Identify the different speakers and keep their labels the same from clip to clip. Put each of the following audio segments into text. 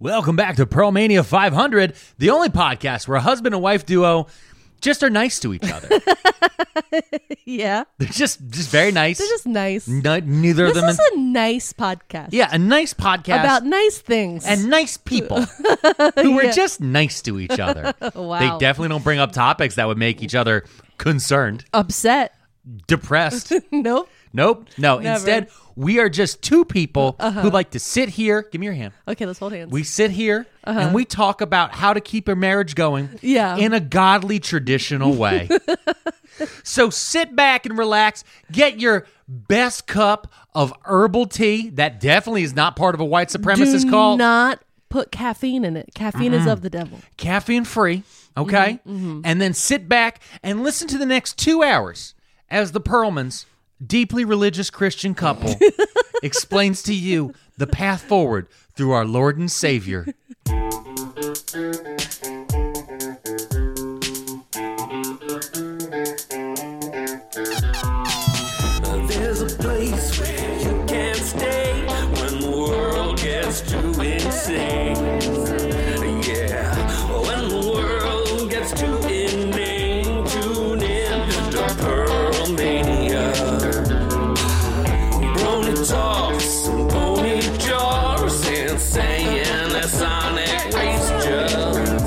Speaker 1: Welcome back to Pearl Mania 500, the only podcast where a husband and wife duo just are nice to each other.
Speaker 2: yeah.
Speaker 1: They're just just very nice.
Speaker 2: They're just nice.
Speaker 1: Ni- neither
Speaker 2: this
Speaker 1: of them.
Speaker 2: is a nice podcast.
Speaker 1: yeah, a nice podcast
Speaker 2: About nice things.
Speaker 1: and nice people who are
Speaker 2: Yeah.
Speaker 1: just nice to each other. They
Speaker 2: Wow.
Speaker 1: definitely don't bring up topics that would make each other concerned,
Speaker 2: upset.
Speaker 1: depressed.
Speaker 2: nope.
Speaker 1: nope. No,
Speaker 2: Never. Uh-huh.
Speaker 1: instead, we are just two people who like to sit here. Give me your hand.
Speaker 2: Okay, let's hold hands.
Speaker 1: We sit here and we talk about how to keep your marriage going
Speaker 2: Uh-huh. Yeah.
Speaker 1: in a godly, traditional way. so sit back and relax. Get your best cup of herbal tea. That definitely is not part of a white supremacist
Speaker 2: Do
Speaker 1: call.
Speaker 2: not put caffeine in it. Caffeine is of the devil.
Speaker 1: Caffeine free, okay?
Speaker 2: Mm-hmm,
Speaker 1: And then sit back and listen to the next two hours as the Pearlmans, deeply religious Christian couple, explains to you the path forward through our Lord and Savior.
Speaker 3: There's a place where you can stay when the world gets too insane. Yeah, when the world gets too inane, tune in to Pearl Mania. Brony talks and pony jars and saying that Sonic waste just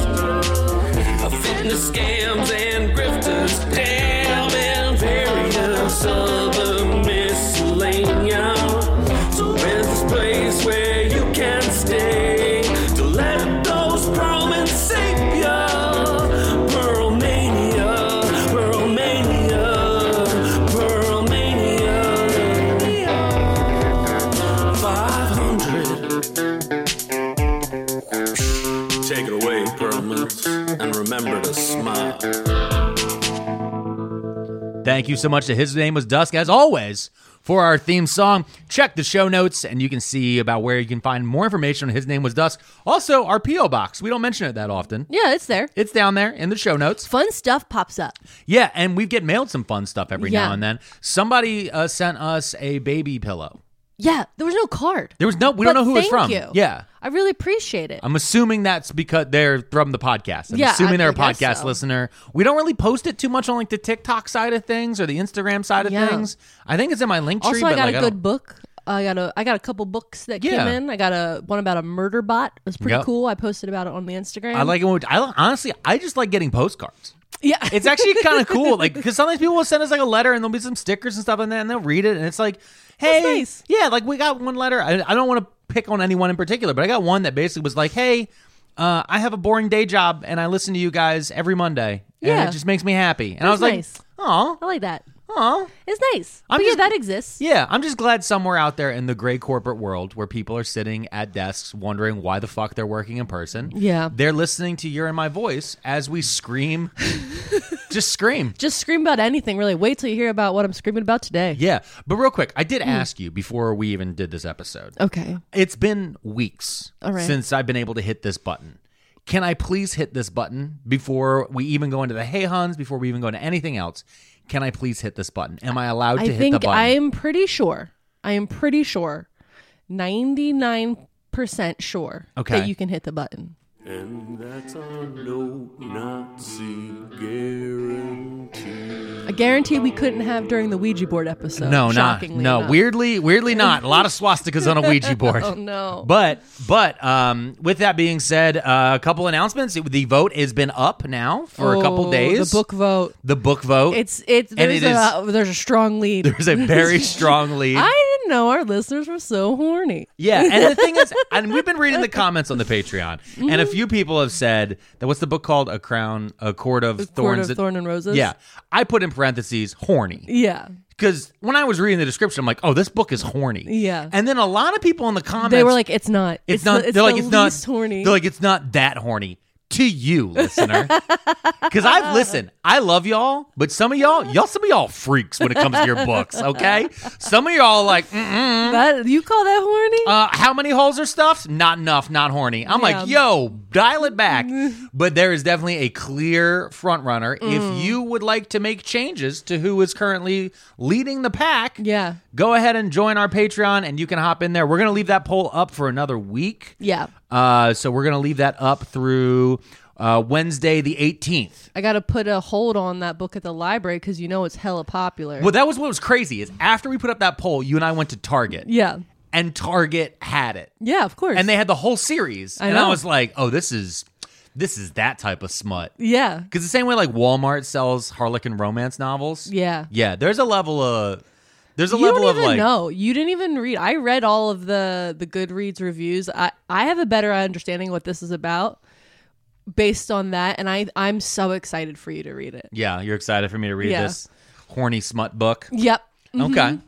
Speaker 3: fitness scams and grifters, damn and various other miscellanea. So where's this place where you can stay to let those promen save ya? Pearl mania, pearl mania, pearl mania. Five hundred. Take it away, Pearlmans, and remember to smile.
Speaker 1: Thank you so much to His Name Was Dusk, as always, for our theme song. Check the show notes and you can see about where you can find more information on His Name Was Dusk. Also, our P.O. Box. We don't mention it that often.
Speaker 2: Yeah, it's there.
Speaker 1: It's down there in the show notes.
Speaker 2: Fun stuff pops up.
Speaker 1: Yeah, and we get mailed some fun stuff every now
Speaker 2: Yeah.
Speaker 1: and then. Somebody uh, sent us a baby pillow.
Speaker 2: Yeah, there was no card.
Speaker 1: There was no, we don't know who it's from.
Speaker 2: You.
Speaker 1: Yeah.
Speaker 2: I really appreciate it.
Speaker 1: I'm assuming that's because they're from the podcast. I'm
Speaker 2: Yeah,
Speaker 1: assuming
Speaker 2: I-
Speaker 1: they're a
Speaker 2: I guess
Speaker 1: podcast
Speaker 2: so.
Speaker 1: listener. We don't really post it too much on like the TikTok side of things or the Instagram side of
Speaker 2: Yeah.
Speaker 1: things. I think it's in my link tree.
Speaker 2: also, I
Speaker 1: but
Speaker 2: got
Speaker 1: like,
Speaker 2: a
Speaker 1: I don't-
Speaker 2: good book. I got a I got a couple books that
Speaker 1: Yeah.
Speaker 2: came in. I got a one about a murder bot. It was pretty
Speaker 1: Yep.
Speaker 2: cool. I posted about it on the Instagram.
Speaker 1: I like it when we, I li- honestly, I just like getting postcards.
Speaker 2: Yeah.
Speaker 1: It's actually kind of cool, like because sometimes people will send us like a letter and there'll be some stickers and stuff in there, and they'll read it, and it's like, hey,
Speaker 2: nice.
Speaker 1: yeah, like we got one letter. I, I don't want to pick on anyone in particular, but I got one that basically was like, hey, uh, I have a boring day job, and I listen to you guys every Monday, and
Speaker 2: Yeah.
Speaker 1: it just makes me happy. And I was
Speaker 2: That's nice.
Speaker 1: like, oh,
Speaker 2: I like that.
Speaker 1: oh,
Speaker 2: It's nice.
Speaker 1: I'm
Speaker 2: but
Speaker 1: just-
Speaker 2: yeah, that exists.
Speaker 1: yeah. I'm just glad somewhere out there in the gray corporate world where people are sitting at desks wondering why the fuck they're working in person.
Speaker 2: Yeah.
Speaker 1: they're listening to your and my voice as we scream, just scream.
Speaker 2: Just scream about anything, really. Wait till you hear about what I'm screaming about today.
Speaker 1: Yeah. But real quick, I
Speaker 2: Hmm.
Speaker 1: did ask you before we even did this episode.
Speaker 2: Okay.
Speaker 1: It's been weeks
Speaker 2: All right.
Speaker 1: since I've been able to hit this button. Can I please hit this button before we even go into the Hey Huns, before we even go into anything else? Can I please hit this button? Am I allowed to
Speaker 2: I
Speaker 1: hit the
Speaker 2: think
Speaker 1: button?
Speaker 2: I am pretty sure. I am pretty sure. 99% sure
Speaker 1: Okay.
Speaker 2: that you can hit the button.
Speaker 3: And that's our no Nazi guarantee.
Speaker 2: A guarantee we couldn't have during the Ouija board episode.
Speaker 1: no, not
Speaker 2: uh, shockingly
Speaker 1: no.
Speaker 2: enough.
Speaker 1: Weirdly, weirdly not. A lot of swastikas on a Ouija board.
Speaker 2: Oh, no.
Speaker 1: But but um, with that being said, uh, a couple announcements. The vote has been up now for a couple
Speaker 2: Oh,
Speaker 1: days.
Speaker 2: The book vote.
Speaker 1: the book vote.
Speaker 2: It's, it's,
Speaker 1: And it
Speaker 2: there's, a, there's a strong lead.
Speaker 1: there's a very strong lead.
Speaker 2: I didn't know our listeners were so horny.
Speaker 1: Yeah, and the thing is, and we've been reading the comments on the Patreon, and a
Speaker 2: Mm-hmm.
Speaker 1: few people have said that what's the book called? A crown, a court of thorns,
Speaker 2: Court of
Speaker 1: that-
Speaker 2: Thorn and Roses.
Speaker 1: Yeah, I put in parentheses horny
Speaker 2: Yeah.
Speaker 1: because when I was reading the description, I'm like, oh, this book is horny.
Speaker 2: Yeah.
Speaker 1: and then a lot of people in the comments
Speaker 2: They were like, it's not.
Speaker 1: it's, not.
Speaker 2: The, it's
Speaker 1: they're
Speaker 2: the
Speaker 1: like, it's
Speaker 2: least
Speaker 1: not
Speaker 2: horny.
Speaker 1: They're like, it's not that horny to you, listener. Because I've listened. I love y'all, but some of y'all, y'all, some of y'all freaks when it comes to your books. Okay, some of y'all are like, mm, uh, mm-mm.
Speaker 2: that, you call that horny?
Speaker 1: Uh, how many holes are stuffed? Not enough, not horny. I'm
Speaker 2: Yeah.
Speaker 1: like, yo, dial it back. But there is definitely a clear front runner.
Speaker 2: Mm.
Speaker 1: If you would like to make changes to who is currently leading the pack,
Speaker 2: Yeah.
Speaker 1: go ahead and join our Patreon and you can hop in there. We're going to leave that poll up for another week.
Speaker 2: Yeah.
Speaker 1: Uh, so we're going to leave that up through uh, Wednesday, the 18th.
Speaker 2: I got to put a hold on that book at the library because you know it's hella popular.
Speaker 1: Well, that was what was crazy is after we put up that poll, you and I went to Target.
Speaker 2: Yeah.
Speaker 1: And Target had it.
Speaker 2: Yeah, of course.
Speaker 1: And they had the whole series.
Speaker 2: I
Speaker 1: and I
Speaker 2: know.
Speaker 1: was like, oh, this is this is that type of smut.
Speaker 2: Yeah.
Speaker 1: Because the same way like Walmart sells Harlequin romance novels.
Speaker 2: Yeah.
Speaker 1: Yeah. There's a level of there's a
Speaker 2: You
Speaker 1: level
Speaker 2: don't
Speaker 1: of
Speaker 2: even
Speaker 1: like
Speaker 2: know. You didn't even read. I read all of the the Goodreads reviews. I I have a better understanding what this is about based on that, and I I'm so excited for you to read it.
Speaker 1: Yeah, you're excited for me to read
Speaker 2: Yeah. Mm-hmm.
Speaker 1: this horny smut book.
Speaker 2: Yep.
Speaker 1: Okay.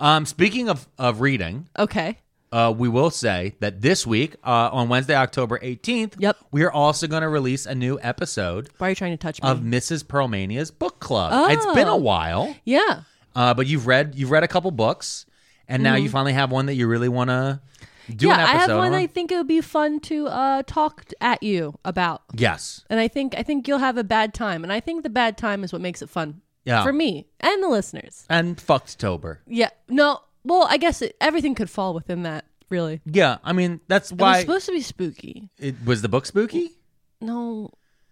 Speaker 1: Um, speaking of, of reading,
Speaker 2: Okay.
Speaker 1: uh, we will say that this week, uh, on Wednesday, October 18th,
Speaker 2: Yep.
Speaker 1: we are also going to release a new episode
Speaker 2: Why are you trying to touch me?
Speaker 1: of Mrs. Pearlmania's book club. It's
Speaker 2: Oh.
Speaker 1: been a while,
Speaker 2: yeah.
Speaker 1: uh, but you've read you've read a couple books, and now you finally have one that you really want to do
Speaker 2: Mm-hmm. yeah,
Speaker 1: an episode
Speaker 2: I have one
Speaker 1: on.
Speaker 2: I think it would be fun to uh, talk t- at you about,
Speaker 1: yes.
Speaker 2: and I think I think you'll have a bad time, and I think the bad time is what makes it fun.
Speaker 1: Yeah.
Speaker 2: For me and the listeners.
Speaker 1: And fucktober.
Speaker 2: Yeah. No. Well, I guess it, everything could fall within that. Really.
Speaker 1: Yeah, I mean that's
Speaker 2: It was
Speaker 1: why
Speaker 2: supposed to be spooky.
Speaker 1: it was the book spooky.
Speaker 2: No,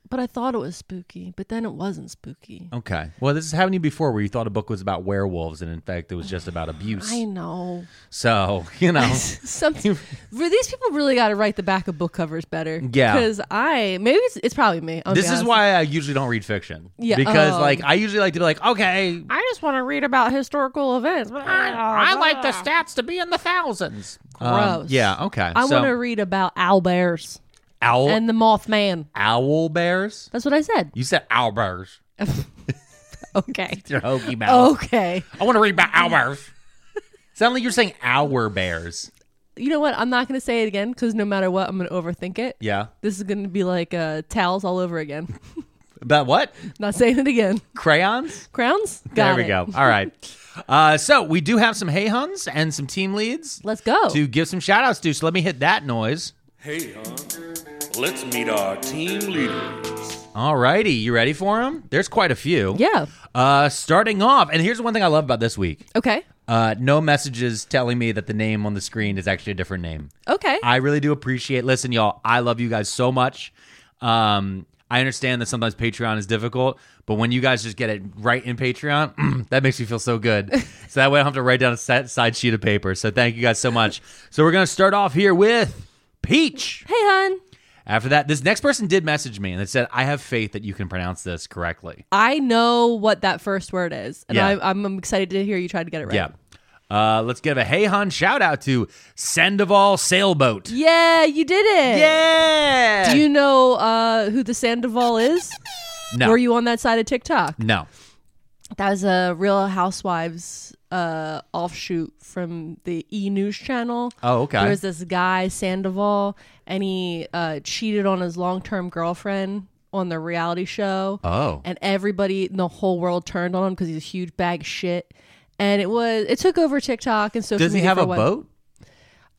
Speaker 2: but I thought it was spooky, but then it wasn't spooky.
Speaker 1: Okay. Well, this has happened to you before where you thought a book was about werewolves and in fact it was just about abuse.
Speaker 2: I know.
Speaker 1: So, you know.
Speaker 2: Something for these people really got to write the back of book covers better.
Speaker 1: Yeah.
Speaker 2: because I maybe it's, it's probably me. I'll be
Speaker 1: this is
Speaker 2: honest.
Speaker 1: why I usually don't read fiction.
Speaker 2: Yeah,
Speaker 1: Because
Speaker 2: oh.
Speaker 1: like I usually like to be like, okay,
Speaker 2: I just want to read about historical events. uh,
Speaker 1: I like the stats to be in the thousands. Um,
Speaker 2: Gross.
Speaker 1: yeah, okay.
Speaker 2: I
Speaker 1: so,
Speaker 2: want to read about owl bears
Speaker 1: owl
Speaker 2: and the Mothman.
Speaker 1: owl bears?
Speaker 2: That's what I said.
Speaker 1: You said owl bears.
Speaker 2: Okay.
Speaker 1: Your hokey
Speaker 2: Oh.
Speaker 1: mouth.
Speaker 2: okay.
Speaker 1: I want to read about owl bears. Sound like you're saying our bears.
Speaker 2: You know what? I'm not going to say it again because no matter what, I'm going to overthink it.
Speaker 1: Yeah.
Speaker 2: This is going to be like uh, towels all over again.
Speaker 1: About what?
Speaker 2: not saying it again.
Speaker 1: Crayons?
Speaker 2: Crowns? Got
Speaker 1: there we
Speaker 2: it.
Speaker 1: go. All right. Uh, so we do have some hey huns and some team leads
Speaker 2: Let's go.
Speaker 1: to give some shout outs to. So let me hit that noise.
Speaker 3: Hey, hon, let's meet our team leaders.
Speaker 1: All righty. You ready for them? There's quite a few.
Speaker 2: Yeah.
Speaker 1: Uh, starting off, and here's one thing I love about this week
Speaker 2: Okay.
Speaker 1: uh, no messages telling me that the name on the screen is actually a different name.
Speaker 2: Okay.
Speaker 1: I really do appreciate. Listen, y'all, I love you guys so much. Um, I understand that sometimes Patreon is difficult, but when you guys just get it right in Patreon, that makes me feel so good. so that way I don't have to write down a set, side sheet of paper. So thank you guys so much. so we're gonna start off here with Peach.
Speaker 2: hey, hon.
Speaker 1: After that, this next person did message me and it said, "I have faith that you can pronounce this correctly."
Speaker 2: I know what that first word is, and
Speaker 1: Yeah.
Speaker 2: I, I'm, I'm excited to hear you try to get it right.
Speaker 1: Yeah. Uh, let's give a hey hon shout out to Sandoval Sailboat.
Speaker 2: Yeah, you did it.
Speaker 1: Yeah.
Speaker 2: Do you know uh, who the Sandoval is?
Speaker 1: no.
Speaker 2: Were you on that side of TikTok?
Speaker 1: no.
Speaker 2: That was a Real Housewives uh, offshoot from the E News channel.
Speaker 1: Oh, okay.
Speaker 2: There was this guy Sandoval, and he uh, cheated on his long-term girlfriend on the reality show.
Speaker 1: Oh.
Speaker 2: and everybody in the whole world turned on him because he's a huge bag of shit. And it was it took over TikTok and social.
Speaker 1: Does he
Speaker 2: media
Speaker 1: have
Speaker 2: for
Speaker 1: a
Speaker 2: while.
Speaker 1: boat?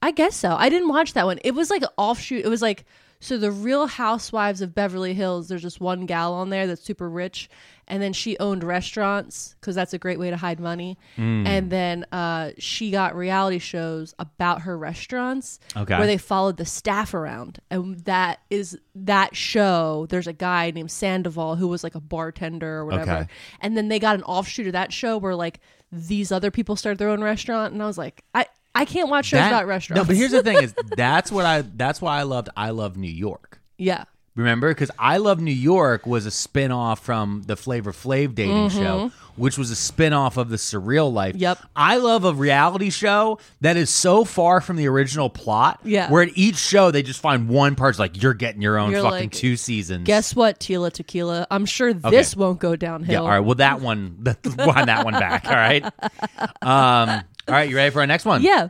Speaker 2: I guess so. I didn't watch that one. It was like an offshoot. It was like so the Real Housewives of Beverly Hills. There's just one gal on there that's super rich, and then she owned restaurants because that's a great way to hide money.
Speaker 1: Hmm.
Speaker 2: And then uh, she got reality shows about her restaurants,
Speaker 1: Okay.
Speaker 2: where they followed the staff around, and that is that show. There's a guy named Sandoval who was like a bartender or whatever,
Speaker 1: Okay.
Speaker 2: and then they got an offshoot of that show where like these other people started their own restaurant, and I was like, I. I can't watch shows
Speaker 1: That-
Speaker 2: about restaurants.
Speaker 1: No, but here's the thing: is that's what I that's why I loved I Love New York.
Speaker 2: yeah,
Speaker 1: Remember, because I Love New York was a spin off from the Flavor Flav dating show, which was a spin off of the Surreal Life.
Speaker 2: Yep.
Speaker 1: I love a reality show that is so far from the original plot.
Speaker 2: Yeah.
Speaker 1: Where at each show they just find one part's like you're getting your own
Speaker 2: You're
Speaker 1: fucking
Speaker 2: like,
Speaker 1: two seasons.
Speaker 2: guess what, Tila Tequila? I'm sure this won't go downhill.
Speaker 1: Yeah. All right. Well, that one, that, wind that one back. All right. Um. All right. You ready for our next one?
Speaker 2: Yeah.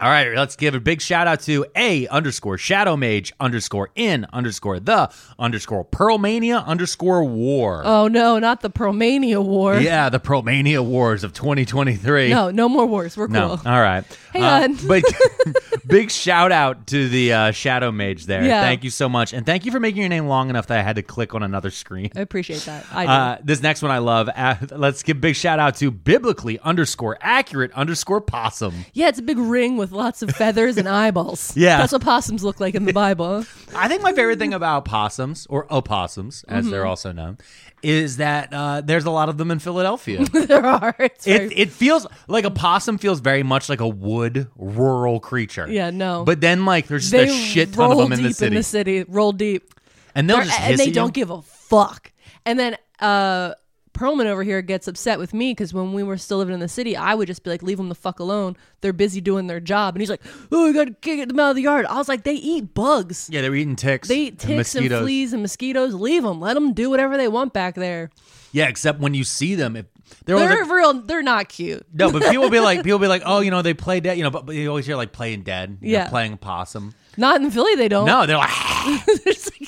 Speaker 1: All right, let's give a big shout out to A underscore Shadow Mage underscore in underscore the underscore Pearlmania underscore war.
Speaker 2: Oh no, not the Pearlmania War.
Speaker 1: Yeah, the Pearlmania Wars of 2023.
Speaker 2: No, no more wars. We're
Speaker 1: No.
Speaker 2: cool.
Speaker 1: All right.
Speaker 2: Hang
Speaker 1: Uh,
Speaker 2: on.
Speaker 1: but big shout out to the uh, Shadow Mage there.
Speaker 2: Yeah.
Speaker 1: Thank you so much. And thank you for making your name long enough that I had to click on another screen.
Speaker 2: I appreciate that. I do.
Speaker 1: Uh, this next one I love. Uh, let's give big shout out to biblically underscore accurate underscore possum.
Speaker 2: yeah, it's a big ring with lots of feathers and eyeballs.
Speaker 1: Yeah.
Speaker 2: that's what possums look like in the Bible.
Speaker 1: I think my favorite thing about possums or opossums, as they're also known, is that uh, there's a lot of them in Philadelphia.
Speaker 2: there are. It's very,
Speaker 1: it, it feels like a possum feels very much like a wood rural creature.
Speaker 2: Yeah, no.
Speaker 1: But then like there's just
Speaker 2: they
Speaker 1: a shit ton of
Speaker 2: roll
Speaker 1: them in
Speaker 2: deep
Speaker 1: the city,
Speaker 2: In the city, roll deep.
Speaker 1: and they'll
Speaker 2: They're-
Speaker 1: just
Speaker 2: and
Speaker 1: hiss
Speaker 2: they
Speaker 1: at
Speaker 2: don't
Speaker 1: you.
Speaker 2: give a fuck. And then uh Perlman over here gets upset with me because when we were still living in the city, I would just be like, "Leave them the fuck alone. They're busy doing their job." And he's like, "Oh, you gotta kick them out of the yard." I was like, "They eat bugs.
Speaker 1: Yeah, they're eating ticks.
Speaker 2: They eat ticks and,
Speaker 1: mosquitoes.
Speaker 2: fleas and mosquitoes. Leave them. Let them do whatever they want back there.
Speaker 1: Yeah, except when you see them, if they're, always
Speaker 2: They're
Speaker 1: like,
Speaker 2: real. They're not cute.
Speaker 1: no, but people be like, people be like, oh, you know, they play dead, you know, but, but you always hear like playing dead, you know,
Speaker 2: Yeah. Oh.
Speaker 1: playing possum.
Speaker 2: Not in Philly. They don't.
Speaker 1: No, they're like,
Speaker 2: They're just like-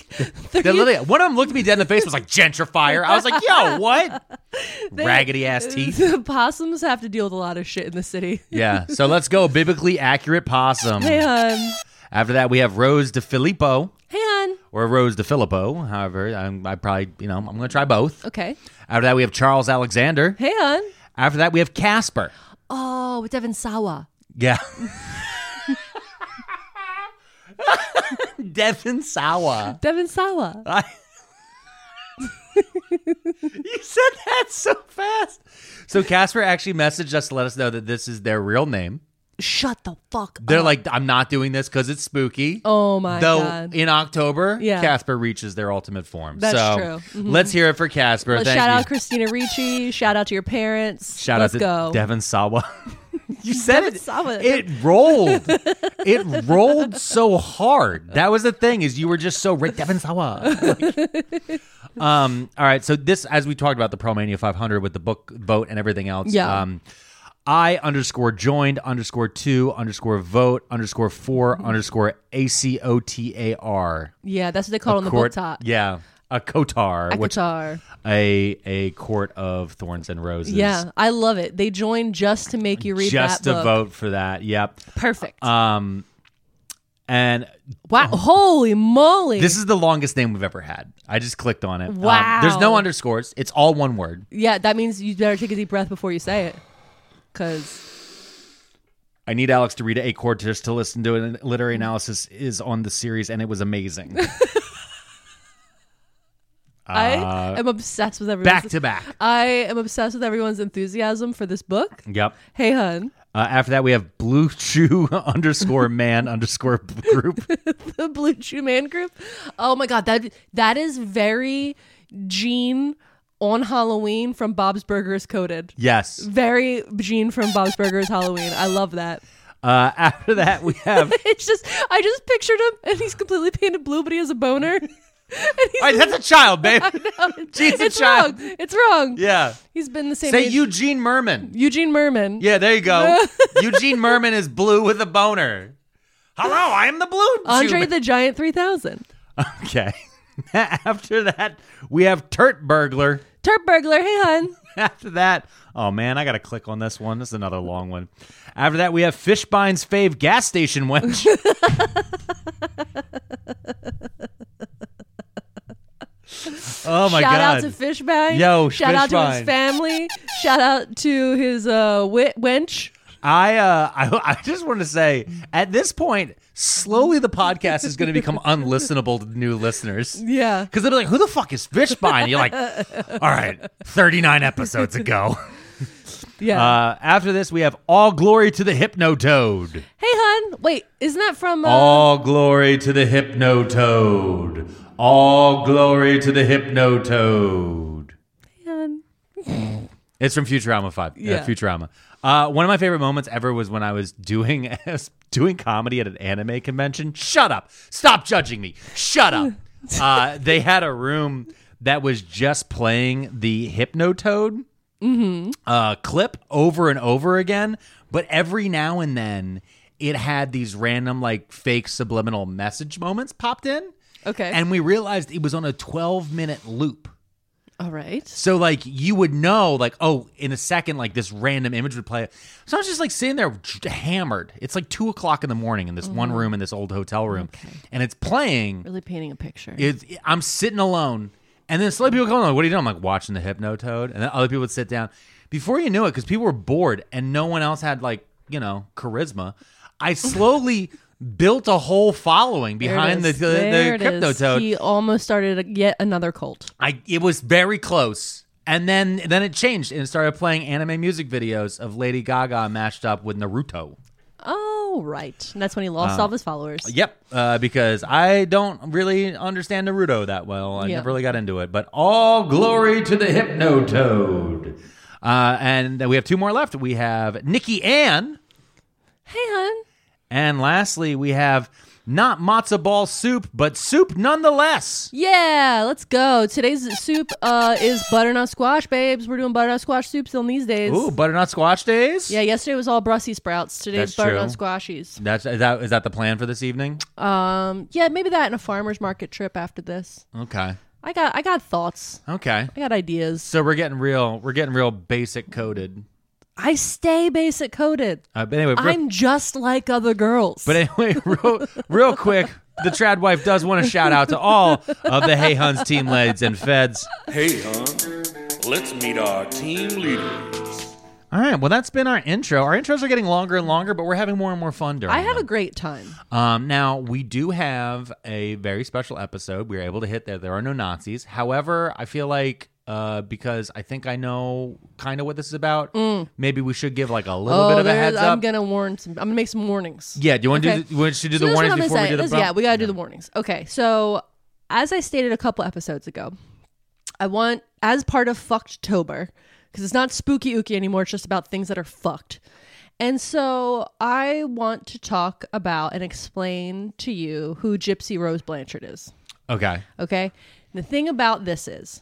Speaker 2: they're
Speaker 1: they're
Speaker 2: u-
Speaker 1: literally, one of them looked me dead in the face, was like gentrifier. I was like, yo, what? Raggedy ass teeth.
Speaker 2: the possums have to deal with a lot of shit in the city.
Speaker 1: Yeah, so let's go biblically accurate possum.
Speaker 2: Hey, hon.
Speaker 1: After that, we have Rose de Filippo
Speaker 2: Hey, hon.
Speaker 1: or Rose de Filippo. However, I'm, I probably, you know, I'm going to try both.
Speaker 2: Okay.
Speaker 1: After that, we have Charles Alexander.
Speaker 2: Hey, hon.
Speaker 1: After that, we have Casper.
Speaker 2: Oh, with Devin Sawa.
Speaker 1: Yeah. Devin Sawa.
Speaker 2: Devin Sawa.
Speaker 1: I- you said that so fast. So Casper actually messaged us to let us know that this is their real name.
Speaker 2: Shut the fuck
Speaker 1: They're
Speaker 2: up.
Speaker 1: like, I'm not doing this because it's spooky.
Speaker 2: Uh-huh. oh my
Speaker 1: Though
Speaker 2: God.
Speaker 1: in October,
Speaker 2: Yeah.
Speaker 1: Casper reaches their ultimate form.
Speaker 2: That's
Speaker 1: so
Speaker 2: true. Mm-hmm.
Speaker 1: let's hear it for Casper.
Speaker 2: Well,
Speaker 1: Thank
Speaker 2: shout
Speaker 1: you.
Speaker 2: out Christina Ricci. Shout out to your parents.
Speaker 1: Shout
Speaker 2: Let's
Speaker 1: out to
Speaker 2: go.
Speaker 1: Devin Sawa. you said
Speaker 2: Devin
Speaker 1: it.
Speaker 2: Sawa.
Speaker 1: It rolled. it rolled so hard. That was the thing is you were just so right. Devin Sawa. Like- um. All right. So this, as we talked about the Pro Mania 500 with the book vote and everything else.
Speaker 2: Yeah.
Speaker 1: Um, I underscore joined underscore two underscore vote underscore
Speaker 2: Mm-hmm.
Speaker 1: four underscore a c o t a r.
Speaker 2: yeah, that's what they call it on the book top.
Speaker 1: Yeah. A kotar,
Speaker 2: A
Speaker 1: which
Speaker 2: guitar.
Speaker 1: a a court of thorns and roses.
Speaker 2: Yeah, I love it. They joined just to make you read
Speaker 1: just
Speaker 2: that
Speaker 1: to
Speaker 2: book.
Speaker 1: vote for that. Yep.
Speaker 2: Perfect.
Speaker 1: Um, and
Speaker 2: wow. Holy moly.
Speaker 1: oh. this is the longest name we've ever had. I just clicked on it. Um,
Speaker 2: Wow.
Speaker 1: there's no underscores. It's all one word.
Speaker 2: yeah, that means you better take a deep breath before you say it. Because
Speaker 1: I need Alex to read a court just to listen to an literary analysis is on the series, and it was amazing.
Speaker 2: I am obsessed with everyone's.
Speaker 1: Uh, back to back.
Speaker 2: I am obsessed with everyone's enthusiasm for this book.
Speaker 1: Yep.
Speaker 2: Hey, hun.
Speaker 1: Uh, after that, we have blue chew underscore man underscore group.
Speaker 2: the Blue Chew Man group. Oh my god, that that is very Gene on Halloween from Bob's Burgers coded.
Speaker 1: Yes.
Speaker 2: Very Gene from Bob's Burgers Halloween. I love that.
Speaker 1: Uh, after that, we have.
Speaker 2: It's just I just pictured him and he's completely painted blue, but he has a boner. And he's,
Speaker 1: All right, that's a child, babe. Gene's a
Speaker 2: it's
Speaker 1: child.
Speaker 2: wrong. It's wrong.
Speaker 1: Yeah.
Speaker 2: He's been the same
Speaker 1: Say
Speaker 2: age-
Speaker 1: Eugene Merman.
Speaker 2: Eugene Merman.
Speaker 1: Yeah, there you go. Eugene Merman is blue with a boner. Hello, I am the blue. Jew
Speaker 2: Andre
Speaker 1: man.
Speaker 2: the Giant 3000.
Speaker 1: okay. After that, we have Turt Burglar.
Speaker 2: Turp burglar, hey hun.
Speaker 1: After that, oh man, I gotta click on this one. This is another long one. After that, we have Fishbine's fave gas station wench. oh my
Speaker 2: shout
Speaker 1: god!
Speaker 2: out to Fishbag.
Speaker 1: Yo,
Speaker 2: shout out to
Speaker 1: Fishbag.
Speaker 2: his family. shout out to his uh wi- wench.
Speaker 1: I, uh, I I just want to say at this point, slowly the podcast is going to become unlistenable to new listeners.
Speaker 2: Yeah.
Speaker 1: Because they'll be like, who the fuck is Fishbine? You're like, all right, 39 episodes ago.
Speaker 2: Yeah.
Speaker 1: Uh, after this, we have All Glory to the Hypno Toad.
Speaker 2: hey, hon. Wait, isn't that from? Uh,
Speaker 1: All Glory to the Hypno Toad. All Glory to the Hypno Toad.
Speaker 2: hey, hon.
Speaker 1: It's from Futurama Five. Yeah,
Speaker 2: Yeah.
Speaker 1: Futurama. Uh, one of my favorite moments ever was when I was doing doing comedy at an anime convention. Shut up! Stop judging me! Shut up! uh, they had a room that was just playing the Hypnotoad uh, clip over and over again, but every now and then it had these random like fake subliminal message moments popped in,
Speaker 2: Okay.
Speaker 1: and we realized it was on a 12 minute loop.
Speaker 2: All right.
Speaker 1: So like you would know like oh in a second like this random image would play. So I was just like sitting there j- hammered. It's like two o'clock in the morning in this
Speaker 2: Mm-hmm.
Speaker 1: one room in this old hotel room, and it's playing.
Speaker 2: Really painting a picture.
Speaker 1: It's, I'm sitting alone, and then some other people come like, "What are you doing?" I'm like watching the Hypnotoad, and then other people would sit down. Before you knew it, because people were bored and no one else had like you know charisma, I slowly built a whole following
Speaker 2: There it
Speaker 1: behind the
Speaker 2: is.
Speaker 1: the,
Speaker 2: There
Speaker 1: the
Speaker 2: it is.
Speaker 1: Cryptotoad.
Speaker 2: He almost started a, yet another cult.
Speaker 1: I it was very close. And then then it changed and it started playing anime music videos of Lady Gaga mashed up with Naruto.
Speaker 2: Oh, right. And that's when he lost all of his followers.
Speaker 1: Yep, uh, because I don't really understand Naruto that well. I
Speaker 2: Yeah.
Speaker 1: never really got into it. But all glory to the Hypnotoad. Uh, and then we have two more left. We have Nikki Ann,
Speaker 2: Hey, hon.
Speaker 1: and lastly we have not matzo ball soup, but soup nonetheless.
Speaker 2: Yeah, let's go. Today's soup uh, is butternut squash, babes. We're doing butternut squash soups on these days.
Speaker 1: Ooh, butternut squash days.
Speaker 2: Yeah, yesterday was all Brussels sprouts. Today's
Speaker 1: That's
Speaker 2: butternut
Speaker 1: true.
Speaker 2: squashies.
Speaker 1: That's is that is that the plan for this evening?
Speaker 2: Um, yeah, maybe that and a farmer's market trip after this.
Speaker 1: Okay.
Speaker 2: I got, I got thoughts.
Speaker 1: Okay.
Speaker 2: I got ideas.
Speaker 1: So we're getting real. We're getting real basic coded.
Speaker 2: I stay basic coded.
Speaker 1: Uh, but anyway, real,
Speaker 2: I'm just like other girls.
Speaker 1: but anyway, real, real quick, the trad wife does want to shout out to all of the Hey Huns team leads and feds.
Speaker 3: Hey, hon, let's meet our team leaders.
Speaker 1: All right, well that's been our intro. Our intros are getting longer and longer, but we're having more and more fun during.
Speaker 2: I had a
Speaker 1: them.
Speaker 2: great time.
Speaker 1: Um, now we do have a very special episode. We were able to hit that there are no Nazis. However, I feel like. Uh, because I think I know kind of what this is about. Maybe we should give like a little bit of a
Speaker 2: there-
Speaker 1: heads
Speaker 2: Mm. Oh, I'm
Speaker 1: up.
Speaker 2: gonna warn some. I'm gonna make some warnings.
Speaker 1: Yeah, do you want to
Speaker 2: Okay.
Speaker 1: do, the, you want to do the
Speaker 2: So this is
Speaker 1: warnings
Speaker 2: what I'm
Speaker 1: before we
Speaker 2: gonna
Speaker 1: do
Speaker 2: say.
Speaker 1: the
Speaker 2: This-
Speaker 1: bump?
Speaker 2: yeah, we gotta do the warnings. Okay, so as I stated a couple episodes ago, I want as part of Fucktober because it's not spooky ooky anymore. It's just about things that are fucked. And so I want to talk about and explain to you who Gypsy Rose Blanchard is.
Speaker 1: Okay.
Speaker 2: Okay. The thing about this is,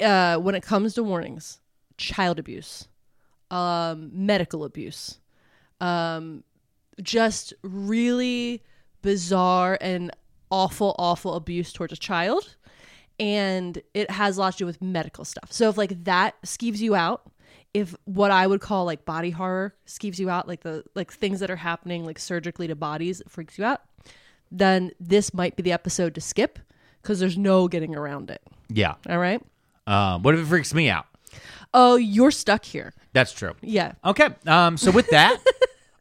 Speaker 2: uh, when it comes to warnings, child abuse, um, medical abuse, um, just really bizarre and awful, awful abuse towards a child. And it has a lot to do with medical stuff. So if like that skeeves you out, if what I would call like body horror skeeves you out, like the like things that are happening like surgically to bodies, it freaks you out then this might be the episode to skip because there's no getting around it.
Speaker 1: Yeah.
Speaker 2: All right.
Speaker 1: Um, what if it freaks me out?
Speaker 2: Oh, you're stuck here.
Speaker 1: That's true.
Speaker 2: Yeah.
Speaker 1: Okay. Um, so with that,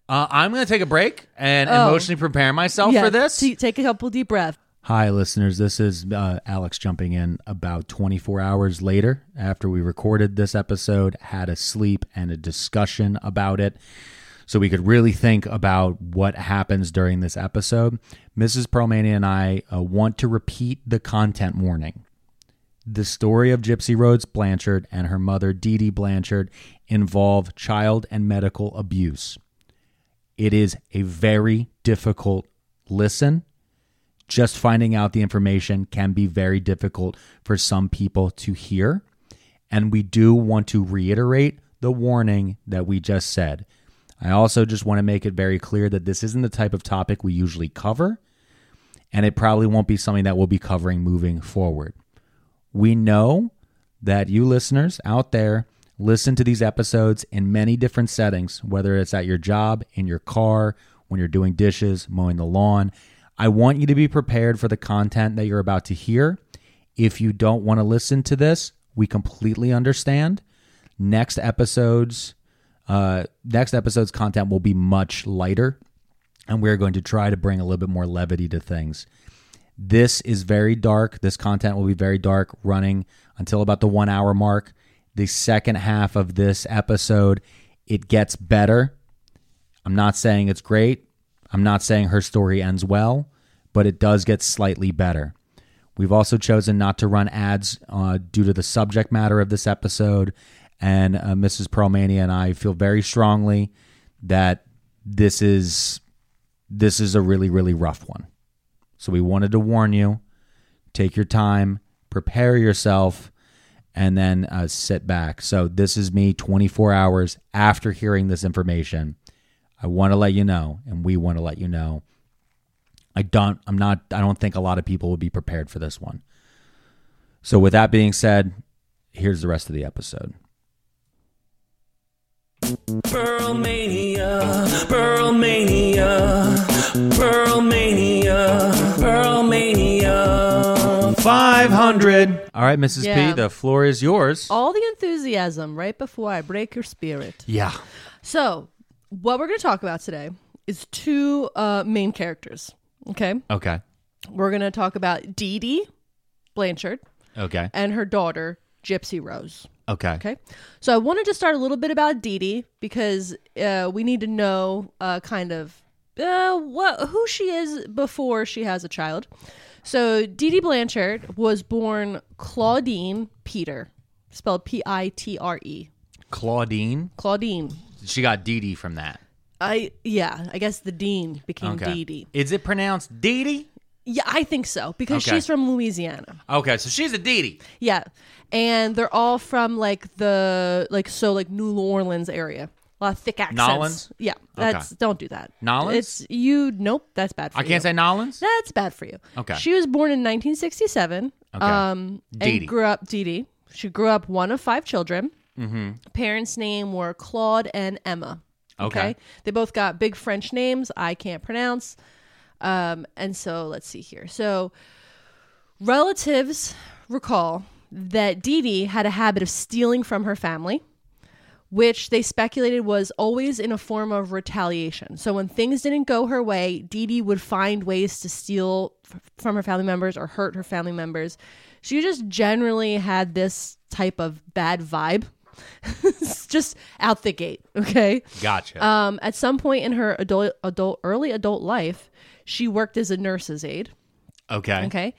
Speaker 1: uh, I'm going to take a break and emotionally prepare myself
Speaker 2: yeah.
Speaker 1: Oh, for this.
Speaker 2: T- take a couple deep breaths.
Speaker 1: Hi, listeners. This is uh, Alex jumping in about 24 hours later after we recorded this episode, had a sleep and a discussion about it. So we could really think about what happens during this episode. Mrs. Perlmania and I uh, want to repeat the content warning. The story of Gypsy Rhodes Blanchard and her mother, Dee Dee Blanchard, involve child and medical abuse. It is a very difficult listen just finding out the information can be very difficult for some people to hear. And we do want to reiterate the warning that we just said. I also just want to make it very clear that this isn't the type of topic we usually cover, and it probably won't be something that we'll be covering moving forward. We know that you listeners out there listen to these episodes in many different settings, whether it's at your job, in your car, when you're doing dishes, mowing the lawn. I want you to be prepared for the content that you're about to hear. If you don't want to listen to this, we completely understand. Next episodes, uh, next episode's content will be much lighter, and we're going to try to bring a little bit more levity to things. This is very dark. This content will be very dark, running until about the one hour mark. The second half of this episode, it gets better. I'm not saying it's great. I'm not saying her story ends well, but it does get slightly better. We've also chosen not to run ads uh, due to the subject matter of this episode. And uh, Mrs. Pearlmania and I feel very strongly that this is this is a really really rough one. So we wanted to warn you. Take your time, prepare yourself, and then uh, sit back. So this is me 24 hours after hearing this information. I want to let you know, and we want to let you know. I don't. I'm not. I don't think a lot of people would be prepared for this one. So, with that being said, here's the rest of the episode.
Speaker 3: Pearl Mania, Pearl Mania, Pearl Mania, Pearl Mania.
Speaker 1: Five hundred. All right, Mrs.
Speaker 2: Yeah.
Speaker 1: P. The floor is yours.
Speaker 2: All the enthusiasm right before I break your spirit.
Speaker 1: yeah.
Speaker 2: So, what we're going to talk about today is two uh, main characters. Okay.
Speaker 1: Okay.
Speaker 2: We're going to talk about Dee Dee Blanchard
Speaker 1: Okay.
Speaker 2: and her daughter, Gypsy Rose.
Speaker 1: Okay.
Speaker 2: Okay. So, I wanted to start a little bit about Dee Dee because uh, we need to know uh, kind of uh, what, who she is before she has a child. So, Dee Dee Blanchard was born Claudine Peter, spelled P I T R E.
Speaker 1: Claudine.
Speaker 2: Claudine.
Speaker 1: She got Dee Dee from that.
Speaker 2: I yeah, I guess the dean became
Speaker 1: Okay.
Speaker 2: Dee Dee.
Speaker 1: Is it pronounced Dee Dee?
Speaker 2: Yeah, I think so because
Speaker 1: Okay.
Speaker 2: she's from Louisiana.
Speaker 1: Okay, so she's a Dee Dee.
Speaker 2: Yeah, and they're all from like the like so like New Orleans area. A lot of thick accents.
Speaker 1: Nolans?
Speaker 2: Yeah, that's don't do that.
Speaker 1: Nolans?
Speaker 2: It's you. Nope, that's bad. for
Speaker 1: I
Speaker 2: you.
Speaker 1: can't say Nolans.
Speaker 2: that's bad for you.
Speaker 1: Okay.
Speaker 2: She was born in 1967.
Speaker 1: Okay. E
Speaker 2: Um,
Speaker 1: Dee Dee.
Speaker 2: and grew up Dee Dee. She grew up one of five children. Mm-hmm. Parents' name were Claude and Emma.
Speaker 1: Okay.
Speaker 2: They both got big French names I can't pronounce. Um, and so let's see here. So relatives recall that Dee Dee had a habit of stealing from her family, which they speculated was always in a form of retaliation. So when things didn't go her way, Dee Dee would find ways to steal f- from her family members or hurt her family members. She just generally had this type of bad vibe. It's just out the gate, okay?
Speaker 1: Gotcha.
Speaker 2: Um, at some point in her adult, adult, early adult life, she worked as a nurse's aide.
Speaker 1: okay.
Speaker 2: Okay.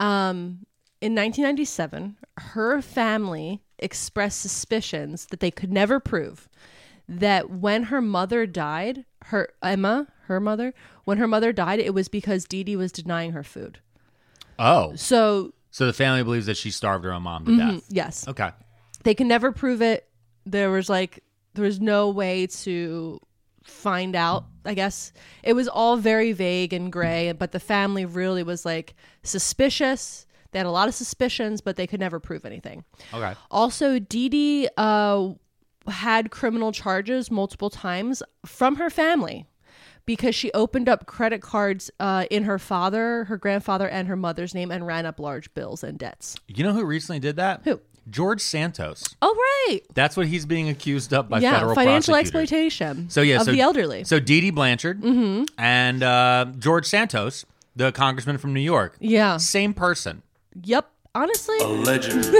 Speaker 2: Um, in 1997, her family expressed suspicions that they could never prove that when her mother died, her Emma, her mother, when her mother died, it was because Dee Dee was denying her food.
Speaker 1: Oh,
Speaker 2: So
Speaker 1: so the family believes that she starved her own mom to
Speaker 2: Mm-hmm.
Speaker 1: death.
Speaker 2: yes,
Speaker 1: Okay.
Speaker 2: they can never prove it. There was like there was no way to find out. I guess it was all very vague and gray, but the family really was like suspicious. They had a lot of suspicions, but they could never prove anything.
Speaker 1: Okay.
Speaker 2: Also, Dee Dee uh, had criminal charges multiple times from her family because she opened up credit cards uh, in her father, her grandfather, and her mother's name and ran up large bills and debts.
Speaker 1: You know who recently did that?
Speaker 2: Who?
Speaker 1: George Santos.
Speaker 2: Oh, right.
Speaker 1: That's what he's being accused of by
Speaker 2: yeah,
Speaker 1: federal
Speaker 2: financial
Speaker 1: prosecutors.
Speaker 2: exploitation
Speaker 1: So yeah,
Speaker 2: of
Speaker 1: so,
Speaker 2: the elderly. Mm-hmm.
Speaker 1: So Dee Dee Blanchard and uh, George Santos, the congressman from New York,
Speaker 2: yeah.
Speaker 1: same person.
Speaker 2: Yep. Honestly,
Speaker 3: A legend.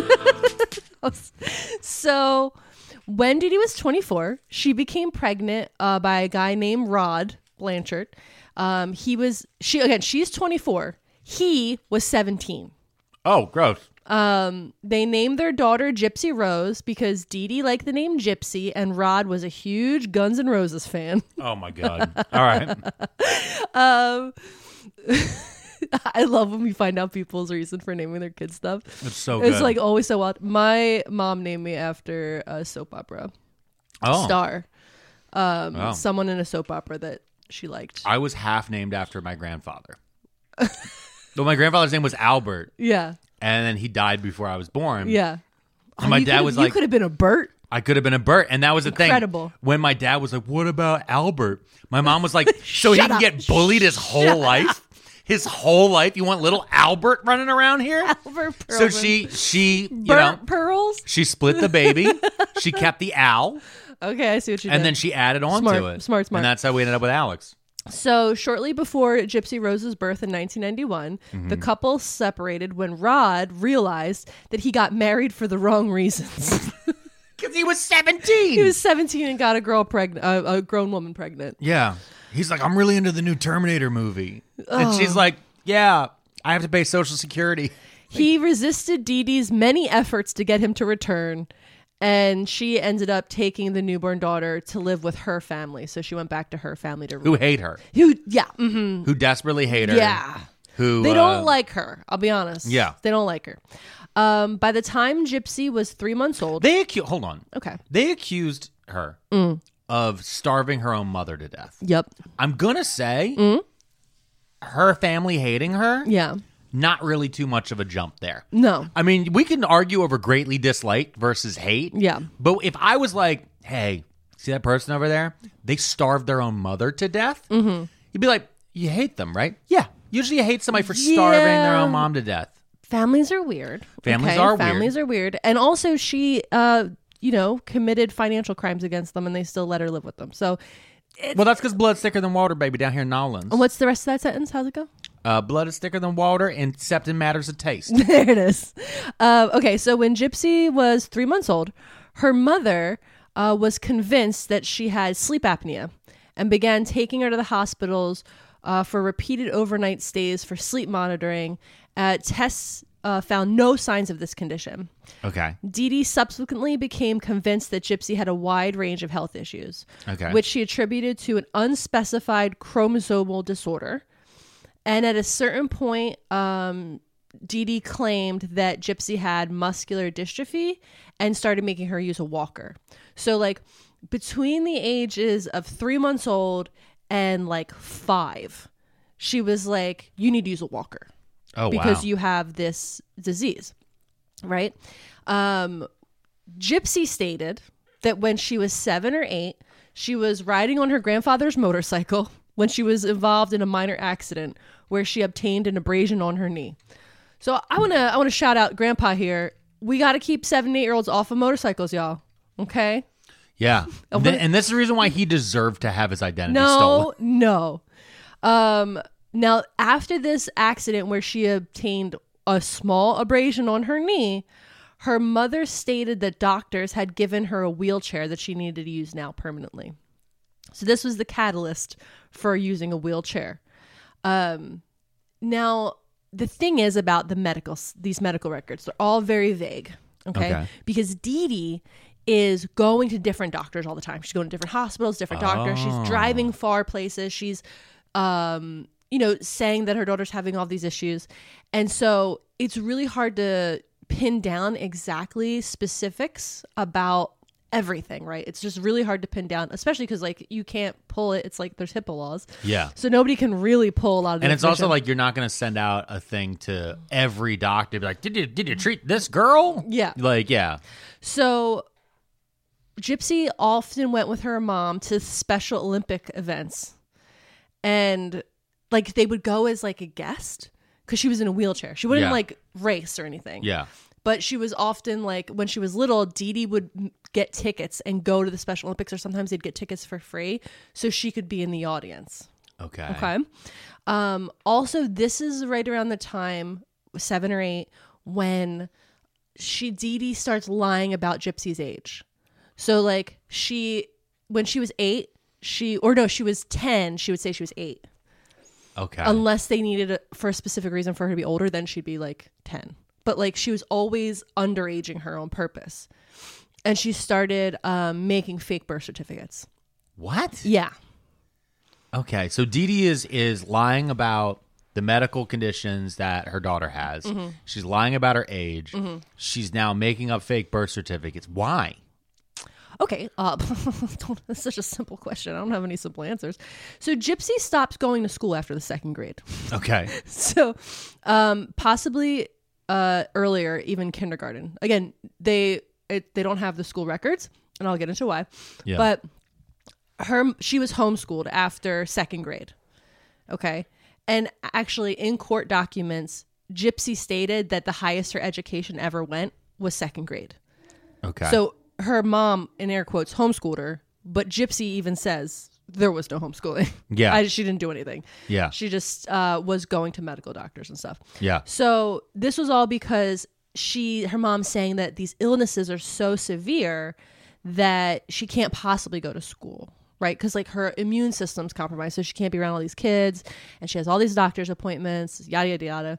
Speaker 2: so when Dee Dee was 24, she became pregnant uh, by a guy named Rod Blanchard. Um, he was she again. She's 24. He was 17.
Speaker 1: Oh, gross.
Speaker 2: They named their daughter Gypsy Rose because Dee Dee liked the name Gypsy, and Rod was a huge Guns N' Roses fan.
Speaker 1: Oh my God. All right.
Speaker 2: I love when we find out people's reason for naming their kids stuff.
Speaker 1: It's so good.
Speaker 2: It's like always so wild. My mom named me after a soap opera
Speaker 1: oh,
Speaker 2: star, um,
Speaker 1: wow.
Speaker 2: someone in a soap opera that she liked.
Speaker 1: I was half named after my grandfather. well, my grandfather's name was Albert,
Speaker 2: yeah,
Speaker 1: and then he died before I was born.
Speaker 2: yeah.
Speaker 1: And my
Speaker 2: You
Speaker 1: dad
Speaker 2: could've-
Speaker 1: was
Speaker 2: you
Speaker 1: like,
Speaker 2: could have been a Bert.
Speaker 1: I could have been a Bert, and that was the
Speaker 2: Incredible.
Speaker 1: thing. When my dad was like, "What about Albert?" My mom was like, "So he
Speaker 2: Shut
Speaker 1: can
Speaker 2: up.
Speaker 1: get bullied his whole life, his whole life. You want little Albert running around here?"
Speaker 2: Albert
Speaker 1: So
Speaker 2: Pearlman.
Speaker 1: she, she, you know,
Speaker 2: Bert Pearls.
Speaker 1: she split the baby. she kept the owl,
Speaker 2: Okay, I see what you did.
Speaker 1: and then she added on
Speaker 2: Smart,
Speaker 1: to it.
Speaker 2: smart, smart.
Speaker 1: And that's how we ended up with Alex.
Speaker 2: So, shortly before Gypsy Rose's birth in 1991,
Speaker 1: Mm-hmm.
Speaker 2: the couple separated when Rod realized that he got married for the wrong reasons.
Speaker 1: Because he was seventeen.
Speaker 2: he was 17 and got a girl pregnant, uh, a grown woman pregnant.
Speaker 1: Yeah. He's like, I'm really into the new Terminator movie.
Speaker 2: Oh.
Speaker 1: And she's like, Yeah, I have to pay Social Security.
Speaker 2: He resisted Dee Dee's many efforts to get him to return, and she ended up taking the newborn daughter to live with her family. So she went back to her family to.
Speaker 1: Who hate her.
Speaker 2: Who? Yeah, mhm,
Speaker 1: Who desperately hate her.
Speaker 2: yeah.
Speaker 1: Who
Speaker 2: They
Speaker 1: uh,
Speaker 2: don't like her. I'll be honest.
Speaker 1: Yeah.
Speaker 2: they don't like her. Um, by the time Gypsy was three months old,
Speaker 1: they accuse hold on.
Speaker 2: okay, Mm.
Speaker 1: They accused her of starving her own mother to death.
Speaker 2: Yep.
Speaker 1: I'm going to say her family hating her,
Speaker 2: Mm. Yeah.
Speaker 1: not really too much of a jump there.
Speaker 2: No.
Speaker 1: I mean, we can argue over greatly disliked versus hate.
Speaker 2: Yeah.
Speaker 1: But if I was like, hey, see that person over there? They starved their own mother to death. Mm-hmm. You'd be like, you hate them, right? Yeah. Usually you hate somebody for starving their
Speaker 2: Yeah.
Speaker 1: own mom to death.
Speaker 2: Families are weird.
Speaker 1: Families are weird.
Speaker 2: Families are weird. And also, she, uh, you know, committed financial crimes against them, and they still let her live with them. So,
Speaker 1: Well, that's because blood's thicker than water, baby, down here in Nolans.
Speaker 2: what's the rest of that sentence? How's it go?
Speaker 1: Uh, blood is thicker than water, and except in matters of taste.
Speaker 2: There it is. Uh, okay, so when Gypsy was three months old, her mother uh, was convinced that she had sleep apnea and began taking her to the hospitals uh, for repeated overnight stays for sleep monitoring. Uh, tests uh, found no signs of this condition.
Speaker 1: okay.
Speaker 2: Dee Dee subsequently became convinced that Gypsy had a wide range of health issues,
Speaker 1: Okay.
Speaker 2: which she attributed to an unspecified chromosomal disorder. And at a certain point, um, Dee Dee claimed that Gypsy had muscular dystrophy and started making her use a walker. So, like, between the ages of three months old and like five, she was like, You need to use a walker
Speaker 1: Oh,
Speaker 2: because
Speaker 1: wow.
Speaker 2: you have this disease, right? Um, Gypsy stated that when she was seven or eight, she was riding on her grandfather's motorcycle when she was involved in a minor accident where she obtained an abrasion on her knee. So I wanna I wanna shout out Grandpa here. We gotta keep seven eight year olds off of motorcycles, y'all. Okay.
Speaker 1: yeah. Th- and this is the reason why he deserved to have his identity stolen.
Speaker 2: Oh, No, no. Um, now, after this accident where she obtained a small abrasion on her knee, her mother stated that doctors had given her a wheelchair that she needed to use now permanently. So, this was the catalyst for using a wheelchair. Um, now, the thing is about the medical these medical records they're all very vague okay,
Speaker 1: Okay.
Speaker 2: because Dee Dee is going to different doctors all the time she's going to different hospitals different doctors
Speaker 1: Ah.
Speaker 2: she's driving far places she's um you know saying that her daughter's having all these issues and so it's really hard to pin down exactly specifics about everything right it's just really hard to pin down especially because like you can't pull it it's like there's hipaa laws
Speaker 1: Yeah.
Speaker 2: so nobody can really pull a lot of the
Speaker 1: And it's also
Speaker 2: information.
Speaker 1: like you're not going to send out a thing to every doctor. Be like, did you did you treat this girl?
Speaker 2: Yeah.
Speaker 1: Like, yeah.
Speaker 2: So Gypsy often went with her mom to special Olympic events. And like they would go as like a guest cuz she was in a wheelchair. She wouldn't
Speaker 1: Yeah.
Speaker 2: like race or anything.
Speaker 1: Yeah.
Speaker 2: But she was often like when she was little, Dee Dee would m- get tickets and go to the Special Olympics or sometimes they'd get tickets for free so she could be in the audience.
Speaker 1: Okay.
Speaker 2: Okay. Um, also, this is right around the time, seven or eight, when she Dee Dee starts lying about Gypsy's age. So like she when she was eight, she or no, she was ten, she would say she was eight.
Speaker 1: Okay.
Speaker 2: Unless they needed it for a specific reason for her to be older, then she'd be like ten. But like she was always underaging her on purpose. And she started um, making fake birth certificates.
Speaker 1: what?
Speaker 2: Yeah.
Speaker 1: Okay. So Dee Dee is is lying about the medical conditions that her daughter has.
Speaker 2: Mm-hmm.
Speaker 1: She's lying about her age. She's now making up fake birth certificates. Why?
Speaker 2: Okay, uh, don't- that's such a simple question. I don't have any simple answers. So Gypsy stops going to school after the second grade.
Speaker 1: Okay.
Speaker 2: So um, possibly uh, earlier, even kindergarten. Again, they it, they don't have the school records, and I'll get into why.
Speaker 1: Yeah.
Speaker 2: But her she was homeschooled after second grade. Okay, and actually, in court documents, Gypsy stated that the highest her education ever went was second grade.
Speaker 1: Okay.
Speaker 2: So her mom, in air quotes, homeschooled her, but Gypsy even says there was no homeschooling.
Speaker 1: Yeah.
Speaker 2: I, she didn't do anything.
Speaker 1: Yeah.
Speaker 2: She just uh, was going to medical doctors and stuff.
Speaker 1: Yeah.
Speaker 2: So this was all because she, her mom saying that these illnesses are so severe that she can't possibly go to school. Right, because like her immune system's compromised, so she can't be around all these kids, and she has all these doctor's appointments, yada yada yada.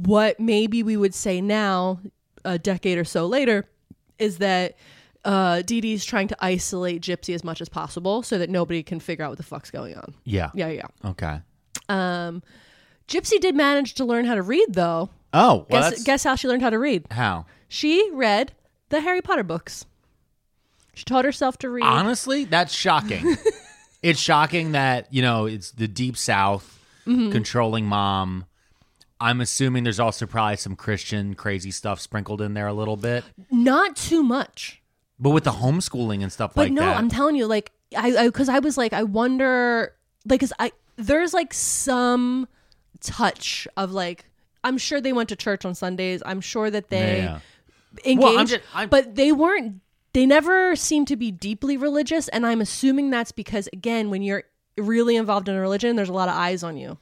Speaker 2: What maybe we would say now, a decade or so later, is that uh, Dee Dee's trying to isolate Gypsy as much as possible so that nobody can figure out what the fuck's going on.
Speaker 1: yeah.
Speaker 2: Yeah, yeah.
Speaker 1: Okay.
Speaker 2: Gypsy did manage to learn how to read, though.
Speaker 1: Oh, well,
Speaker 2: Guess,
Speaker 1: that's-
Speaker 2: guess how she learned how to read?
Speaker 1: how?
Speaker 2: She read the Harry Potter books. She taught herself to read.
Speaker 1: Honestly, that's shocking. it's shocking that, you know, it's the deep south
Speaker 2: Mm-hmm.
Speaker 1: controlling mom. I'm assuming there's also probably some Christian crazy stuff sprinkled in there a little bit.
Speaker 2: Not too much.
Speaker 1: But with the homeschooling and stuff
Speaker 2: But
Speaker 1: like
Speaker 2: no,
Speaker 1: that.
Speaker 2: I'm telling you, like I, because I, was like, I wonder, like, 'cause I there's like some touch of like, I'm sure they went to church on Sundays. I'm sure that they
Speaker 1: Yeah.
Speaker 2: engaged,
Speaker 1: Well, I'm just- I'm-
Speaker 2: but they weren't. They never seemed to be deeply religious, and I'm assuming that's because again, when you're really involved in a religion, there's a lot of eyes on you.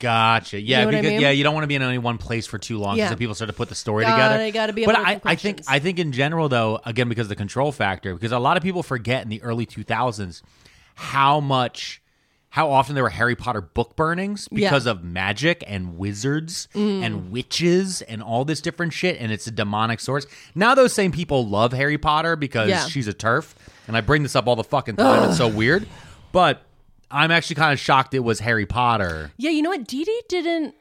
Speaker 1: Gotcha. Yeah,
Speaker 2: know what I
Speaker 1: because
Speaker 2: mean?
Speaker 1: yeah, you don't want to be in only one place for too long because
Speaker 2: Yeah.
Speaker 1: then people start to put the story
Speaker 2: Gotta-
Speaker 1: together.
Speaker 2: gotta be
Speaker 1: but
Speaker 2: able to
Speaker 1: I, I think
Speaker 2: questions.
Speaker 1: I think in general though, again because of the control factor, because a lot of people forget in the early two thousands how much how often there were Harry Potter book burnings
Speaker 2: Yeah. Mm.
Speaker 1: because of magic and wizards and witches and all this different shit and it's a demonic source. Now those same people love Harry Potter because
Speaker 2: Yeah.
Speaker 1: she's a turf and I bring this up all the fucking time. It's so weird. But I'm actually kind of shocked it was Harry Potter.
Speaker 2: Yeah, you know what? Dee Dee didn't.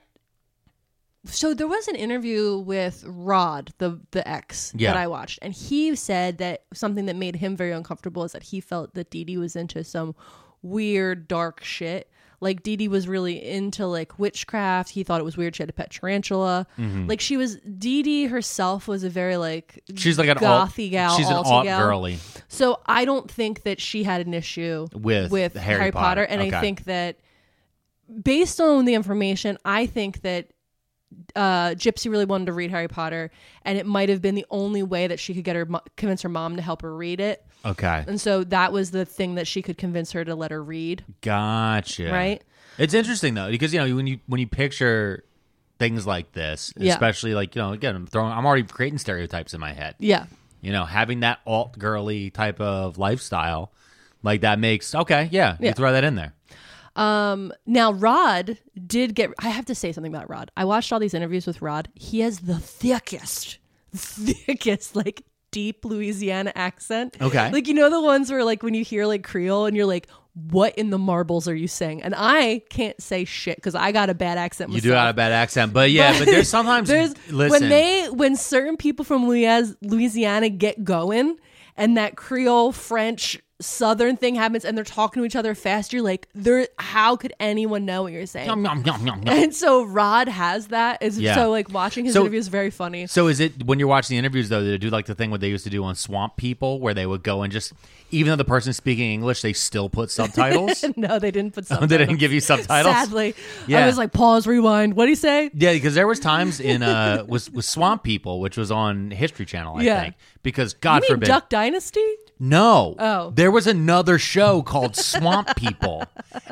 Speaker 2: So there was an interview with Rod, the the ex
Speaker 1: Yeah.
Speaker 2: that I watched, and he said that something that made him very uncomfortable is that he felt that Dee Dee was into some weird dark shit. Like Dee Dee was really into like witchcraft. He thought it was weird she had a pet tarantula. Like she was Dee Dee herself was a very like
Speaker 1: She's like an
Speaker 2: gothy
Speaker 1: alt,
Speaker 2: gal.
Speaker 1: She's an
Speaker 2: alty
Speaker 1: alt
Speaker 2: gal.
Speaker 1: girly.
Speaker 2: So I don't think that she had an issue
Speaker 1: With Harry Potter.
Speaker 2: and
Speaker 1: Okay.
Speaker 2: I think that based on the information, I think that uh, Gypsy really wanted to read Harry Potter, and it might have been the only way that she could get her mo- convince her mom to help her read it,
Speaker 1: Okay,
Speaker 2: and so that was the thing that she could convince her to let her read.
Speaker 1: gotcha.
Speaker 2: Right?
Speaker 1: It's interesting though because you know when you when you picture things like this,
Speaker 2: Yeah.
Speaker 1: especially like you know again I'm throwing I'm already creating stereotypes in my head.
Speaker 2: Yeah,
Speaker 1: You know, having that alt girly type of lifestyle, like that makes okay. Yeah, you throw that in there.
Speaker 2: Now, Rod did get. I have to say something about Rod. I watched all these interviews with Rod. He has the thickest, thickest, like deep Louisiana accent.
Speaker 1: Okay.
Speaker 2: Like, you know, the ones where, like, when you hear like Creole and you're like, what in the marbles are you saying? And I can't say shit because I got a bad accent.
Speaker 1: You do have a bad accent, but yeah, but, there's sometimes
Speaker 2: There's
Speaker 1: listen.
Speaker 2: when they when certain people from Louis- Louisiana get going and that Creole French Southern thing happens and they're talking to each other fast. You're like, there. How could anyone know what you're saying?
Speaker 1: Nom, nom, nom, nom, nom.
Speaker 2: And so Rod has that. Is
Speaker 1: Yeah.
Speaker 2: so like watching his
Speaker 1: So-
Speaker 2: interview is very funny.
Speaker 1: So is it when you're watching the interviews though? Did it do like the thing what they used to do on Swamp People, where they would go and just even though the person's speaking English, they still put subtitles?
Speaker 2: no, they didn't put
Speaker 1: Oh, they
Speaker 2: subtitles.
Speaker 1: didn't give you subtitles.
Speaker 2: Sadly,
Speaker 1: Yeah.
Speaker 2: I was like, pause, rewind. What do you say?
Speaker 1: Yeah, because there was times in uh was was Swamp People, which was on History Channel, I
Speaker 2: Yeah.
Speaker 1: think. Because
Speaker 2: You
Speaker 1: God
Speaker 2: mean
Speaker 1: forbid,
Speaker 2: Duck Dynasty?
Speaker 1: no,
Speaker 2: Oh.
Speaker 1: there was another show called Swamp People,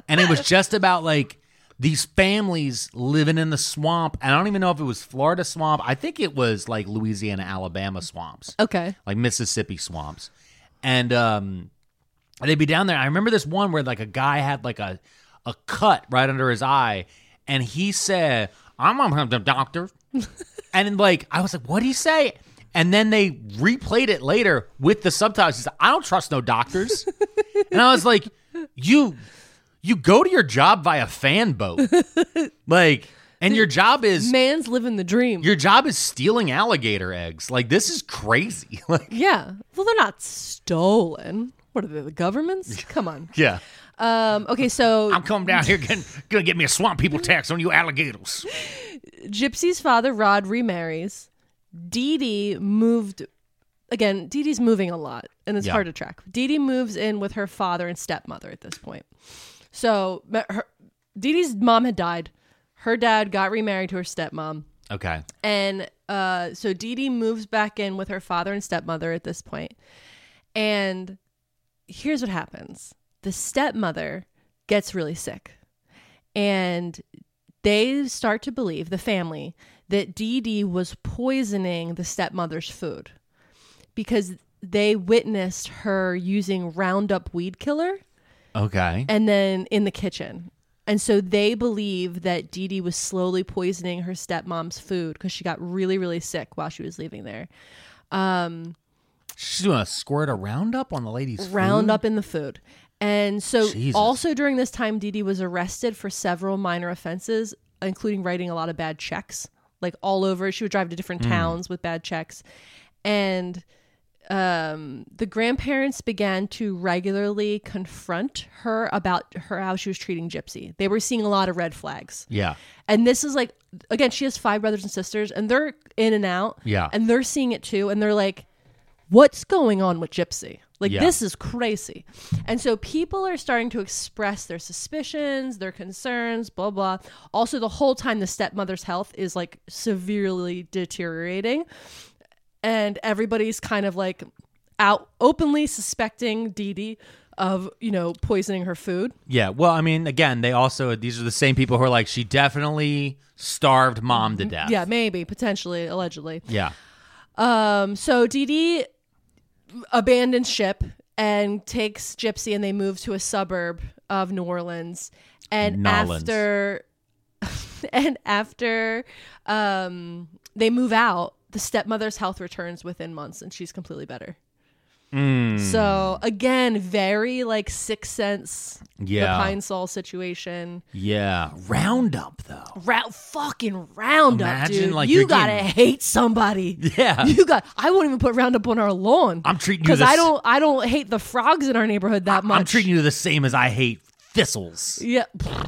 Speaker 1: and it was just about like these families living in the swamp. And I don't even know if it was Florida swamp. I think it was like Louisiana, Alabama swamps.
Speaker 2: Okay.
Speaker 1: like Mississippi swamps. And um they'd be down there. I remember this one where like a guy had like a a cut right under his eye and he said, "I'm on the doctor." and then, like I was like, "What would he say?" And then they replayed it later with the subtitles. He said, "I don't trust no doctors." and I was like, "You you go to your job via fan boat." like and your job is
Speaker 2: Man's living the dream.
Speaker 1: your job is stealing alligator eggs. Like this is crazy. Like
Speaker 2: yeah. Well, they're not stolen. What are they? The government's? Come on.
Speaker 1: Yeah.
Speaker 2: Um, okay, so
Speaker 1: I'm coming down here getting, gonna get me a swamp people tax on you alligators.
Speaker 2: Gypsy's father, Rod, remarries. Dee Dee moved. Again, Dee Dee's moving a lot, and it's
Speaker 1: Yeah.
Speaker 2: hard to track. Dee Dee moves in with her father and stepmother at this point. So but her, Dee Dee's mom had died. Her dad got remarried to her stepmom.
Speaker 1: Okay.
Speaker 2: And uh, so Dee Dee moves back in with her father and stepmother at this point. And here's what happens the stepmother gets really sick. And they start to believe, the family, that Dee Dee was poisoning the stepmother's food because they witnessed her using Roundup weed killer
Speaker 1: Okay.
Speaker 2: and then in the kitchen. And so they believe that Dee Dee was slowly poisoning her stepmom's food because she got really, really sick while she was leaving there.
Speaker 1: She's doing a squirt a roundup on the ladies.
Speaker 2: Round up in the food. And so
Speaker 1: Jesus.
Speaker 2: also during this time, Dee Dee was arrested for several minor offenses, including writing a lot of bad checks, like all over. She would drive to different towns with bad checks. And um, the grandparents began to regularly confront her about her how she was treating Gypsy. They were seeing a lot of red flags.
Speaker 1: Yeah.
Speaker 2: And this is like again, she has five brothers and sisters, and they're in and out.
Speaker 1: Yeah.
Speaker 2: And they're seeing it too, and they're like, What's going on with Gypsy? Like
Speaker 1: Yeah.
Speaker 2: this is crazy. And so people are starting to express their suspicions, their concerns, blah blah. Also, the whole time the stepmother's health is like severely deteriorating. And everybody's kind of like out openly suspecting Dee Dee of, you know, poisoning her food.
Speaker 1: Yeah. Well, I mean, again, they also these are the same people who are like, she definitely starved mom to death.
Speaker 2: Yeah, maybe, potentially, allegedly.
Speaker 1: Yeah.
Speaker 2: Um, so Dee Dee abandons ship and takes Gypsy, and they move to a suburb of New Orleans. And
Speaker 1: Nolans.
Speaker 2: after, and after, um, they move out. The stepmother's health returns within months, and she's completely better.
Speaker 1: Hmm.
Speaker 2: So again, very like sixth sense,
Speaker 1: Yeah.
Speaker 2: the Pine Sol situation.
Speaker 1: Yeah. Roundup though.
Speaker 2: Round fucking roundup,
Speaker 1: Imagine,
Speaker 2: dude.
Speaker 1: like,
Speaker 2: you
Speaker 1: you're
Speaker 2: gotta
Speaker 1: getting-
Speaker 2: hate somebody.
Speaker 1: Yeah.
Speaker 2: You got. I won't even put Roundup on our lawn.
Speaker 1: I'm treating you
Speaker 2: because
Speaker 1: this-
Speaker 2: I don't. I don't hate the frogs in our neighborhood that much.
Speaker 1: I'm treating you the same as I hate thistles.
Speaker 2: Yeah.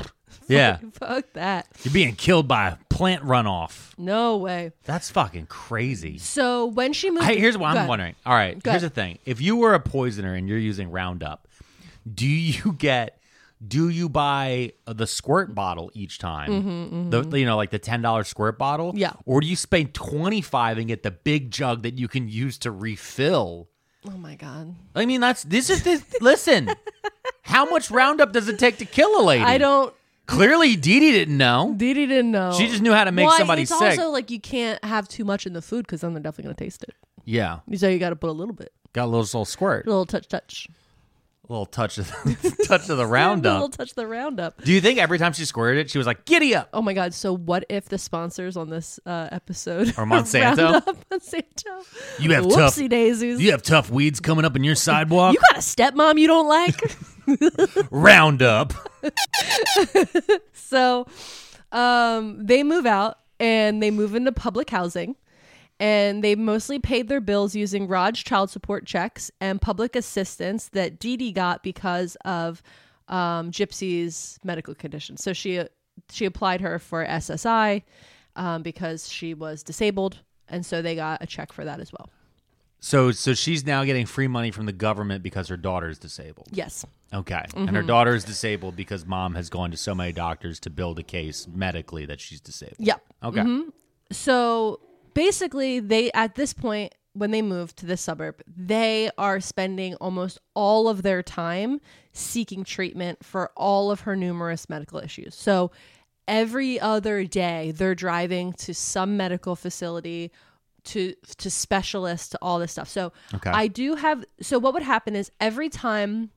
Speaker 1: Yeah.
Speaker 2: Fuck that.
Speaker 1: You're being killed by plant runoff.
Speaker 2: No way.
Speaker 1: That's fucking crazy.
Speaker 2: So when she moved,
Speaker 1: Hey, here's what
Speaker 2: Go
Speaker 1: I'm
Speaker 2: ahead.
Speaker 1: wondering. All right,
Speaker 2: Go
Speaker 1: here's the
Speaker 2: ahead.
Speaker 1: thing: if you were a poisoner and you're using Roundup, do you get? Do you buy the squirt bottle each time? The you know like the ten dollar squirt bottle.
Speaker 2: Mm-hmm, Yeah.
Speaker 1: Or do you spend twenty five and get the big jug that you can use to refill?
Speaker 2: Oh my god.
Speaker 1: I mean, that's this is this. listen, how much Roundup does it take to kill a lady?
Speaker 2: I don't.
Speaker 1: Clearly, Dee Dee didn't know.
Speaker 2: Dee Dee didn't know.
Speaker 1: She just knew how to make
Speaker 2: Well,
Speaker 1: somebody
Speaker 2: it's
Speaker 1: sick.
Speaker 2: also like you can't have too much in the food because then they're definitely gonna taste it.
Speaker 1: yeah,
Speaker 2: You say you got to put a little bit,
Speaker 1: got a little, little squirt,
Speaker 2: a little touch, touch,
Speaker 1: little touch of touch of the
Speaker 2: a little
Speaker 1: Roundup.
Speaker 2: touch the Roundup.
Speaker 1: Do you think every time she squirted it, she was like, "Giddy up"?
Speaker 2: Oh my God! So what if the sponsors on this uh, episode
Speaker 1: Or Monsanto?
Speaker 2: Roundup, Monsanto?
Speaker 1: You have tough.
Speaker 2: Whoopsie daisies!
Speaker 1: You have tough weeds coming up in your sidewalk.
Speaker 2: You got a stepmom you don't like?
Speaker 1: Round up.
Speaker 2: so um, they move out and they move into public housing. And they mostly paid their bills using Raj child support checks and public assistance that Dee Dee got because of um, Gypsy's medical condition. So she she applied her for SSI um, because she was disabled, and so they got a check for that as well.
Speaker 1: So, so she's now getting free money from the government because her daughter is disabled.
Speaker 2: Yes,
Speaker 1: Okay, and
Speaker 2: Mm-hmm.
Speaker 1: her daughter is disabled because mom has gone to so many doctors to build a case medically that she's disabled.
Speaker 2: yep.
Speaker 1: Okay.
Speaker 2: Mm-hmm. so basically they at this point when they move to this suburb they are spending almost all of their time seeking treatment for all of her numerous medical issues so every other day they're driving to some medical facility to to specialists to all this stuff so
Speaker 1: Okay.
Speaker 2: i do have so what would happen is every time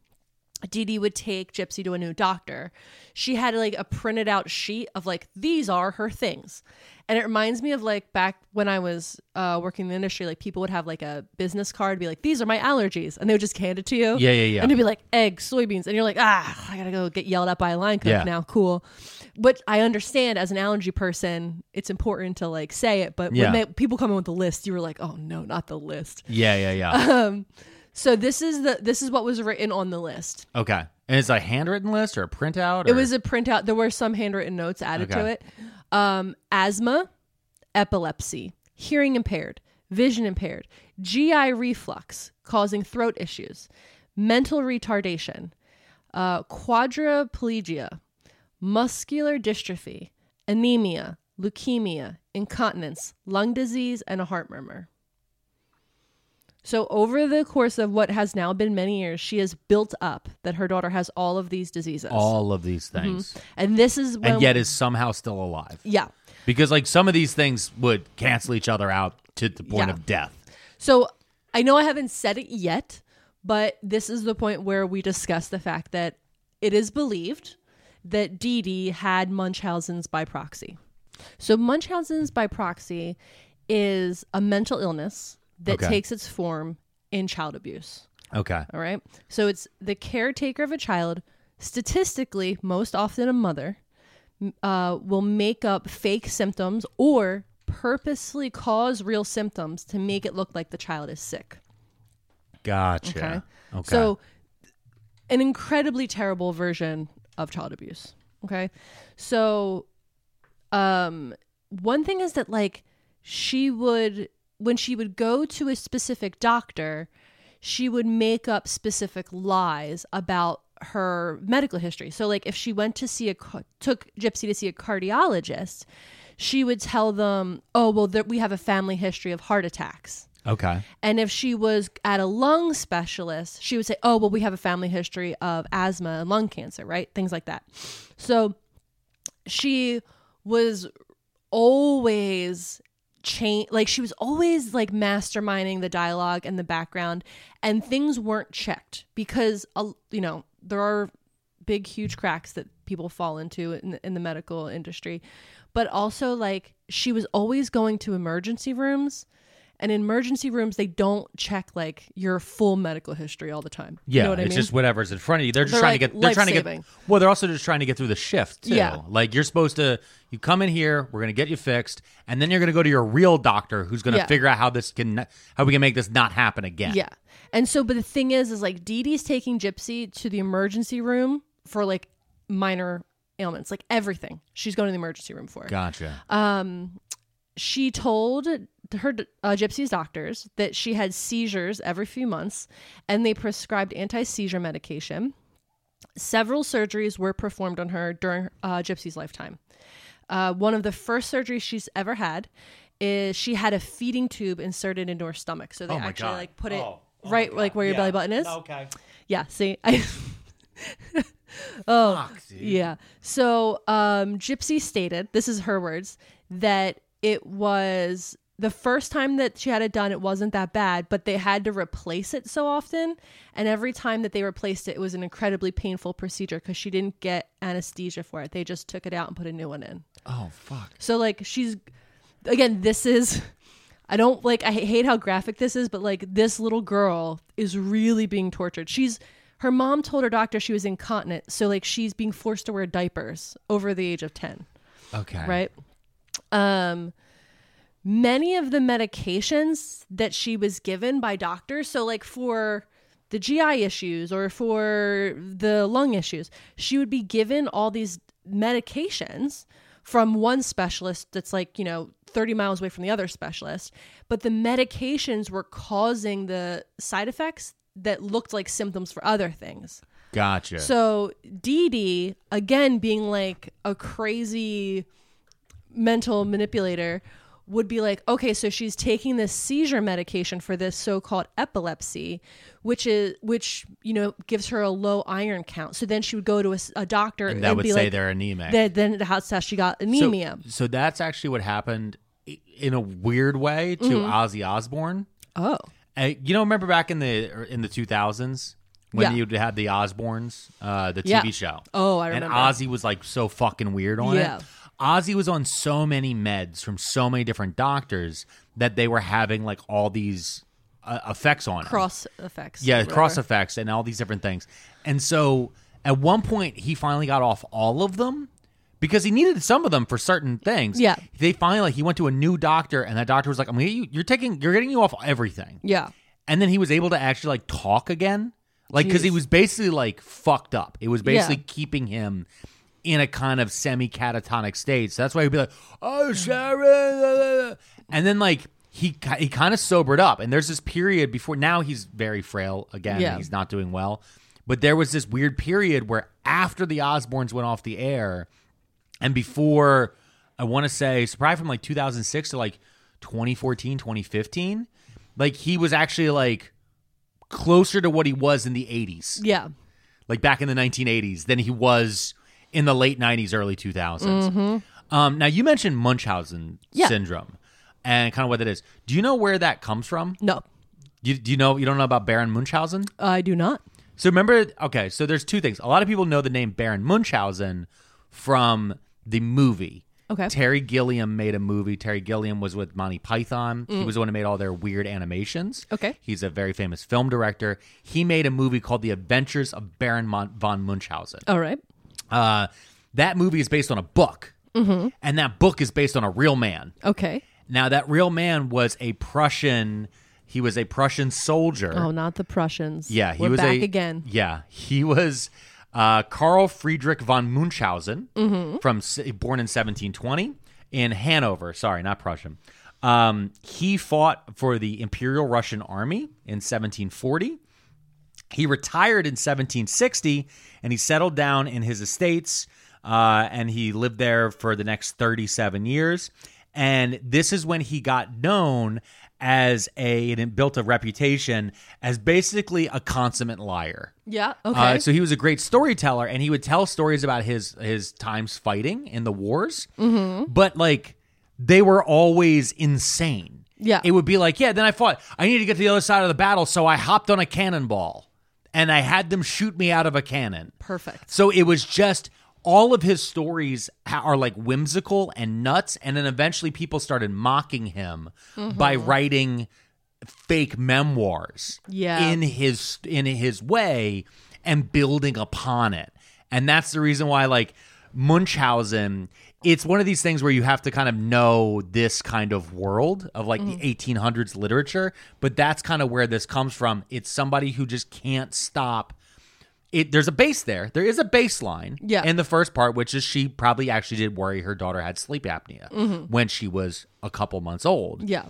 Speaker 2: Dee Dee would take Gypsy to a new doctor. She had like a printed out sheet of like, these are her things. And it reminds me of like back when I was uh, working in the industry, like people would have like a business card, be like, these are my allergies. And they would just hand it to you.
Speaker 1: Yeah, yeah, yeah.
Speaker 2: And it'd be like eggs, soybeans. And you're like, ah, I gotta go get yelled at by a line cook
Speaker 1: Yeah.
Speaker 2: now. Cool. But I understand as an allergy person, it's important to like say it. But
Speaker 1: Yeah.
Speaker 2: when they, people come in with the list, you were like, oh no, not the list.
Speaker 1: Yeah, yeah, yeah.
Speaker 2: So this is the this is what was written on the list.
Speaker 1: okay, and it's a handwritten list or a printout. Or?
Speaker 2: It was a printout. There were some handwritten notes added to
Speaker 1: Okay.
Speaker 2: it. Um, asthma, epilepsy, hearing impaired, vision impaired, GI reflux causing throat issues, mental retardation, uh, quadriplegia, muscular dystrophy, anemia, leukemia, incontinence, lung disease, and a heart murmur. So, over the course of what has now been many years, she has built up that her daughter has all of these diseases.
Speaker 1: all of these
Speaker 2: Mm-hmm.
Speaker 1: things,
Speaker 2: And this is when
Speaker 1: and yet is somehow still alive
Speaker 2: yeah.
Speaker 1: because like some of these things would cancel each other out to the point
Speaker 2: Yeah.
Speaker 1: of death.
Speaker 2: So I know I haven't said it yet, but this is the point where we discuss the fact that it is believed that Dee Dee had Munchausen's by proxy. So Munchausen's by proxy is a mental illness that
Speaker 1: Okay.
Speaker 2: takes its form in child abuse.
Speaker 1: Okay.
Speaker 2: All right. So it's the caretaker of a child, statistically, most often a mother, m- uh, will make up fake symptoms or purposely cause real symptoms to make it look like the child is sick.
Speaker 1: Gotcha. Okay.
Speaker 2: So, an incredibly terrible version of child abuse. Okay. So, um, one thing is that, like, she would, when she would go to a specific doctor, she would make up specific lies about her medical history. So, like, if she went to see a, ca- took Gypsy to see a cardiologist, she would tell them, oh, well, there, we have a family history of heart attacks.
Speaker 1: okay.
Speaker 2: And if she was at a lung specialist, she would say, Oh, well, we have a family history of asthma and lung cancer, right? Things like that. So she was always change like she was always like masterminding the dialogue and the background and things weren't checked because uh, you know there are big huge cracks that people fall into in the, in the medical industry but also like she was always going to emergency rooms and in emergency rooms they don't check like your full medical history all the time
Speaker 1: Yeah,
Speaker 2: you know what
Speaker 1: it's
Speaker 2: i mean
Speaker 1: just whatever's in front of you. They're just
Speaker 2: They're,
Speaker 1: trying
Speaker 2: like,
Speaker 1: to get. They're trying to get.
Speaker 2: life-saving.
Speaker 1: Well, they're also just trying to get through the shift too.
Speaker 2: Yeah.
Speaker 1: Like you're supposed to, you come in here, we're gonna get you fixed, and then you're gonna go to your real doctor who's gonna
Speaker 2: Yeah.
Speaker 1: figure out how this can, how we can make this not happen again.
Speaker 2: Yeah. And so, but the thing is, is like Dee Dee's taking Gypsy to the emergency room for like minor ailments, like everything. She's going to the emergency room for.
Speaker 1: Gotcha.
Speaker 2: Uh, She told her uh, Gypsy's doctors that she had seizures every few months and they prescribed anti seizure medication. Several surgeries were performed on her during uh, Gypsy's lifetime. Uh, one of the first surgeries she's ever had is she had a feeding tube inserted into her stomach. So they
Speaker 1: Oh my
Speaker 2: actually
Speaker 1: God.
Speaker 2: like put it
Speaker 1: Oh. Oh my
Speaker 2: right like
Speaker 1: God.
Speaker 2: where your
Speaker 1: Yeah.
Speaker 2: belly button is.
Speaker 1: Okay.
Speaker 2: Yeah, see. I
Speaker 1: Fuck, dude.
Speaker 2: yeah. So, um Gypsy stated, this is her words, that it was the first time that she had it done it wasn't that bad, but they had to replace it so often, and every time that they replaced it it was an incredibly painful procedure cuz she didn't get anesthesia for it. They just took it out and put a new one in.
Speaker 1: Oh fuck.
Speaker 2: So like she's again, this is I don't like I hate how graphic this is, but like this little girl is really being tortured. She's her mom told her doctor she was incontinent, so like she's being forced to wear diapers over the age of 10
Speaker 1: Okay.
Speaker 2: right? Um, many of the medications that she was given by doctors, so like for the GI issues or for the lung issues, she would be given all these medications from one specialist that's like, you know, 30 miles away from the other specialist, but the medications were causing the side effects that looked like symptoms for other things.
Speaker 1: Gotcha.
Speaker 2: So Dee Dee, again being like a crazy mental manipulator, would be like, okay, so she's taking this seizure medication for this so-called epilepsy, which is which you know gives her a low iron count. So then she would go to a, s- a doctor and,
Speaker 1: that would
Speaker 2: be
Speaker 1: say
Speaker 2: like,
Speaker 1: they're anemic.
Speaker 2: that then that's how she got
Speaker 1: So-
Speaker 2: anemia.
Speaker 1: So, that's actually what happened i- in a weird way to
Speaker 2: Mm-hmm.
Speaker 1: Ozzy Osbourne.
Speaker 2: oh,
Speaker 1: Uh, you know, remember back in the or in the two thousands when
Speaker 2: Yeah.
Speaker 1: you'd had the Osbournes, uh, the TV
Speaker 2: Yeah.
Speaker 1: show.
Speaker 2: Oh, I
Speaker 1: And
Speaker 2: remember.
Speaker 1: Ozzy was like so fucking weird on
Speaker 2: Yeah.
Speaker 1: it. Ozzy was on so many meds from so many different doctors that they were having like all these uh, effects on him.
Speaker 2: cross effects.
Speaker 1: Yeah,
Speaker 2: whatever.
Speaker 1: cross effects and all these different things. And so at one point, he finally got off all of them because he needed some of them for certain things.
Speaker 2: Yeah.
Speaker 1: They finally, like, he went to a new doctor, and that doctor was like, I'm gonna get you, you're taking, you're getting you off everything.
Speaker 2: Yeah.
Speaker 1: And then he was able to actually, like, talk again. Like, because he
Speaker 2: Jeez.
Speaker 1: was basically, like, fucked up. It was basically
Speaker 2: Yeah.
Speaker 1: keeping him in a kind of semi catatonic state. So that's why he'd be like, oh, Sharon. And then, like, he, ki- he kind of sobered up. And there's this period before now he's very frail again.
Speaker 2: Yeah.
Speaker 1: He's not doing well. But there was this weird period where after the Osbournes went off the air and before, I want to say, so probably from like 2006 to like 2014, 2015, like he was actually like closer to what he was in the 80s
Speaker 2: Yeah.
Speaker 1: like back in the 1980s than he was in the late 90s, early 2000s. Um, now you mentioned Munchausen
Speaker 2: Yeah.
Speaker 1: syndrome and kind of what that is. Do you know where that comes from?
Speaker 2: No,
Speaker 1: You, do you know you don't know about Baron Munchausen?
Speaker 2: I do not.
Speaker 1: So remember, okay, so there's two things. A lot of people know the name Baron Munchausen from the movie.
Speaker 2: Okay.
Speaker 1: Terry Gilliam made a movie. Terry Gilliam was with Monty Python. He was the one who made all their weird animations.
Speaker 2: Mm. Okay.
Speaker 1: He's a very famous film director. He made a movie called The Adventures of Baron Mon- von Munchausen.
Speaker 2: All right.
Speaker 1: Uh, that movie is based on a book,
Speaker 2: Mm-hmm.
Speaker 1: and that book is based on a real man.
Speaker 2: Okay.
Speaker 1: Now, that real man was a Prussian. He was a Prussian soldier.
Speaker 2: Oh, not the Prussians.
Speaker 1: Er Yeah, he
Speaker 2: We're
Speaker 1: was
Speaker 2: back
Speaker 1: a,
Speaker 2: again.
Speaker 1: Yeah, he was uh, Carl Friedrich von Munchausen
Speaker 2: Mm-hmm.
Speaker 1: from s- born in 1720 in Hanover. Sorry, not Prussian. Um, he fought for the Imperial Russian Army in 1740. He retired in 1760 and he settled down in his estates uh, and he lived there for the next 37 years. And this is when he got known as a and built a reputation as basically a consummate liar.
Speaker 2: Yeah. Okay.
Speaker 1: Uh, so he was a great storyteller, and he would tell stories about his his times fighting in the wars. Mm-hmm. But like, they were always insane.
Speaker 2: Yeah.
Speaker 1: it would be like, yeah, then I fought. I needed to get to the other side of the battle, so I hopped on a cannonball, and I had them shoot me out of a cannon.
Speaker 2: Perfect.
Speaker 1: So it was just all of his stories ha- are like whimsical and nuts. And then eventually people started mocking him by writing fake memoirs
Speaker 2: Yeah.
Speaker 1: in his in his way and building upon it. And that's the reason why like Munchausen it's one of these things where you have to kind of know this kind of world of like the 1800s literature, but that's kind of where this comes from. It's somebody who just can't stop it there's a base there. There is a baseline
Speaker 2: Yeah.
Speaker 1: in the first part, which is she probably actually did worry her daughter had sleep apnea when she was a couple months old.
Speaker 2: Mm-hmm. Yeah.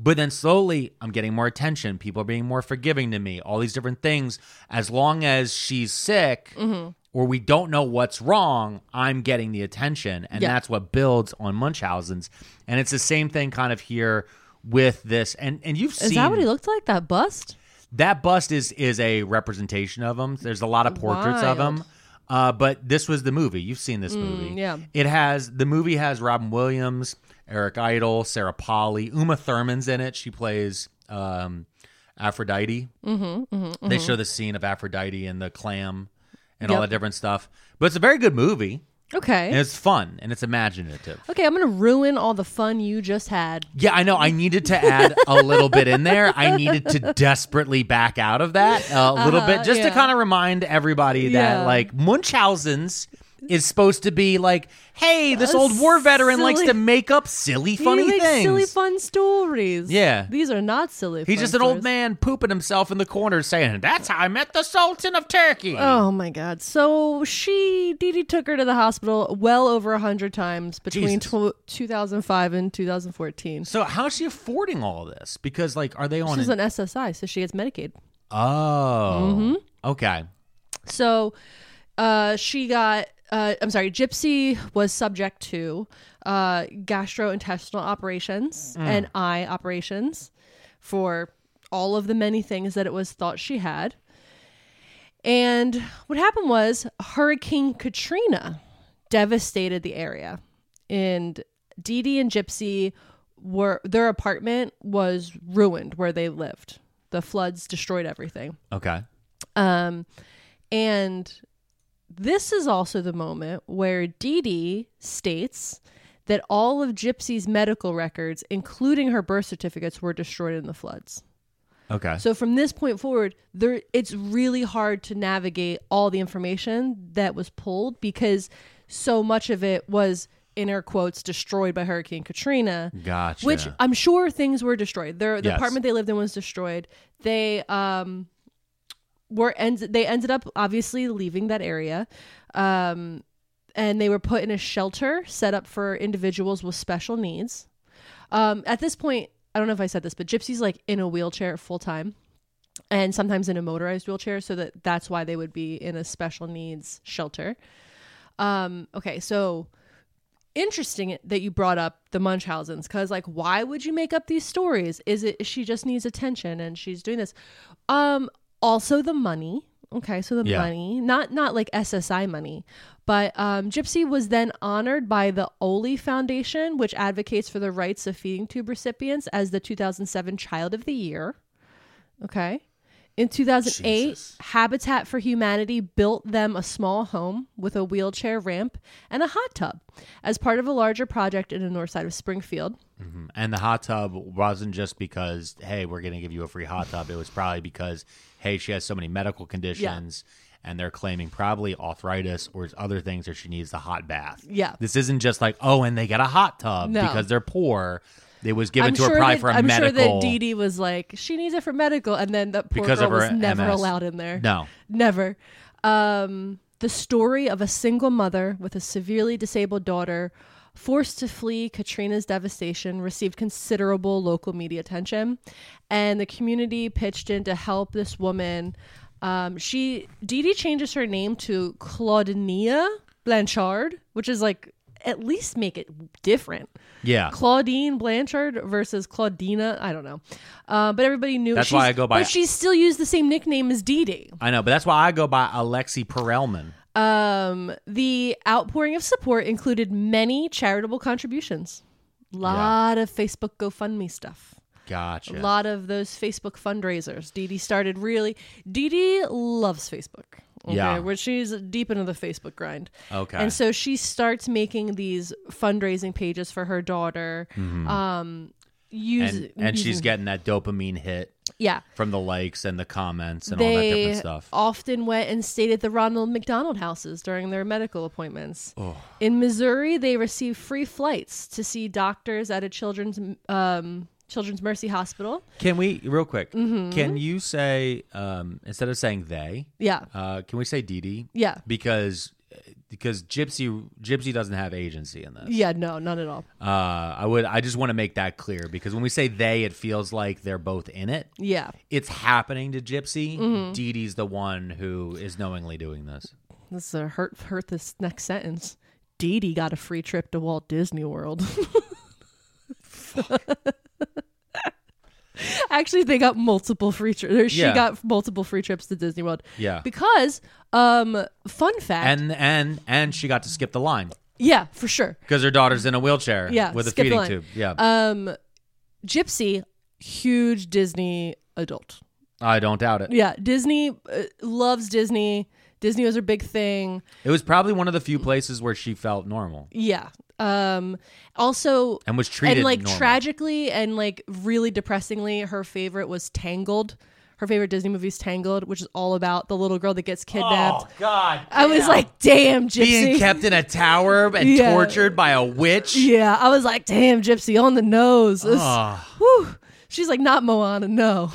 Speaker 1: But then slowly I'm getting more attention. People are being more forgiving to me, all these different things. As long as she's sick
Speaker 2: Mm-hmm.
Speaker 1: or we don't know what's wrong, I'm getting the attention. And
Speaker 2: Yeah.
Speaker 1: that's what builds on Munchausen's. And it's the same thing kind of here with this and and you've
Speaker 2: Is
Speaker 1: seen
Speaker 2: that what he looked like? That bust?
Speaker 1: that bust is is a representation of him. There's a lot of portraits of him.
Speaker 2: Wild.
Speaker 1: Uh, but this was the movie. You've seen this movie.
Speaker 2: yeah.
Speaker 1: It has the movie has Robin Williams, Eric Idle, Sarah Polly, Uma Thurman's in it. She plays um, Aphrodite. Mm-hmm, They show the scene of Aphrodite and the clam and all
Speaker 2: Yep.
Speaker 1: that different stuff. But it's a very good movie.
Speaker 2: Okay.
Speaker 1: And it's fun and it's imaginative.
Speaker 2: okay, I'm gonna ruin all the fun you just had.
Speaker 1: Yeah, I know. I needed to add a little bit in there. I needed to desperately back out of that uh, a little bit just to
Speaker 2: Uh-huh, yeah.
Speaker 1: kind of remind everybody that
Speaker 2: Yeah.
Speaker 1: like Munchausen's is supposed to be like, hey, this old war veteran likes
Speaker 2: silly-
Speaker 1: to make up silly, funny
Speaker 2: he makes
Speaker 1: things.
Speaker 2: silly fun stories.
Speaker 1: Yeah.
Speaker 2: These are not silly.
Speaker 1: He's
Speaker 2: fun
Speaker 1: just an old
Speaker 2: stories.
Speaker 1: man pooping himself in the corner saying, that's how I met the Sultan of Turkey.
Speaker 2: Oh my God! So she, Dee Dee, took her to the hospital well over a hundred times between
Speaker 1: Jesus.
Speaker 2: tw 2005 and 2014.
Speaker 1: So how's she affording all this? Because like, are they on?
Speaker 2: She's
Speaker 1: an-
Speaker 2: an SSI, so she gets Medicaid.
Speaker 1: oh,
Speaker 2: Mm-hmm.
Speaker 1: okay.
Speaker 2: So uh, she got, uh, I'm sorry, Gypsy was subject to uh, gastrointestinal operations and eye operations for all of the many things that it was thought she had. And what happened was Hurricane Katrina devastated the area. And Dee Dee and Gypsy were, their apartment was ruined where they lived. The floods destroyed everything.
Speaker 1: Okay.
Speaker 2: Um, and this is also the moment where Dee Dee states that all of Gypsy's medical records, including her birth certificates, were destroyed in the floods.
Speaker 1: Okay.
Speaker 2: So from this point forward, there it's really hard to navigate all the information that was pulled because so much of it was in air quotes destroyed by Hurricane Katrina.
Speaker 1: gotcha.
Speaker 2: Which I'm sure things were destroyed. Their the
Speaker 1: Yes.
Speaker 2: apartment they lived in was destroyed. They um were end they ended up obviously leaving that area. Um and they were put in a shelter set up for individuals with special needs. Um at this point, I don't know if I said this, but Gypsy's like in a wheelchair full time and sometimes in a motorized wheelchair so that that's why they would be in a special needs shelter. Um okay, so interesting that you brought up the Munchausens because like why would you make up these stories? Is it she just needs attention and she's doing this? Um also the money. Okay, so the
Speaker 1: Yeah.
Speaker 2: money, not not like SSI money, but um, Gypsy was then honored by the Oli Foundation, which advocates for the rights of feeding tube recipients, as the 2007 Child of the Year. Okay. In 2008,
Speaker 1: Jesus.
Speaker 2: Habitat for Humanity built them a small home with a wheelchair ramp and a hot tub as part of a larger project in the north side of Springfield.
Speaker 1: And the hot tub wasn't just because, hey, we're going to give you a free hot tub. It was probably because, hey, she has so many medical conditions and they're claiming probably arthritis or other things or she needs the hot bath.
Speaker 2: Yeah.
Speaker 1: This isn't just like, oh, and they get a hot tub
Speaker 2: No.
Speaker 1: because they're poor. It was given
Speaker 2: I'm
Speaker 1: to her
Speaker 2: sure
Speaker 1: probably
Speaker 2: that,
Speaker 1: for a
Speaker 2: I'm
Speaker 1: medical.
Speaker 2: sure that Dee Dee was like, she needs it for medical, and then that poor
Speaker 1: Because
Speaker 2: girl
Speaker 1: of her
Speaker 2: was never
Speaker 1: MS.
Speaker 2: allowed in there.
Speaker 1: No.
Speaker 2: never. Um, the story of a single mother with a severely disabled daughter, forced to flee Katrina's devastation, received considerable local media attention, and the community pitched in to help this woman. Um, she Dee Dee changes her name to Claudinia Blanchard, which is like at least make it different.
Speaker 1: yeah.
Speaker 2: Claudine Blanchard versus Claudina. I don't know, uh, but everybody knew.
Speaker 1: That's
Speaker 2: she's-
Speaker 1: why I go by-
Speaker 2: But she still used the same nickname as Dee Dee.
Speaker 1: I know, but that's why I go by Alexi Perelman.
Speaker 2: Um, the outpouring of support included many charitable contributions, lot of Facebook GoFundMe stuff.
Speaker 1: Gotcha.
Speaker 2: A lot of those Facebook fundraisers. Dee Dee started really. Dee Dee loves Facebook. Okay,
Speaker 1: Yeah.
Speaker 2: where she's deep into the Facebook grind.
Speaker 1: Okay.
Speaker 2: and so she starts making these fundraising pages for her daughter. Um, use
Speaker 1: Mm-hmm. and and she's
Speaker 2: using-
Speaker 1: getting that dopamine hit
Speaker 2: yeah.
Speaker 1: from the likes and the comments and all that
Speaker 2: They
Speaker 1: different stuff.
Speaker 2: often went and stayed at the Ronald McDonald houses during their medical appointments.
Speaker 1: Oh.
Speaker 2: In Missouri, they received free flights to see doctors at a children's um, Children's Mercy Hospital.
Speaker 1: Can we real quick?
Speaker 2: Mm-hmm.
Speaker 1: Can you say um, instead of saying they?
Speaker 2: Yeah,
Speaker 1: Uh, can we say Dee Dee?
Speaker 2: Yeah.
Speaker 1: Because because Gypsy Gypsy doesn't have agency in this.
Speaker 2: yeah, no, not at all.
Speaker 1: Uh, I would I just want to make that clear because when we say they, it feels like they're both in it.
Speaker 2: Yeah,
Speaker 1: It's happening to Gypsy.
Speaker 2: Mm-hmm.
Speaker 1: Dee Dee's the one who is knowingly doing this.
Speaker 2: this is a hurt hurt this next sentence. Dee Dee got a free trip to Walt Disney World. Actually, they got multiple free trips. She
Speaker 1: Yeah.
Speaker 2: got multiple free trips to Disney World.
Speaker 1: Yeah.
Speaker 2: Because, um, fun fact.
Speaker 1: And and and she got to skip the line
Speaker 2: yeah, for sure.
Speaker 1: because her daughter's in a wheelchair.
Speaker 2: Yeah,
Speaker 1: with a
Speaker 2: skip the
Speaker 1: feeding
Speaker 2: line.
Speaker 1: tube. Yeah.
Speaker 2: Um, Gypsy, huge Disney adult.
Speaker 1: I don't doubt it.
Speaker 2: Yeah, Disney uh, loves Disney. Disney was her big thing.
Speaker 1: It was probably one of the few places where she felt normal
Speaker 2: Yeah. Um, also,
Speaker 1: and was treated
Speaker 2: and like
Speaker 1: normal.
Speaker 2: tragically and like really depressingly, her favorite was Tangled. Her favorite Disney movie is Tangled, which is all about the little girl that gets kidnapped.
Speaker 1: God.
Speaker 2: I was like, damn, Gypsy.
Speaker 1: Oh, being kept in a tower and
Speaker 2: Yeah.
Speaker 1: tortured by a witch.
Speaker 2: Yeah, I was like, damn, Gypsy on the nose. This-
Speaker 1: Ah.
Speaker 2: whew. She's like, not Moana, no.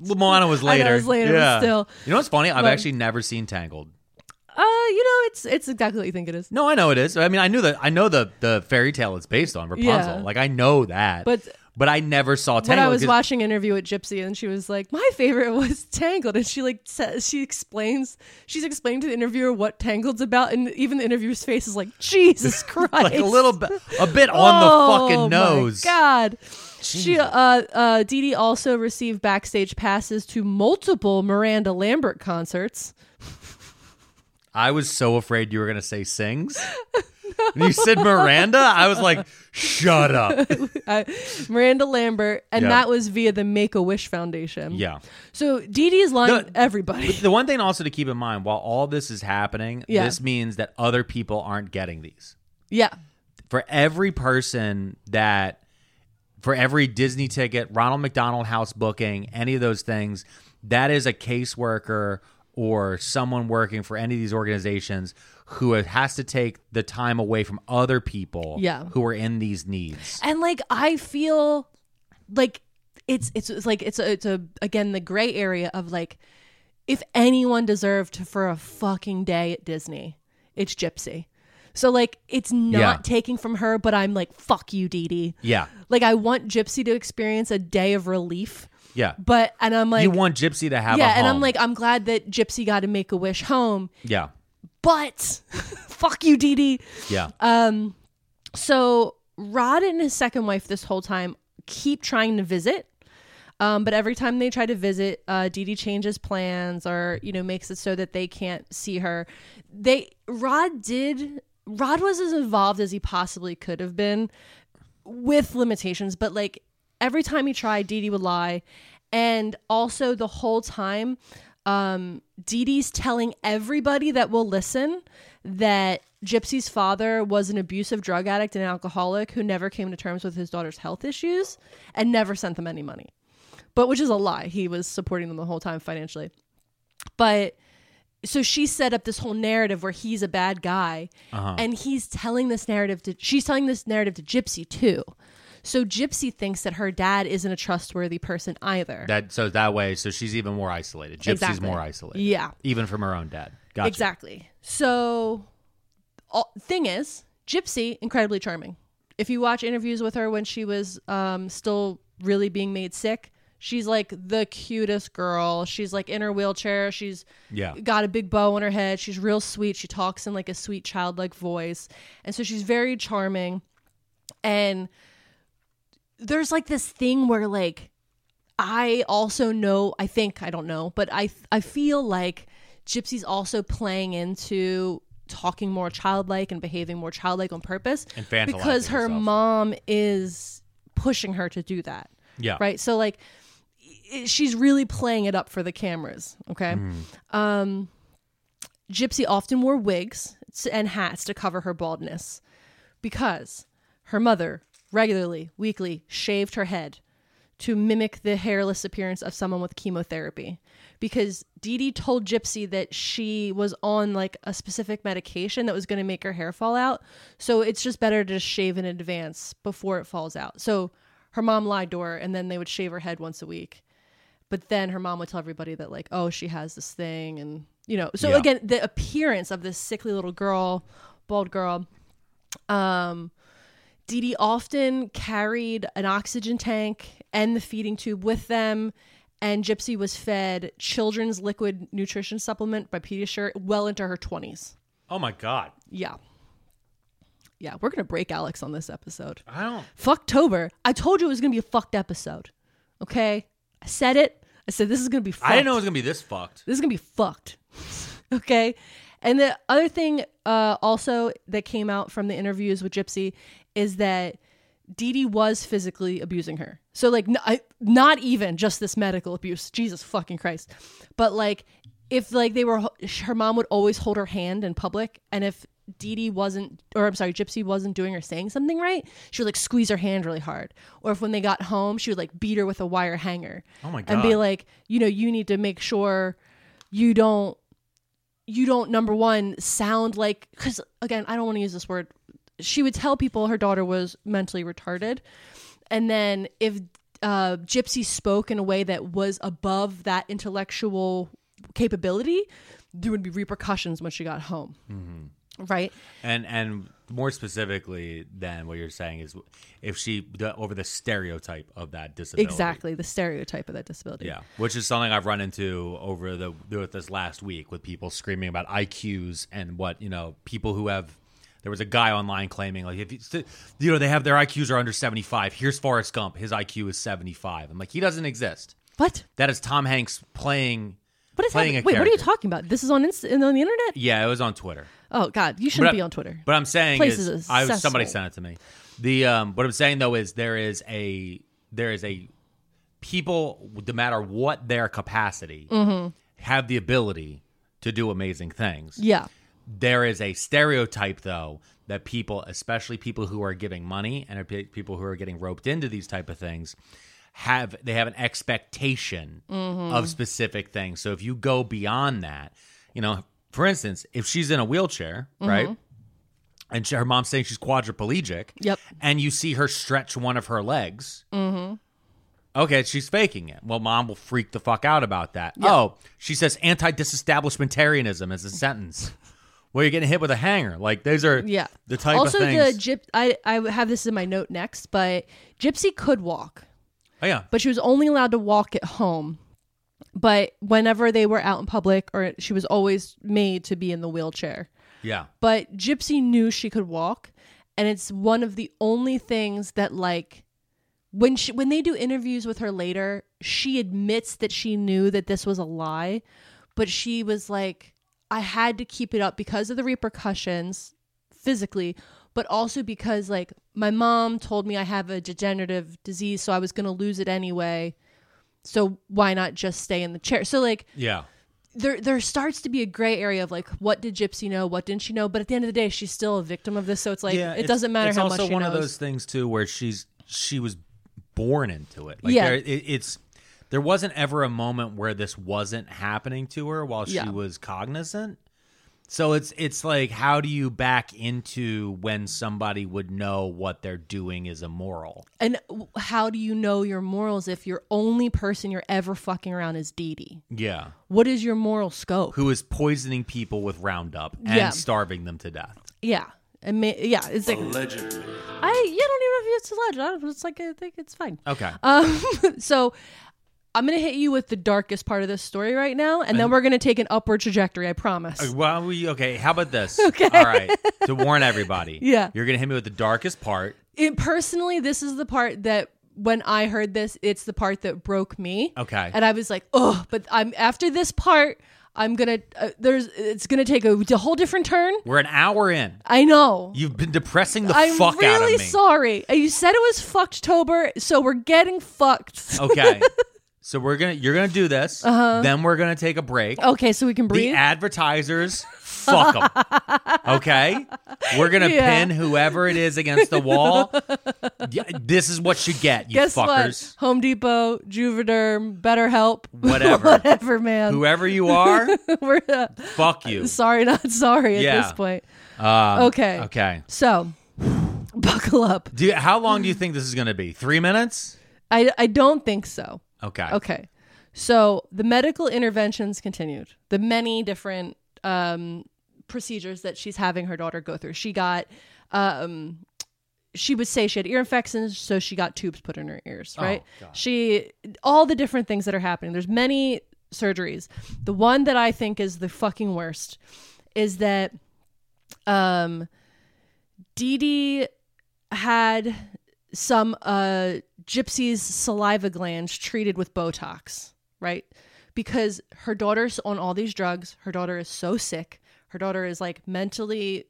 Speaker 1: Moana was
Speaker 2: I
Speaker 1: later.
Speaker 2: know, it was later, but still.
Speaker 1: You know what's funny? I've actually never seen Tangled.
Speaker 2: Uh, you know, it's it's exactly what you think it is.
Speaker 1: No, I know it is. I mean, I knew that. I know the the fairy tale it's based on Rapunzel.
Speaker 2: Yeah.
Speaker 1: Like I know that,
Speaker 2: But-
Speaker 1: but I never saw
Speaker 2: When
Speaker 1: Tangled.
Speaker 2: I was
Speaker 1: 'cause-
Speaker 2: watching an interview with Gypsy, and she was like, "My favorite was Tangled," and she like says, she explains she's explaining to the interviewer what Tangled's about, and even the interviewer's face is like, "Jesus Christ!"
Speaker 1: like a little, bit, a bit on
Speaker 2: Oh,
Speaker 1: the fucking nose.
Speaker 2: My God. She uh uh Dee Dee also received backstage passes to multiple Miranda Lambert concerts.
Speaker 1: I was so afraid you were gonna say sings. And you said Miranda. I was like, shut up.
Speaker 2: Uh, Miranda Lambert, and
Speaker 1: Yeah.
Speaker 2: that was via the Make a Wish Foundation.
Speaker 1: Yeah.
Speaker 2: So Dee Dee is lying
Speaker 1: No,
Speaker 2: to everybody.
Speaker 1: The one thing also to keep in mind while all this is happening,
Speaker 2: Yeah.
Speaker 1: this means that other people aren't getting these.
Speaker 2: yeah.
Speaker 1: For every person that, for every Disney ticket, Ronald McDonald House booking, any of those things, that is a caseworker or someone working for any of these organizations who has to take the time away from other people
Speaker 2: Yeah.
Speaker 1: who are in these needs.
Speaker 2: and like i feel like it's it's, it's like it's a, it's a again the gray area of like if anyone deserved for a fucking day at disney it's gypsy so like it's not
Speaker 1: Yeah.
Speaker 2: taking from her but i'm like fuck you Dee Dee.
Speaker 1: Yeah.
Speaker 2: like i want gypsy to experience a day of relief
Speaker 1: Yeah.
Speaker 2: but and i'm like
Speaker 1: you want Gypsy to have a
Speaker 2: yeah and i'm
Speaker 1: home.
Speaker 2: like i'm glad that gypsy got to make a wish home
Speaker 1: yeah.
Speaker 2: but fuck you Dee Dee.
Speaker 1: Yeah.
Speaker 2: uh, So Rod and his second wife this whole time keep trying to visit. Um, but every time they try to visit, uh, Dee Dee changes plans or, you know, makes it so that they can't see her. They Rod did Rod was as involved as he possibly could have been with limitations, but like every time he tried, Dee Dee would lie. And also the whole time, um, Dee Dee's telling everybody that will listen that Gypsy's father was an abusive drug addict and alcoholic who never came to terms with his daughter's health issues and never sent them any money. But which is a lie. He was supporting them the whole time financially. But so she set up this whole narrative where he's a
Speaker 1: Uh-huh.
Speaker 2: bad guy and he's telling this narrative to she's telling this narrative to Gypsy too. So Gypsy thinks that her dad isn't a trustworthy person either.
Speaker 1: That so that way, so she's even more isolated. Gypsy's
Speaker 2: Exactly.
Speaker 1: more isolated.
Speaker 2: Yeah.
Speaker 1: Even from her own dad. Gotcha.
Speaker 2: Exactly. So, all, thing is, Gypsy incredibly charming. If you watch interviews with her when she was um, still really being made sick, she's like the cutest girl. She's like in her wheelchair. She's
Speaker 1: Yeah.
Speaker 2: got a big bow on her head. She's real sweet. She talks in like a sweet childlike voice, and so she's very charming. And there's like this thing where like I also know, I think, I don't know, but I I feel like Gypsy's also playing into talking more childlike and behaving more childlike on purpose
Speaker 1: Infantilizing
Speaker 2: because her
Speaker 1: herself.
Speaker 2: mom is pushing her to do that.
Speaker 1: Yeah.
Speaker 2: Right? So like i- she's really playing it up for the cameras, okay? Um Gypsy often wore wigs and hats to cover her baldness because her mother regularly, weekly shaved her head to mimic the hairless appearance of someone with chemotherapy because Dee Dee told Gypsy that she was on like a specific medication that was going to make her hair fall out. So it's just better to shave in advance before it falls out. So her mom lied to her and then they would shave her head once a week. But then her mom would tell everybody that like, oh, she has this thing and you know. So
Speaker 1: Yeah.
Speaker 2: again, the appearance of this sickly little girl, bald girl, Dee Dee often carried an oxygen tank and the feeding tube with them, and Gypsy was fed children's liquid nutrition supplement by Pediasure well into her 20s.
Speaker 1: Oh my god.
Speaker 2: Yeah. Yeah, we're going to break Alex on this episode.
Speaker 1: I don't
Speaker 2: Fucktober. I told you it was going to be a fucked episode. Okay? I said it. I said this is going to be fucked.
Speaker 1: I didn't know it was gonna be this fucked.
Speaker 2: This is gonna be fucked. okay. And the other thing uh, also that came out from the interviews with Gypsy is that Dee Dee was physically abusing her. So like, n- I, not even just this medical abuse. Jesus fucking Christ. But like, if like they were, her mom would always hold her hand in public, and if Dee Dee wasn't, or I'm sorry, Gypsy wasn't doing or saying something right, she would like squeeze her hand really hard. Or if when they got home, she would like beat her with a wire hanger.
Speaker 1: Oh my
Speaker 2: And be
Speaker 1: God.
Speaker 2: like, you know, you need to make sure you don't you don't number one sound like because again i don't want to use this word she would tell people her daughter was mentally retarded and then if uh, gypsy spoke in a way that was above that intellectual capability there would be repercussions when she got home
Speaker 1: Mm-hmm.
Speaker 2: right
Speaker 1: And and more specifically than what you're saying is if she the, over the stereotype of that disability.
Speaker 2: exactly the stereotype of that disability
Speaker 1: Yeah, which is something I've run into over the with this last week with people screaming about IQs and what you know people who have. There was a guy online claiming like if you, you know they have their IQs are under seventy five. Here's Forrest Gump, his IQ is seventy five. I'm like he doesn't exist.
Speaker 2: what
Speaker 1: That is Tom Hanks playing.
Speaker 2: what is
Speaker 1: playing
Speaker 2: happening?
Speaker 1: a
Speaker 2: wait what are you
Speaker 1: character.
Speaker 2: talking about this is on Inst- on the internet
Speaker 1: Yeah, it was on Twitter.
Speaker 2: oh god you shouldn't be on twitter
Speaker 1: But I'm saying
Speaker 2: Place
Speaker 1: is,
Speaker 2: is a
Speaker 1: I was- somebody
Speaker 2: cesspool.
Speaker 1: sent it to me. The um, what I'm saying though is there is a there is a people no matter what their capacity
Speaker 2: Mm-hmm.
Speaker 1: have the ability to do amazing things.
Speaker 2: yeah
Speaker 1: There is a stereotype though that people, especially people who are giving money and are pe- people who are getting roped into these type of things, have they have an expectation of specific things. So if you go beyond that, you know, for instance, if she's in a wheelchair, right? And she, her mom's saying she's quadriplegic.
Speaker 2: Yep.
Speaker 1: And you see her stretch one of her legs. Mm-hmm. Okay, she's faking it. Well, mom will freak the fuck out about that. Oh, she says anti-disestablishmentarianism as a sentence. Well, you're getting hit with a hanger. Like those are
Speaker 2: Yeah.
Speaker 1: the type
Speaker 2: also
Speaker 1: of things.
Speaker 2: the gyp I I have this in my note next, but Gypsy could walk,
Speaker 1: oh yeah,
Speaker 2: but she was only allowed to walk at home. But whenever they were out in public or she was always made to be in the wheelchair.
Speaker 1: yeah.
Speaker 2: But Gypsy knew she could walk and it's one of the only things that like when she when they do interviews with her later, she admits that she knew that this was a lie, but she was like I had to keep it up because of the repercussions physically, but also because like my mom told me I have a degenerative disease, so I was going to lose it anyway. So why not just stay in the chair? So like
Speaker 1: Yeah.
Speaker 2: there there starts to be a gray area of like what did Gypsy know, what didn't she know? But at the end of the day, she's still a victim of this, so it's like it doesn't matter
Speaker 1: It's
Speaker 2: how
Speaker 1: also
Speaker 2: much she
Speaker 1: one
Speaker 2: knows.
Speaker 1: of those things too where she's she was born into it. Like
Speaker 2: Yeah.
Speaker 1: there, it, it's there wasn't ever a moment where this wasn't happening to her while she
Speaker 2: Yeah.
Speaker 1: was cognizant. So it's it's like how do you back into when somebody would know what they're doing is immoral?
Speaker 2: And w- how do you know your morals if your only person you're ever fucking around is Dee Dee?
Speaker 1: Yeah.
Speaker 2: What is your moral scope?
Speaker 1: Who is poisoning people with Roundup and
Speaker 2: Yeah.
Speaker 1: starving them to death?
Speaker 2: Yeah. It may, yeah, it's like I. You don't
Speaker 3: Allegedly.
Speaker 2: even know if it's alleged. I don't, it's like I think it's fine.
Speaker 1: Okay.
Speaker 2: Um, so I'm gonna hit you with the darkest part of this story right now, and then we're gonna take an upward trajectory. I promise.
Speaker 1: well, we okay. How about this? Okay. All right. To warn everybody.
Speaker 2: Yeah.
Speaker 1: You're gonna hit me with the darkest part.
Speaker 2: it personally this is the part that when i heard this it's the part that broke me
Speaker 1: Okay.
Speaker 2: and i was like oh but i'm after this part i'm gonna uh, there's it's gonna take a, a whole different turn
Speaker 1: We're an hour in.
Speaker 2: i know
Speaker 1: You've been depressing the
Speaker 2: i'm
Speaker 1: fuck out
Speaker 2: really
Speaker 1: of me.
Speaker 2: sorry Uh, you said it was fucktober so we're getting fucked
Speaker 1: Okay. so we're gonna you're gonna do this. Uh-huh. Then we're gonna take a break.
Speaker 2: okay so we can
Speaker 1: Oh. The
Speaker 2: breathe
Speaker 1: advertisers, fuck them. okay, we're gonna
Speaker 2: Yeah.
Speaker 1: pin whoever it is against the wall. Yeah, this is what you get, you
Speaker 2: guess
Speaker 1: fuckers.
Speaker 2: what home depot juvederm betterhelp
Speaker 1: Whatever.
Speaker 2: whatever man
Speaker 1: Whoever you are,
Speaker 2: we're uh,
Speaker 1: fuck you.
Speaker 2: sorry not sorry at
Speaker 1: Yeah.
Speaker 2: this point
Speaker 1: Um,
Speaker 2: okay
Speaker 1: Okay.
Speaker 2: so buckle up
Speaker 1: Do you, how long do
Speaker 2: Hmm.
Speaker 1: you think this is gonna be? Three minutes?
Speaker 2: I, I don't think so.
Speaker 1: Okay.
Speaker 2: Okay. So the medical interventions continued, the many different um, procedures that she's having her daughter go through. She got, um, she would say she had ear infections, so she got tubes put in her ears, right? she, all the different things that are happening. There's many surgeries. The one that I think is the fucking worst is that um, Dee Dee had some uh, gypsy's saliva glands treated with Botox, right? Because her daughter's on all these drugs. Her daughter is so sick. Her daughter is like mentally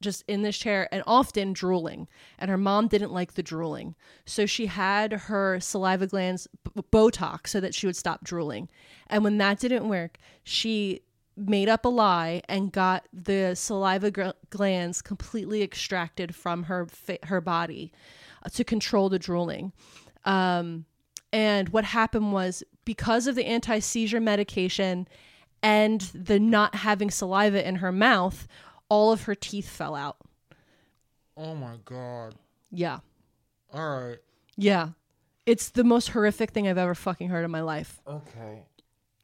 Speaker 2: just in this chair and often drooling. And her mom didn't like the drooling. So she had her saliva glands b- Botox so that she would stop drooling. And when that didn't work, she made up a lie and got the saliva gr- glands completely extracted from her fa- her body uh, to control the drooling. Um, and what happened was because of the anti seizure medication and the not having saliva in her mouth, all of her teeth fell out.
Speaker 1: Oh my god.
Speaker 2: Yeah,
Speaker 1: All right.
Speaker 2: yeah. It's the most horrific thing I've ever fucking heard in my life.
Speaker 1: Okay.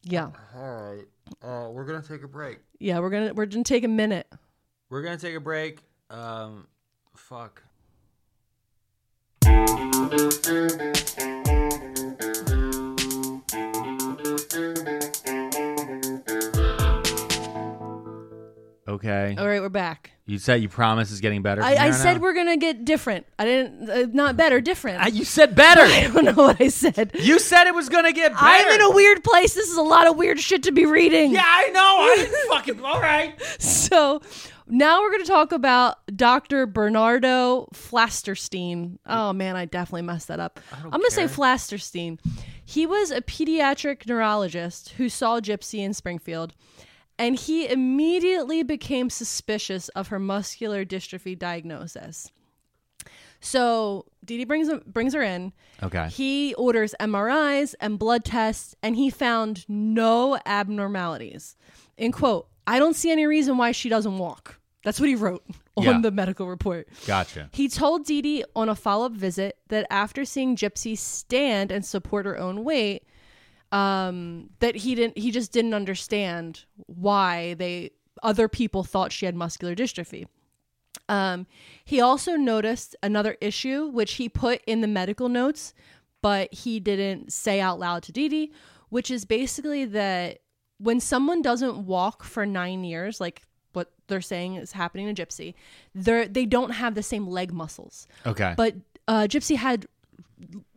Speaker 2: Yeah,
Speaker 1: All right. Uh, we're gonna take a break.
Speaker 2: yeah. We're gonna we're gonna take a minute.
Speaker 1: We're gonna take a break. Um, fuck. Okay.
Speaker 2: All right, we're back.
Speaker 1: You said you promise is getting better. from
Speaker 2: I, I
Speaker 1: here on
Speaker 2: said
Speaker 1: out?
Speaker 2: we're gonna get different. I didn't uh, not better, different.
Speaker 1: I, you said better.
Speaker 2: I don't know what I said.
Speaker 1: you said it was gonna get better.
Speaker 2: I'm in a weird place. This is a lot of weird shit to be reading.
Speaker 1: Yeah, I know. I didn't fucking. All right.
Speaker 2: So now we're going to talk about Dr. Bernardo Flasterstein. Oh man, I definitely messed that up. I'm going to say
Speaker 1: care.
Speaker 2: Flasterstein. He was a pediatric neurologist who saw Gypsy in Springfield. And he immediately became suspicious of her muscular dystrophy diagnosis. So Dee Dee brings brings her in.
Speaker 1: Okay.
Speaker 2: He orders MRIs and blood tests, and he found no abnormalities. In quote, I don't see any reason why she doesn't walk. That's what he wrote on
Speaker 1: Yeah.
Speaker 2: the medical report.
Speaker 1: Gotcha.
Speaker 2: He told Dee Dee on a follow up visit that after seeing Gypsy stand and support her own weight, um, that he didn't he just didn't understand why they other people thought she had muscular dystrophy. Um, he also noticed another issue, which he put in the medical notes, but he didn't say out loud to Dee Dee, which is basically that when someone doesn't walk for nine years, like what they're saying is happening to Gypsy, they're, they don't have the same leg muscles.
Speaker 1: Okay.
Speaker 2: But uh, Gypsy had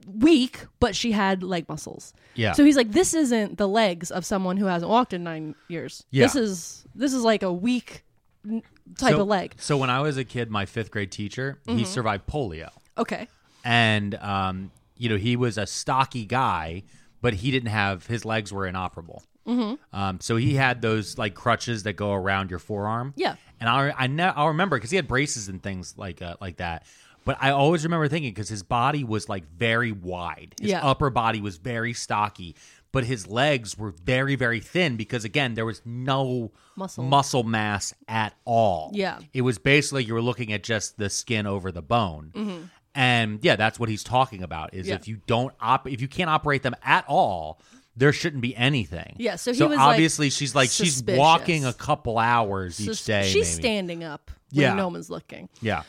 Speaker 2: weak, but she had leg muscles.
Speaker 1: yeah.
Speaker 2: So he's like, this isn't the legs of someone who hasn't walked in nine years.
Speaker 1: Yeah.
Speaker 2: This is this is like a weak n- type
Speaker 1: so,
Speaker 2: of leg. Mm-hmm.
Speaker 1: So when I was a kid, my fifth grade teacher, he survived polio.
Speaker 2: Okay.
Speaker 1: and um, you know he was a stocky guy, but he didn't have his legs were inoperable. Mm-hmm. Um, so he had those like crutches that go around your forearm.
Speaker 2: Yeah.
Speaker 1: and I I ne- I'll remember because he had braces and things like uh, like that. But I always remember thinking because his body was like very wide, his
Speaker 2: Yeah.
Speaker 1: upper body was very stocky. but his legs were very, very thin because, again, there was no
Speaker 2: Muscle.
Speaker 1: muscle mass at all.
Speaker 2: Yeah.
Speaker 1: It was basically you were looking at just the skin over the bone. And yeah, that's what he's talking about is
Speaker 2: Mm-hmm. Yeah.
Speaker 1: if you don't op if you can't operate them at all, there shouldn't be anything.
Speaker 2: Yeah, so he was, like,
Speaker 1: obviously she's like she's
Speaker 2: suspicious.
Speaker 1: walking a couple hours
Speaker 2: So
Speaker 1: each day.
Speaker 2: she's
Speaker 1: maybe.
Speaker 2: standing up when
Speaker 1: Yeah.
Speaker 2: no one's looking.
Speaker 1: Yeah.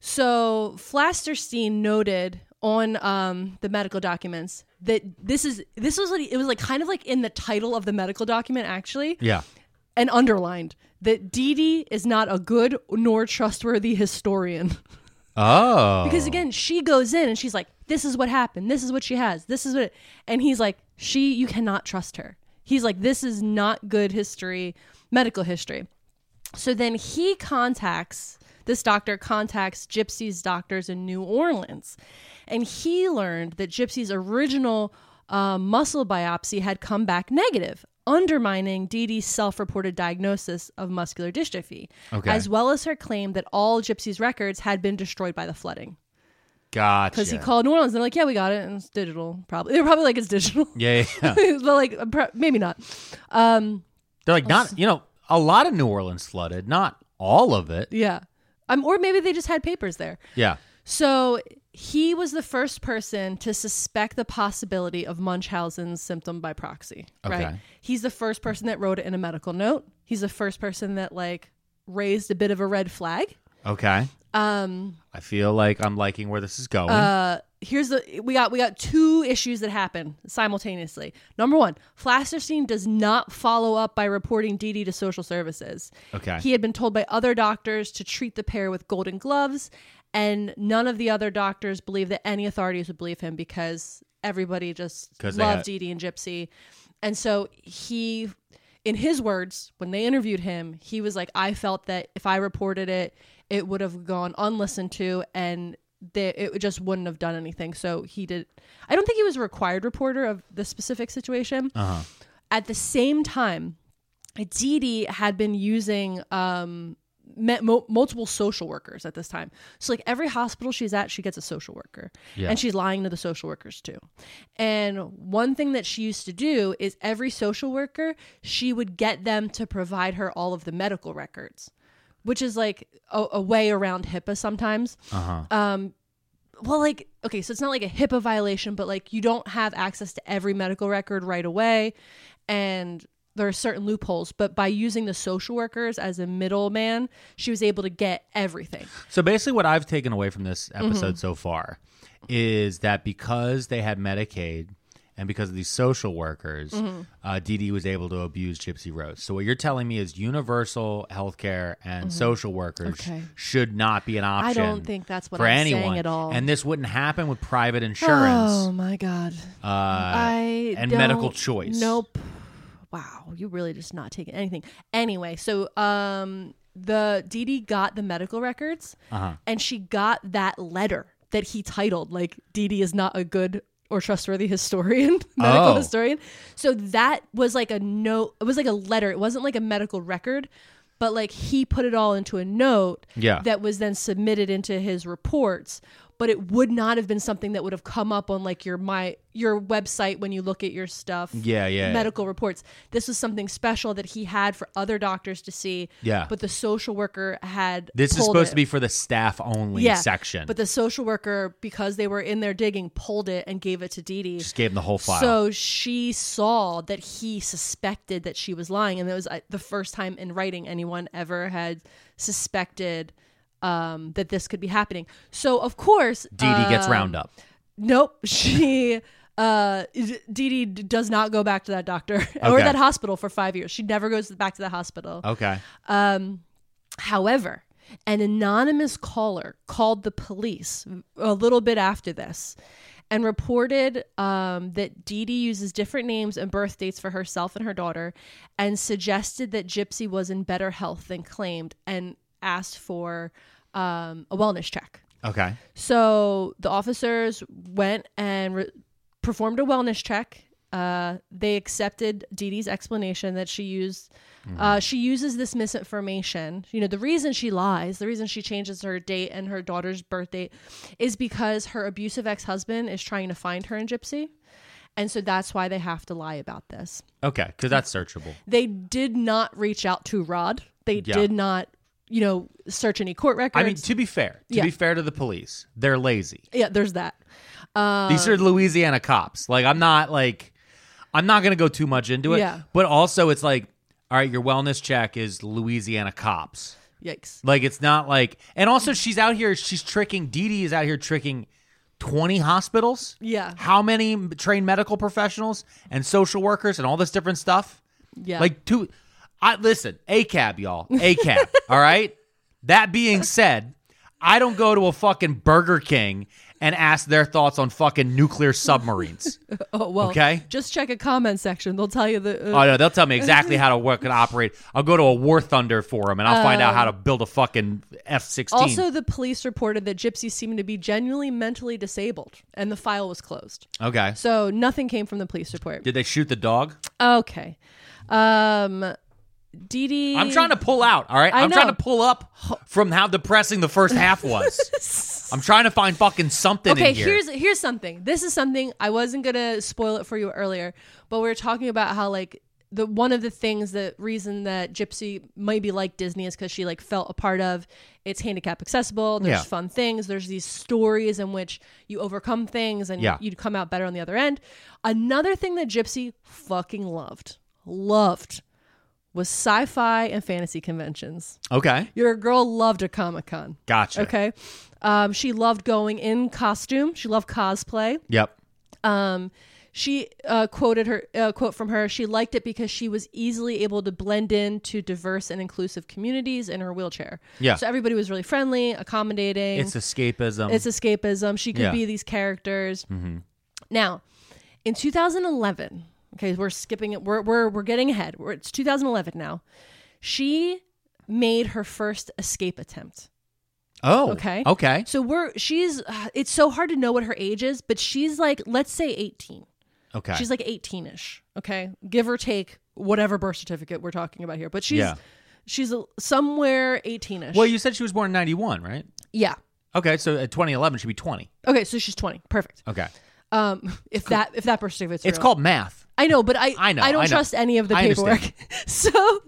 Speaker 2: So Flasterstein noted on um, the medical documents that this is this was like it was like kind of like in the title of the medical document actually
Speaker 1: Yeah.
Speaker 2: and underlined that Dee Dee is not a good nor trustworthy historian.
Speaker 1: Oh.
Speaker 2: Because again, she goes in and she's like, "This is what happened. This is what she has. This is what." It, and he's like, "She, you cannot trust her." He's like, "This is not good history, medical history." So then he contacts this doctor contacts Gypsy's doctors in New Orleans, and he learned that Gypsy's original uh, muscle biopsy had come back negative. Undermining Dee Dee's self reported diagnosis of muscular dystrophy,
Speaker 1: Okay.
Speaker 2: as well as her claim that all Gypsy's records had been destroyed by the flooding
Speaker 1: gotcha.
Speaker 2: because he called New Orleans. And they're like, yeah, we got it. And it's digital, probably. They're probably like, it's digital.
Speaker 1: Yeah, yeah.
Speaker 2: but like, pro- maybe not.
Speaker 1: They're like not you know, a lot of New Orleans flooded, not all of it.
Speaker 2: Yeah. Um, or maybe they just had papers there.
Speaker 1: Yeah.
Speaker 2: So he was the first person to suspect the possibility of Munchausen's symptom by proxy. Right.
Speaker 1: Okay.
Speaker 2: He's the first person that wrote it in a medical note. He's the first person that like raised a bit of a red flag.
Speaker 1: Okay.
Speaker 2: Um,
Speaker 1: I feel like I'm liking where this is going.
Speaker 2: uh, here's the we got we got two issues that happen simultaneously. Number one, Flasterstein does not follow up by reporting Dee Dee to social services.
Speaker 1: Okay.
Speaker 2: He had been told by other doctors to treat the pair with golden gloves, and none of the other doctors believe that any authorities would believe him because everybody just
Speaker 1: 'Cause they had-
Speaker 2: loved Dee Dee and Gypsy. And so he in his words, when they interviewed him, he was like, I felt that if I reported it, it would have gone unlistened to and they, it just wouldn't have done anything. So he did. I don't think he was a required reporter of the specific situation.
Speaker 1: Uh-huh.
Speaker 2: At the same time, Dee Dee had been using um, met mo- multiple social workers at this time. So like every hospital she's at, she gets a social worker,
Speaker 1: Yeah.
Speaker 2: and she's lying to the social workers too. And one thing that she used to do is every social worker, she would get them to provide her all of the medical records, which is like a, a way around HIPAA sometimes. Um, well, like okay, so it's not like a HIPAA violation, but like you don't have access to every medical record right away, and there are certain loopholes. But by using the social workers as a middleman, she was able to get everything.
Speaker 1: So basically, what I've taken away from this
Speaker 2: Mm-hmm.
Speaker 1: episode so far is that because they had Medicaid and because of these social workers,
Speaker 2: Mm-hmm.
Speaker 1: uh, Dee Dee was able to abuse Gypsy Rose. So what you're telling me is universal health care and social workers
Speaker 2: Mm-hmm. Okay.
Speaker 1: should not be an
Speaker 2: I
Speaker 1: option.
Speaker 2: don't think that's what
Speaker 1: for
Speaker 2: I'm saying
Speaker 1: anyone
Speaker 2: at all.
Speaker 1: And this wouldn't happen with private insurance
Speaker 2: Oh my god,
Speaker 1: uh,
Speaker 2: I
Speaker 1: and
Speaker 2: don't-
Speaker 1: medical choice.
Speaker 2: Nope. Wow, you really just not taking anything. Anyway, so um, the Dee Dee got the medical records,
Speaker 1: Uh-huh.
Speaker 2: and she got that letter that he titled like Dee Dee is not a good or trustworthy historian, medical
Speaker 1: Oh.
Speaker 2: historian. So that was like a note. It was like a letter. It wasn't like a medical record. But like he put it all into a note
Speaker 1: Yeah.
Speaker 2: that was then submitted into his reports but it would not have been something that would have come up on like your my your website when you look at your stuff
Speaker 1: Yeah, yeah, yeah.
Speaker 2: medical reports this was something special that he had for other doctors to see
Speaker 1: Yeah.
Speaker 2: but the social worker had
Speaker 1: This is
Speaker 2: pulled
Speaker 1: supposed
Speaker 2: it.
Speaker 1: to be for the staff only
Speaker 2: yeah
Speaker 1: section.
Speaker 2: but the social worker because they were in there digging pulled it and gave it to Dee Dee
Speaker 1: Just gave them the whole file.
Speaker 2: so she saw that he suspected that she was lying, and it was uh, the first time in writing anyone ever had suspected um, that this could be happening. So of course,
Speaker 1: Dee Dee gets
Speaker 2: um,
Speaker 1: round up.
Speaker 2: Nope, she. Uh, Dee Dee d- does not go back to that doctor or
Speaker 1: Okay.
Speaker 2: that hospital for five years. She never goes back to the hospital.
Speaker 1: Okay.
Speaker 2: However, an anonymous caller called the police a little bit after this and reported um, that Dee Dee uses different names and birth dates for herself and her daughter and suggested that Gypsy was in better health than claimed and asked for um, a wellness check.
Speaker 1: Okay.
Speaker 2: So the officers went and re- performed a wellness check. Uh, they accepted Dee Dee's explanation that she used.
Speaker 1: Hmm.
Speaker 2: Uh, she uses this misinformation. You know, the reason she lies, the reason she changes her date and her daughter's birth date, is because her abusive ex husband is trying to find her in Gypsy, And so that's why they have to lie about this.
Speaker 1: Okay, because that's searchable.
Speaker 2: They did not reach out to Rod. They
Speaker 1: Yeah.
Speaker 2: did not, you know, search any court records.
Speaker 1: I mean, to be fair, to
Speaker 2: Yeah.
Speaker 1: be fair to the police, they're lazy.
Speaker 2: yeah, there's that. Uh,
Speaker 1: These are Louisiana cops. Like I'm not like I'm not gonna go too much into it.
Speaker 2: Yeah.
Speaker 1: But also it's like, all right, your wellness check is Louisiana cops.
Speaker 2: Yikes.
Speaker 1: Like it's not like and also she's out here, she's tricking Dee Dee is out here tricking twenty hospitals.
Speaker 2: Yeah.
Speaker 1: How many m- trained medical professionals and social workers and all this different stuff?
Speaker 2: Yeah.
Speaker 1: Like two I listen, ACAB, y'all. ACAB. all right. That being said, I don't go to a fucking Burger King and ask their thoughts on fucking nuclear submarines.
Speaker 2: oh well.
Speaker 1: okay.
Speaker 2: Just check a comment section. They'll tell you the. Uh,
Speaker 1: oh no, they'll tell me exactly how to work and operate. I'll go to a War Thunder forum and I'll find out how to build a fucking F sixteen.
Speaker 2: Oh. also, the police reported that Gypsy seemed to be genuinely mentally disabled, and the file was closed.
Speaker 1: okay.
Speaker 2: So nothing came from the police report.
Speaker 1: Did they shoot the dog?
Speaker 2: Okay. Um Dee Dee
Speaker 1: I'm trying to pull out, all right?
Speaker 2: I
Speaker 1: I'm trying
Speaker 2: know.
Speaker 1: to pull up from how depressing the first half was. I'm trying to find fucking something
Speaker 2: Okay,
Speaker 1: in here.
Speaker 2: here's here's something. This is something I wasn't gonna spoil it for you earlier, but we were talking about how like the one of the things the reason that Gypsy might be like Disney is because she like felt a part of. It's handicap accessible. There's
Speaker 1: Yeah.
Speaker 2: fun things. There's these stories in which you overcome things and
Speaker 1: Yeah.
Speaker 2: you'd come out better on the other end. Another thing that Gypsy fucking loved, loved, was sci-fi and fantasy conventions.
Speaker 1: okay.
Speaker 2: Your girl loved a Comic Con.
Speaker 1: Gotcha.
Speaker 2: Okay. Um, she loved going in costume. She loved cosplay.
Speaker 1: Yep.
Speaker 2: Um, she uh, quoted her uh, quote from her. She liked it because she was easily able to blend into diverse and inclusive communities in her wheelchair.
Speaker 1: Yeah.
Speaker 2: So everybody was really friendly, accommodating.
Speaker 1: It's escapism.
Speaker 2: It's escapism. She could
Speaker 1: Yeah. Mm-hmm.
Speaker 2: be these characters. Now, in 2011, okay, we're skipping it. We're we're we're getting ahead. We're, it's 2011 now. She made her first escape attempt.
Speaker 1: oh.
Speaker 2: okay.
Speaker 1: Okay.
Speaker 2: So we're she's uh, it's so hard to know what her age is, but she's like let's say 18.
Speaker 1: Okay.
Speaker 2: She's like 18ish, okay? Give or take whatever birth certificate we're talking about here, but she's
Speaker 1: Yeah.
Speaker 2: she's uh, somewhere 18ish.
Speaker 1: well, you said she was born in 91, right?
Speaker 2: yeah.
Speaker 1: Okay, so at 2011 she'd be 20.
Speaker 2: Okay, so she's 20. Perfect.
Speaker 1: Okay.
Speaker 2: Um if that if that birth certificate's
Speaker 1: It's
Speaker 2: real.
Speaker 1: called math.
Speaker 2: I know, but I
Speaker 1: I know,
Speaker 2: I don't
Speaker 1: I know.
Speaker 2: trust any of the
Speaker 1: I
Speaker 2: paperwork.
Speaker 1: understand.
Speaker 2: so,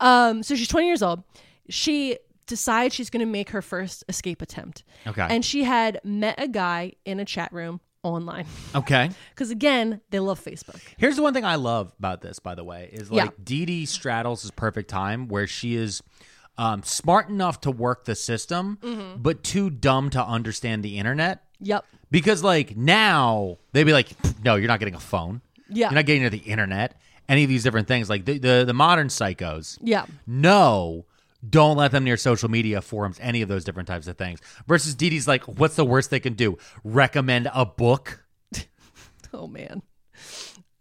Speaker 2: um, so she's 20 years old. She decides she's going to make her first escape attempt.
Speaker 1: Okay.
Speaker 2: And she had met a guy in a chat room online
Speaker 1: Okay.
Speaker 2: because again, they love Facebook.
Speaker 1: Here's the one thing I love about this, by the way, is like Dee Dee straddles his perfect time where she is um, smart enough to work the system,
Speaker 2: Mm-hmm.
Speaker 1: but too dumb to understand the internet.
Speaker 2: Yep.
Speaker 1: Because like now they'd be like, no, you're not getting a phone.
Speaker 2: Yeah.
Speaker 1: You're not getting to the internet. Any of these different things. Like the the, the modern psychos.
Speaker 2: Yeah.
Speaker 1: No. Don't let them near social media forums, any of those different types of things. Versus Dee Dee's like, what's the worst they can do? Recommend a book?
Speaker 2: Oh man,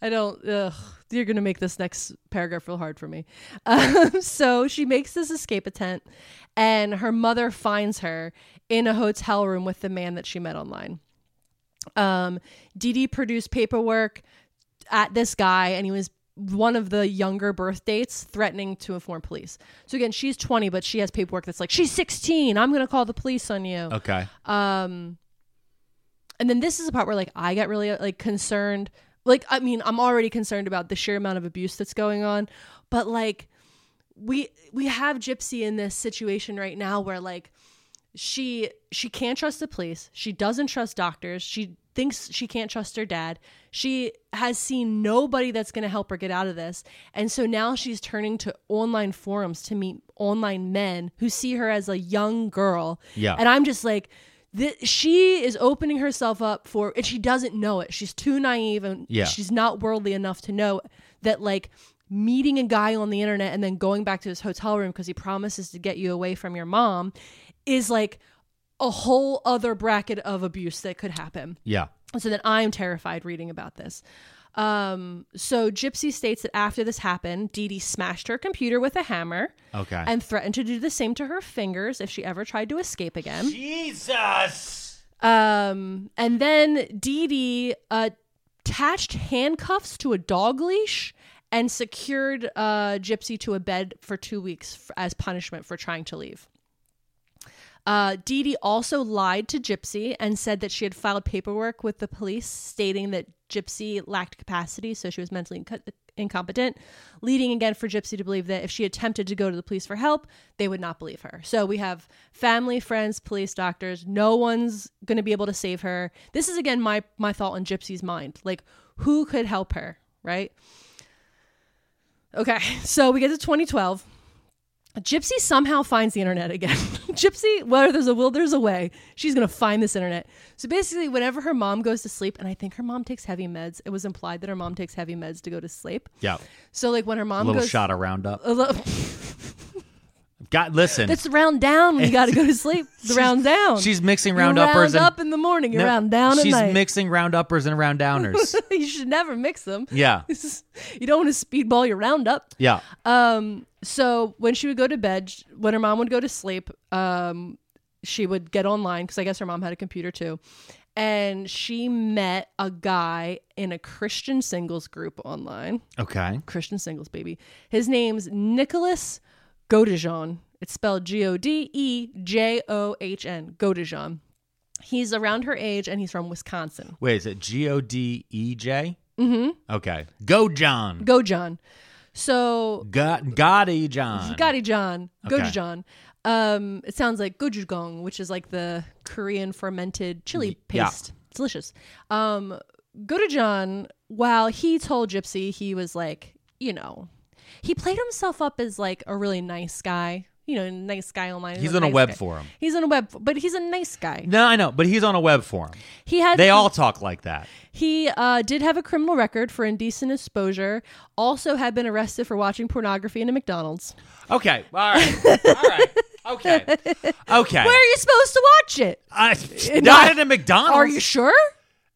Speaker 2: I don't. Ugh, you're gonna make this next paragraph real hard for me. Um, so she makes this escape attempt, and her mother finds her in a hotel room with the man that she met online. Um, Dee Dee produced paperwork at this guy, and he was one of the younger birth dates threatening to inform police. So again, she's 20, but she has paperwork that's like, she's 16. I'm going to call the police on you
Speaker 1: Okay.
Speaker 2: and then this is the part where like i get really uh, like concerned like i mean i'm already concerned about the sheer amount of abuse that's going on but like we we have gypsy in this situation right now where like she she can't trust the police she doesn't trust doctors she thinks she can't trust her dad she has seen nobody that's going to help her get out of this and so now she's turning to online forums to meet online men who see her as a young girl
Speaker 1: Yeah.
Speaker 2: and i'm just like th- she is opening herself up for and she doesn't know it she's too naive and
Speaker 1: Yeah.
Speaker 2: she's not worldly enough to know that like meeting a guy on the internet and then going back to his hotel room because he promises to get you away from your mom is like a whole other bracket of abuse that could happen.
Speaker 1: Yeah.
Speaker 2: And So then I'm terrified reading about this. Um, so Gypsy states that after this happened, Dee Dee smashed her computer with a hammer
Speaker 1: Okay.
Speaker 2: and threatened to do the same to her fingers if she ever tried to escape again.
Speaker 1: Jesus.
Speaker 2: Um, and then Dee Dee uh, attached handcuffs to a dog leash and secured uh, Gypsy to a bed for two weeks f- as punishment for trying to leave. Uh, Dee Dee also lied to Gypsy and said that she had filed paperwork with the police stating that Gypsy lacked capacity, so she was mentally inco- incompetent, leading again for Gypsy to believe that if she attempted to go to the police for help, they would not believe her. So we have family, friends, police, doctors. No one's going to be able to save her. This is again my my thought on Gypsy's mind. Like, who could help her, right? Okay, so we get to 2012. Gypsy somehow finds the internet again. Gypsy, whether there's a will, there's a way. She's gonna find this internet. So basically, whenever her mom goes to sleep, and I think her mom takes heavy meds, it was implied that her mom takes heavy meds to go to sleep.
Speaker 1: Yeah.
Speaker 2: So like when her mom
Speaker 1: little
Speaker 2: goes,
Speaker 1: shot of roundup.
Speaker 2: a little-
Speaker 1: Got listen.
Speaker 2: that's the round down. when You gotta go to sleep. The round down.
Speaker 1: She's mixing
Speaker 2: You
Speaker 1: round
Speaker 2: round
Speaker 1: uppers and
Speaker 2: up in the morning. You
Speaker 1: No,
Speaker 2: round down at
Speaker 1: She's
Speaker 2: night.
Speaker 1: mixing round uppers and round downers.
Speaker 2: you should never mix them.
Speaker 1: yeah.
Speaker 2: you don't want to speedball your round up.
Speaker 1: Yeah.
Speaker 2: Um, so when she would go to bed, sh- when her mom would go to sleep, um, she would get online because I guess her mom had a computer too. And she met a guy in a Christian singles group online.
Speaker 1: Okay.
Speaker 2: Christian singles, baby. His name's Nicholas Godijon. It's spelled G O D E J O H N, Godijon. He's around her age and he's from Wisconsin.
Speaker 1: Wait, is it G O D E J? Mm-hmm. Okay. Go John.
Speaker 2: Gojon. So
Speaker 1: God God E John.
Speaker 2: Gotti John,
Speaker 1: Okay.
Speaker 2: Gojujeon. Um, it sounds like gojujgong, which is like the Korean fermented chili
Speaker 1: yeah.
Speaker 2: paste. It's delicious. Um, Gojujeon, while he told Gypsy he was like, you know, he played himself up as like a really nice guy. You know, nice guy online.
Speaker 1: He's
Speaker 2: a
Speaker 1: on a
Speaker 2: nice
Speaker 1: web
Speaker 2: guy.
Speaker 1: forum.
Speaker 2: He's on a web, but he's a nice guy.
Speaker 1: No, I know, but he's on a web forum.
Speaker 2: He had
Speaker 1: They all talk like that.
Speaker 2: he uh, did have a criminal record for indecent exposure. Also, had been arrested for watching pornography in a McDonald's.
Speaker 1: Okay. All right. all right. Okay. Okay.
Speaker 2: Where are you supposed to watch it?
Speaker 1: I, not,
Speaker 2: Not-
Speaker 1: at a McDonald's.
Speaker 2: Are you sure?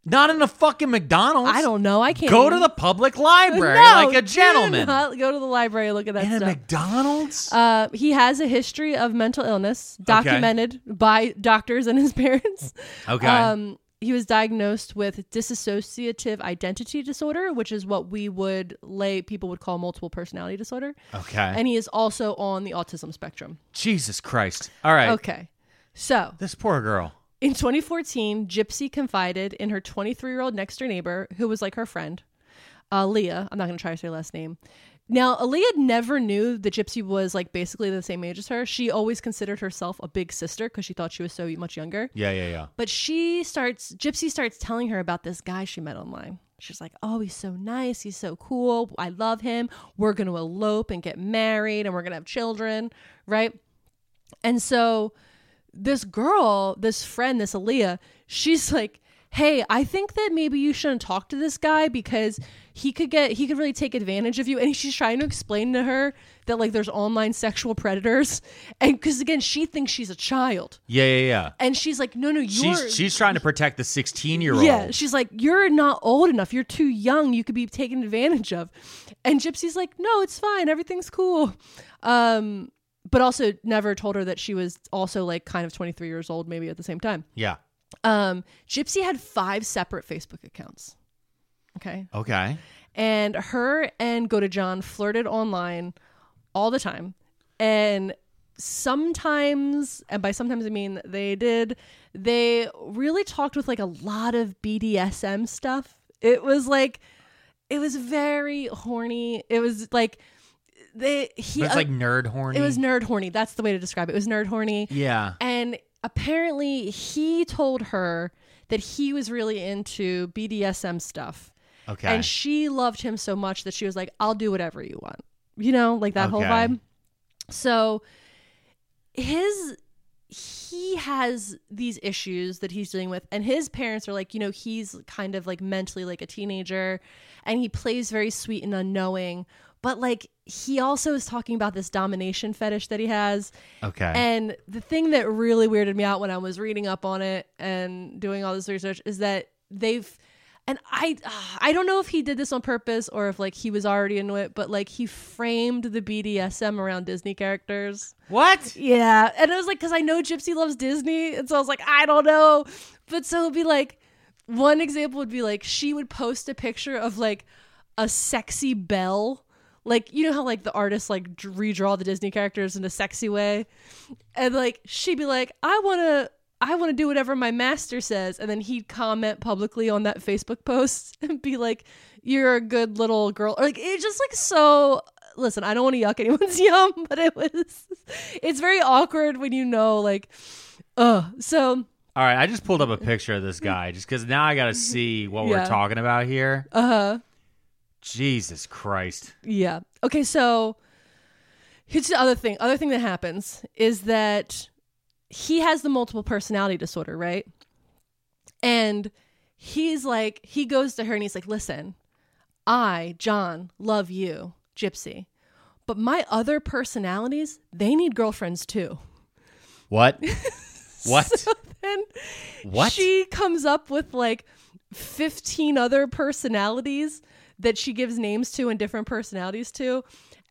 Speaker 1: not in a fucking McDonald's.
Speaker 2: I don't know. I can't
Speaker 1: Go
Speaker 2: even-
Speaker 1: to the public library
Speaker 2: No,
Speaker 1: like a
Speaker 2: do
Speaker 1: gentleman.
Speaker 2: not go to the library and look at that
Speaker 1: In a
Speaker 2: stuff.
Speaker 1: McDonald's?
Speaker 2: uh, he has a history of mental illness documented by doctors and his parents.
Speaker 1: okay.
Speaker 2: Um, he was diagnosed with dissociative identity disorder, which is what we would lay people would call multiple personality disorder.
Speaker 1: okay.
Speaker 2: And he is also on the autism spectrum.
Speaker 1: Jesus Christ. All right.
Speaker 2: Okay. So
Speaker 1: This poor girl.
Speaker 2: in 2014, Gypsy confided in her 23 year old next door neighbor, who was like her friend, uh, Leah. I'm not going to try to say her last name. Now, Aaliyah never knew that Gypsy was like basically the same age as her. She always considered herself a big sister because she thought she was so much younger.
Speaker 1: Yeah, yeah, yeah.
Speaker 2: But she starts, Gypsy starts telling her about this guy she met online. She's like, oh, he's so nice. He's so cool. I love him. We're going to elope and get married and we're going to have children, right? And so this girl, this friend, this Aaliyah, she's like, hey, I think that maybe you shouldn't talk to this guy because he could get, he could really take advantage of you. And she's trying to explain to her that like there's online sexual predators. And because again, she thinks she's a child.
Speaker 1: Yeah, yeah, yeah.
Speaker 2: And she's like, no, no, you're.
Speaker 1: She's she's trying to protect the 16 year old.
Speaker 2: Yeah, she's like, you're not old enough. You're too young. You could be taken advantage of. And Gypsy's like, no, it's fine. Everything's cool. Um, but also never told her that she was also like kind of 23 years old, maybe at the same time.
Speaker 1: yeah.
Speaker 2: Um, Gypsy had five separate Facebook accounts. Okay.
Speaker 1: Okay.
Speaker 2: And her and Go to John flirted online all the time. And sometimes, and by sometimes I mean they did, they really talked with like a lot of BDSM stuff. It was like, it was very horny. It was like, they, he,
Speaker 1: But
Speaker 2: uh,
Speaker 1: it's like nerd horny.
Speaker 2: it was nerd horny. That's the way to describe it. It was nerd horny.
Speaker 1: yeah.
Speaker 2: And apparently, he told her that he was really into BDSM stuff.
Speaker 1: Okay.
Speaker 2: And she loved him so much that she was like, I'll do whatever you want. You know, like that whole
Speaker 1: Okay.
Speaker 2: vibe. So his he has these issues that he's dealing with and his parents are like you know he's kind of like mentally like a teenager and he plays very sweet and unknowing but like he also is talking about this domination fetish that he has
Speaker 1: okay.
Speaker 2: and the thing that really weirded me out when I was reading up on it and doing all this research is that they've and I uh, I don't know if he did this on purpose or if like he was already into it, but like he framed the BDSM around Disney characters.
Speaker 1: what?
Speaker 2: Yeah, and it was like cuz I know Gypsy loves Disney, and so I was like I don't know. But so it'd be like one example would be like she would post a picture of like a sexy bell. Like you know how like the artists like d- redraw the Disney characters in a sexy way and like she'd be like, "I want to, I want to do whatever my master says. And then he'd comment publicly on that Facebook post and be like, You're a good little girl. Or like, it's just like so. Listen, I don't want to yuck anyone's yum, but it was, it's very awkward when you know, like, ugh. So,
Speaker 1: All right, I just pulled up a picture of this guy just because now I got to see what we're
Speaker 2: Yeah.
Speaker 1: talking about here.
Speaker 2: uh huh.
Speaker 1: Jesus Christ.
Speaker 2: Yeah. Okay. So here's the other thing. Other thing that happens is that he has the multiple personality disorder, right? And he's like, he goes to her and he's like, listen, I, John, love you, Gypsy, but my other personalities, they need girlfriends too.
Speaker 1: What? what?
Speaker 2: And
Speaker 1: what?
Speaker 2: she comes up with like 15 other personalities that she gives names to and different personalities to.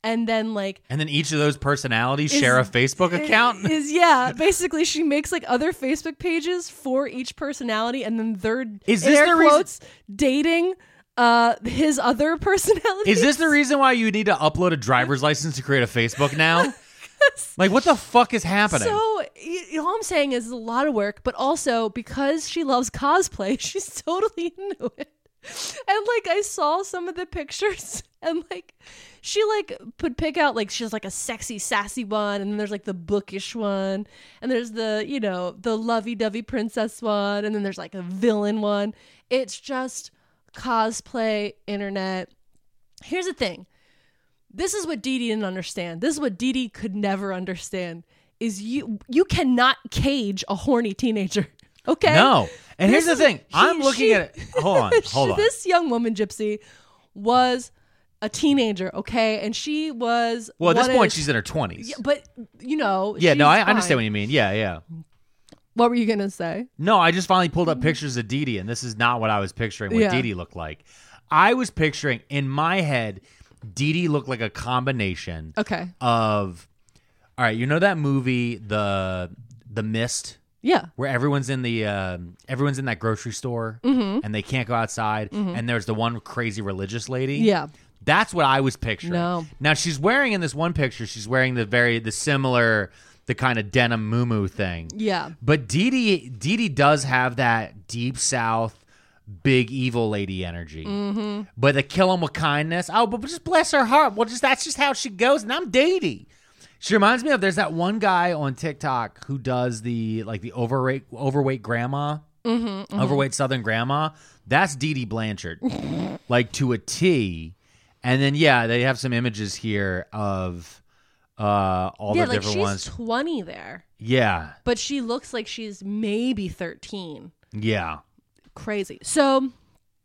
Speaker 2: And then, like,
Speaker 1: and then each of those personalities share a
Speaker 2: Is-
Speaker 1: Facebook account?
Speaker 2: is yeah basically she makes like other facebook pages for each personality and then their
Speaker 1: Is
Speaker 2: in
Speaker 1: this
Speaker 2: air
Speaker 1: the reason-
Speaker 2: quotes dating uh his other personality
Speaker 1: Is this the reason why you need to upload a driver's license to create a Facebook now? like, what the fuck is happening?
Speaker 2: so you, you know, all i'm saying is it's a lot of work but also because she loves cosplay she's totally into it and like i saw some of the pictures and like she like would pick out like she's like a sexy sassy one and then there's like the bookish one and there's the you know the lovey-dovey princess one and then there's like a villain one it's just cosplay internet here's the thing this is what Dee Dee didn't understand. This is what Dee Dee could never understand is you you cannot cage a horny teenager. Okay?
Speaker 1: no. And here's
Speaker 2: This
Speaker 1: the
Speaker 2: is-
Speaker 1: thing. I'm
Speaker 2: he-
Speaker 1: looking
Speaker 2: she-
Speaker 1: at it. Hold on. Hold on.
Speaker 2: This young woman, Gypsy, was a teenager, okay? And she was
Speaker 1: well, at this
Speaker 2: what
Speaker 1: point,
Speaker 2: is-
Speaker 1: she's in her 20s. Yeah,
Speaker 2: but you know,
Speaker 1: no, I
Speaker 2: she's
Speaker 1: understand what
Speaker 2: fine.
Speaker 1: you mean. Yeah, yeah.
Speaker 2: What were you going to say?
Speaker 1: No, I just finally pulled up pictures of Dee Dee, and this is not what I was picturing what
Speaker 2: Yeah.
Speaker 1: Dee Dee looked like. I was picturing in my head, Dee Dee looked like a combination
Speaker 2: Okay.
Speaker 1: of, all right, you know that movie, the the Mist,
Speaker 2: Yeah.
Speaker 1: where everyone's in the um, everyone's in that grocery store
Speaker 2: Mm-hmm.
Speaker 1: and they can't go outside, and there's the one crazy religious lady.
Speaker 2: Yeah.
Speaker 1: That's what I was picturing.
Speaker 2: No.
Speaker 1: Now she's wearing in this one picture, she's wearing the very the similar the kind of denim moo thing.
Speaker 2: Yeah.
Speaker 1: But Dee Dee, Dee Dee does have that deep south, big evil lady energy. Mm-hmm. But the kill 'em with kindness. Oh, but just bless her heart. Well, just that's just how she goes. And I'm Dee Dee. She reminds me of there's that one guy on TikTok who does the like the overweight overweight grandma,
Speaker 2: Mm-hmm,
Speaker 1: overweight Southern grandma. That's Dee Dee Blanchard, like to a T. And then yeah, they have some images here of uh all
Speaker 2: yeah,
Speaker 1: the
Speaker 2: like
Speaker 1: different
Speaker 2: she's
Speaker 1: ones.
Speaker 2: 20 there,
Speaker 1: Yeah,
Speaker 2: but she looks like she's maybe 13.
Speaker 1: yeah.
Speaker 2: Crazy. So,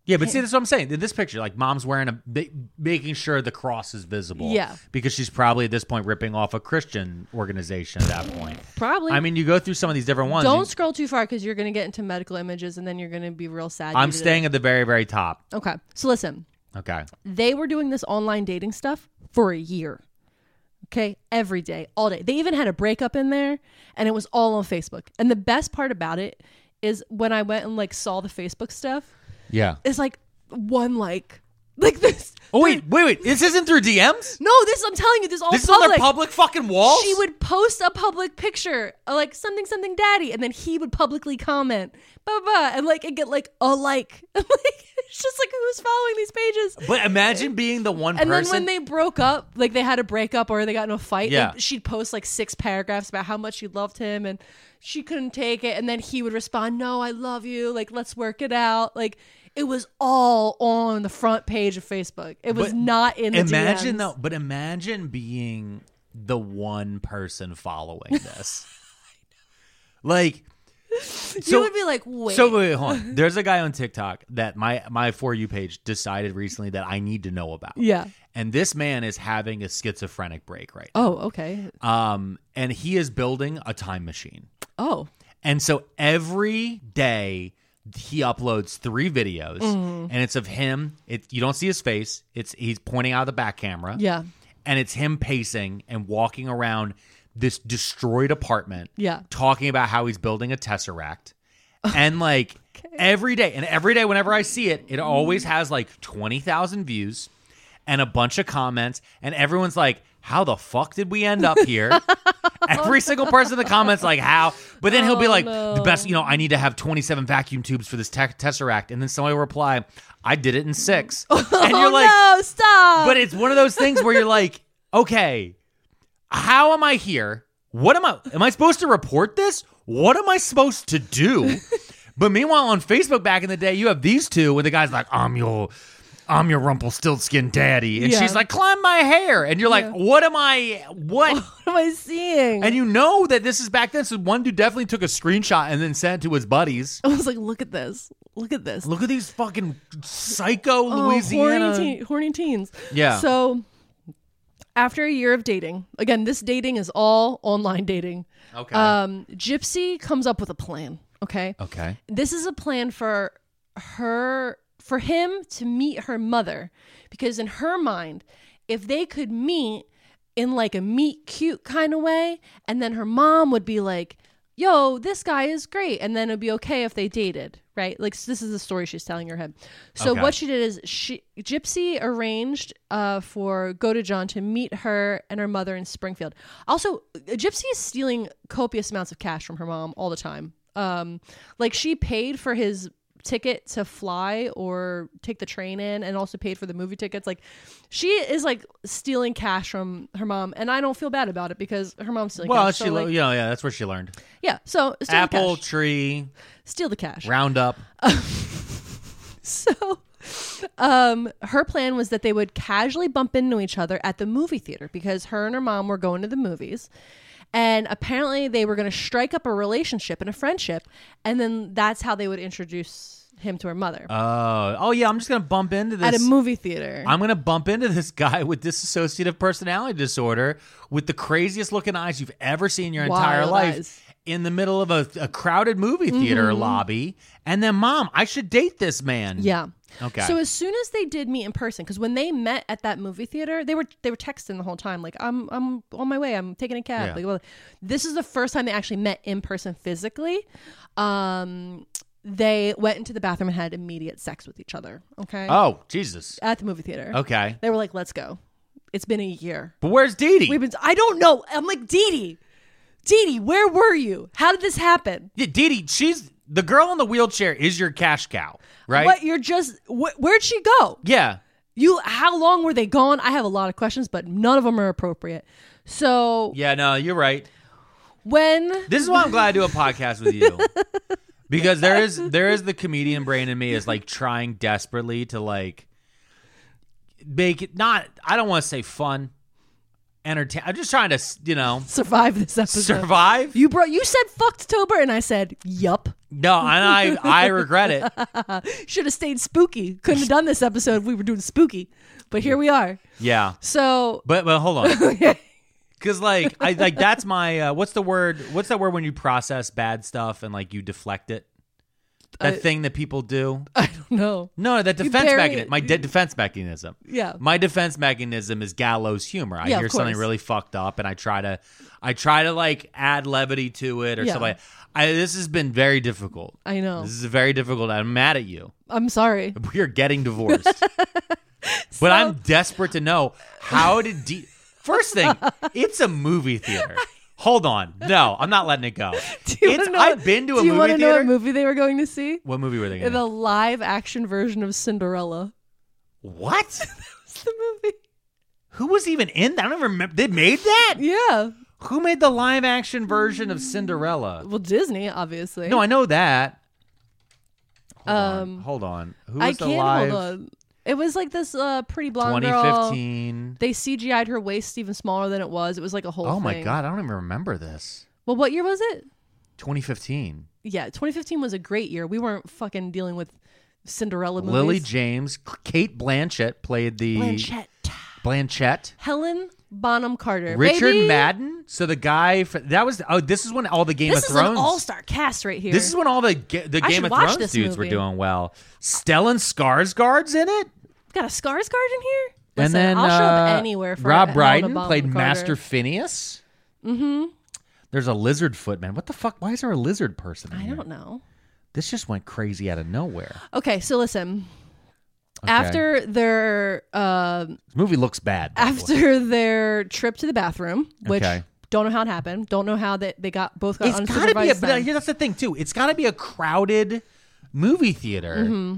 Speaker 1: Yeah, but see, that's what I'm saying. In this picture, like, mom's wearing a ma- making sure the cross is visible.
Speaker 2: Yeah.
Speaker 1: because she's probably at this point ripping off a Christian organization at that point.
Speaker 2: probably
Speaker 1: I mean, you go through some of these different ones.
Speaker 2: Don't
Speaker 1: you-
Speaker 2: scroll too far because you're going to get into medical images and then you're going to be real sad. you
Speaker 1: I'm
Speaker 2: did it.
Speaker 1: staying at the very, very top.
Speaker 2: Okay. So listen,
Speaker 1: Okay.
Speaker 2: they were doing this online dating stuff for a year. Okay. Every day, all day. They even had a breakup in there and it was all on Facebook. And the best part about it is when I went and like saw the Facebook stuff,
Speaker 1: Yeah.
Speaker 2: it's like one like, like this.
Speaker 1: Oh wait, wait, wait. This isn't through DMs.
Speaker 2: No, this, I'm telling you, this is all
Speaker 1: This is on
Speaker 2: public.
Speaker 1: their public fucking walls.
Speaker 2: she would post a public picture uh, like something something daddy and then he would publicly comment blah blah and like and get like a like like it's just like who's following these pages
Speaker 1: But imagine being the one
Speaker 2: and
Speaker 1: person.
Speaker 2: then when they broke up like they had a breakup or they got in a fight
Speaker 1: Yeah.
Speaker 2: like, she'd post like six paragraphs about how much she loved him and she couldn't take it and then he would respond no i love you like let's work it out like it was all on the front page of facebook it was
Speaker 1: But
Speaker 2: not in the
Speaker 1: imagine
Speaker 2: DMs.
Speaker 1: though, but imagine being the one person following this. like,
Speaker 2: you
Speaker 1: so
Speaker 2: would be like wait
Speaker 1: So uh, wait, hold on. There's a guy on TikTok that my my for you page decided recently that I need to know about.
Speaker 2: yeah
Speaker 1: And this man is having a schizophrenic break right
Speaker 2: oh okay
Speaker 1: now. Um and he is building a time machine.
Speaker 2: oh
Speaker 1: And so every day he uploads three videos
Speaker 2: Mm-hmm.
Speaker 1: and it's of him. It you don't see his face. It's he's pointing out the back camera.
Speaker 2: yeah
Speaker 1: And it's him pacing and walking around this destroyed apartment
Speaker 2: Yeah.
Speaker 1: talking about how he's building a tesseract and like every day and every day whenever i see it it always has like 20,000 views and a bunch of comments and everyone's like how the fuck did we end up here? Every single person in the comments like how, but then he'll be like the best. You know, I need to have 27 vacuum tubes for this te- tesseract, and then somebody will reply, I did it in six, and you're like,
Speaker 2: Oh, no, stop.
Speaker 1: but it's one of those things where you're like, okay, how am I here? What am I? Am I supposed to report this? What am I supposed to do? but meanwhile, on Facebook back in the day, you have these two where the guy's like, I'm your. I'm your Rumpelstiltskin daddy, and
Speaker 2: Yeah.
Speaker 1: she's like, "Climb my hair," and you're like, "What am I? What?"
Speaker 2: what am I seeing?
Speaker 1: and you know that this is back then. So one dude definitely took a screenshot and then sent it to his buddies.
Speaker 2: I was like, look at this. Look at this.
Speaker 1: Look at these fucking psycho
Speaker 2: Oh,
Speaker 1: Louisiana.
Speaker 2: horny, teen, horny teens.
Speaker 1: Yeah.
Speaker 2: So after a year of dating, again, this dating is all online dating.
Speaker 1: okay.
Speaker 2: Um, Gypsy comes up with a plan. Okay.
Speaker 1: okay.
Speaker 2: This is a plan for her, for him to meet her mother, because in her mind, if they could meet in like a meet cute kind of way, and then her mom would be like, "Yo, this guy is great," and then it'd be okay if they dated, right? Like so this is the story she's telling in her head. So
Speaker 1: Okay.
Speaker 2: what she did is she Gypsy arranged uh, for Go to John to meet her and her mother in Springfield. Also, Gypsy is stealing copious amounts of cash from her mom all the time. Um, like she paid for his ticket to fly or take the train in and also paid for the movie tickets like she is like stealing cash from her mom and i don't feel bad about it because her mom's stealing
Speaker 1: Well,
Speaker 2: cash
Speaker 1: she,
Speaker 2: so,
Speaker 1: lo-
Speaker 2: like,
Speaker 1: yeah, yeah, that's where she learned.
Speaker 2: yeah so steal
Speaker 1: Apple
Speaker 2: the cash
Speaker 1: tree
Speaker 2: steal the cash
Speaker 1: roundup.
Speaker 2: so um her plan was that they would casually bump into each other at the movie theater because her and her mom were going to the movies and apparently they were going to strike up a relationship and a friendship and then that's how they would introduce him to her mother
Speaker 1: Uh, oh yeah, I'm just gonna bump into
Speaker 2: at a
Speaker 1: this.
Speaker 2: movie theater
Speaker 1: I'm gonna bump into this guy with dissociative personality disorder with the craziest looking eyes you've ever seen in your entire
Speaker 2: Wild
Speaker 1: life.
Speaker 2: eyes. Mm-hmm.
Speaker 1: In the middle of a, a crowded movie theater lobby, and then, mom, I should date this man.
Speaker 2: Yeah.
Speaker 1: Okay.
Speaker 2: So as soon as they did meet in person, because when they met at that movie theater, they were they were texting the whole time, like I'm I'm on my way, I'm taking a cab.
Speaker 1: Yeah.
Speaker 2: Like, well, this is the first time they actually met in person physically. Um, they went into the bathroom and had immediate sex with each other. Okay.
Speaker 1: Oh Jesus.
Speaker 2: At the movie theater.
Speaker 1: Okay.
Speaker 2: They were like, "Let's go." It's been a year.
Speaker 1: But where's Dee Dee?
Speaker 2: We've been. I don't know. I'm like Dee Dee. Dee Dee, where were you? How did this happen?
Speaker 1: Yeah, Dee Dee. She's the girl in the wheelchair. Is your cash cow, right?
Speaker 2: What you're just? Wh- where'd she go?
Speaker 1: Yeah.
Speaker 2: You, how long were they gone? I have a lot of questions, but none of them are appropriate. So
Speaker 1: Yeah. No, you're right.
Speaker 2: when
Speaker 1: This is why I'm glad I do a podcast with you. Because there is there is the comedian brain in me is like trying desperately to like make it not I don't want to say fun, entertain. I'm just trying to you know
Speaker 2: survive this episode,
Speaker 1: survive.
Speaker 2: you brought you said fucked Tober, and I said yup.
Speaker 1: No, and I I regret it.
Speaker 2: Should have stayed spooky. Couldn't have done this episode if we were doing spooky, but here we are.
Speaker 1: Yeah,
Speaker 2: So
Speaker 1: but but hold on, because like I like that's my uh, what's the word? What's that word when you process bad stuff and like you deflect it? That thing that people do.
Speaker 2: I don't know.
Speaker 1: No, that defense
Speaker 2: Uh, bury
Speaker 1: mechanism.
Speaker 2: it.
Speaker 1: My de- defense mechanism.
Speaker 2: Yeah.
Speaker 1: My defense mechanism is gallows humor. I
Speaker 2: Yeah, of
Speaker 1: hear something
Speaker 2: course.
Speaker 1: really fucked up, and I try to, I try to like add levity to it or
Speaker 2: Yeah.
Speaker 1: something. Like I, this has been very difficult.
Speaker 2: I know.
Speaker 1: This is very difficult. I'm mad at you.
Speaker 2: I'm sorry.
Speaker 1: We are getting divorced. but I'm desperate to know how did D. First thing, it's a movie theater. Hold on. No, I'm not letting it go.
Speaker 2: Do you
Speaker 1: It's,
Speaker 2: wanna know-
Speaker 1: I've been to a
Speaker 2: Do you
Speaker 1: movie
Speaker 2: wanna
Speaker 1: theater.
Speaker 2: know what movie they were going to see?
Speaker 1: What movie were they going
Speaker 2: The
Speaker 1: to?
Speaker 2: live action version of Cinderella.
Speaker 1: What?
Speaker 2: It's the movie.
Speaker 1: Who was even in that? I don't even remember. They made that?
Speaker 2: Yeah.
Speaker 1: Who made the live action version of Cinderella?
Speaker 2: Well, Disney, obviously.
Speaker 1: No, I know that. Hold on.
Speaker 2: Um,
Speaker 1: Hold on. Who
Speaker 2: I
Speaker 1: was the
Speaker 2: can't
Speaker 1: live
Speaker 2: hold on. It was like this uh, pretty blonde girl.
Speaker 1: 2015?
Speaker 2: They CGI'd her waist even smaller than it was. It was like a whole
Speaker 1: Oh my
Speaker 2: thing.
Speaker 1: god, I don't even remember this.
Speaker 2: Well, what year was it?
Speaker 1: 2015.
Speaker 2: Yeah, 2015 was a great year. We weren't fucking dealing with Cinderella movies.
Speaker 1: Lily James, Kate Blanchett played the
Speaker 2: Blanchett.
Speaker 1: Blanchett.
Speaker 2: Helen Bonham Carter.
Speaker 1: Richard
Speaker 2: Baby,
Speaker 1: Madden. So the guy for, that was oh this is when all the Game
Speaker 2: This
Speaker 1: of
Speaker 2: is
Speaker 1: Thrones.
Speaker 2: an all-star cast right here.
Speaker 1: this is when all the ga- the
Speaker 2: I
Speaker 1: Game
Speaker 2: should
Speaker 1: of
Speaker 2: watch
Speaker 1: Thrones
Speaker 2: this
Speaker 1: dudes were
Speaker 2: movie.
Speaker 1: doing well. Stellan Skarsgård's in it.
Speaker 2: got a Skarsgård in here. Listen,
Speaker 1: and then
Speaker 2: I'll show up
Speaker 1: uh,
Speaker 2: anywhere for
Speaker 1: Rob
Speaker 2: Helena
Speaker 1: Brydon
Speaker 2: Bonham
Speaker 1: played
Speaker 2: Carter.
Speaker 1: Master Phineas. Mm-hmm. There's a lizard footman. What the fuck? Why is there a lizard person? in
Speaker 2: I
Speaker 1: here?
Speaker 2: don't know.
Speaker 1: This just went crazy out of nowhere.
Speaker 2: Okay, so listen. After their um
Speaker 1: This movie looks bad. by the way.
Speaker 2: after their trip to the bathroom, which
Speaker 1: Okay.
Speaker 2: don't know how it happened, don't know how that they, got both got
Speaker 1: it's gotta be a
Speaker 2: unsupervised.
Speaker 1: but uh,
Speaker 2: then.
Speaker 1: yeah, that's the thing too it's gotta be a crowded movie theater
Speaker 2: Mm-hmm.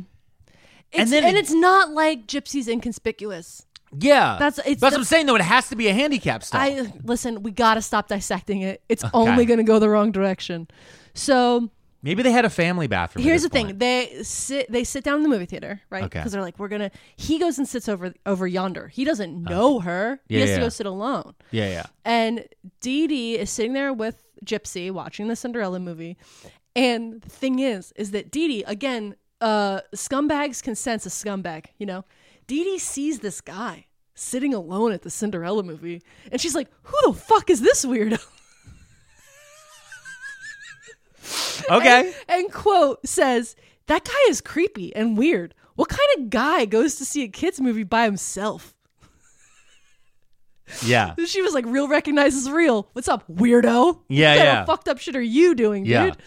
Speaker 2: It's- and,
Speaker 1: then it-
Speaker 2: it's not like Gypsy's inconspicuous.
Speaker 1: yeah
Speaker 2: That's- it's
Speaker 1: that's
Speaker 2: the-
Speaker 1: what i'm saying though it has to be a handicap stall
Speaker 2: I listen. We gotta stop dissecting it. It's only gonna go the wrong direction. So
Speaker 1: maybe they had a family bathroom at
Speaker 2: Here's the
Speaker 1: this
Speaker 2: thing:
Speaker 1: point.
Speaker 2: they sit they sit down in the movie theater, right?
Speaker 1: Okay.
Speaker 2: Because they're like, we're gonna. He goes and sits over over yonder. He doesn't know her. He
Speaker 1: Uh. Yeah,
Speaker 2: has
Speaker 1: yeah.
Speaker 2: to go sit alone.
Speaker 1: yeah yeah
Speaker 2: And Dee Dee is sitting there with Gypsy watching the Cinderella movie. And the thing is, is that Dee Dee again, uh, scumbags can sense a scumbag. You know, Dee Dee sees this guy sitting alone at the Cinderella movie, and she's like, "Who the fuck is this weirdo?"
Speaker 1: okay
Speaker 2: and quote says that guy is creepy and weird what kind of guy goes to see a kids movie by himself
Speaker 1: yeah
Speaker 2: she was like real recognizes real what's up weirdo
Speaker 1: Yeah,
Speaker 2: what kind
Speaker 1: yeah.
Speaker 2: of fucked up shit are you doing
Speaker 1: Yeah.
Speaker 2: dude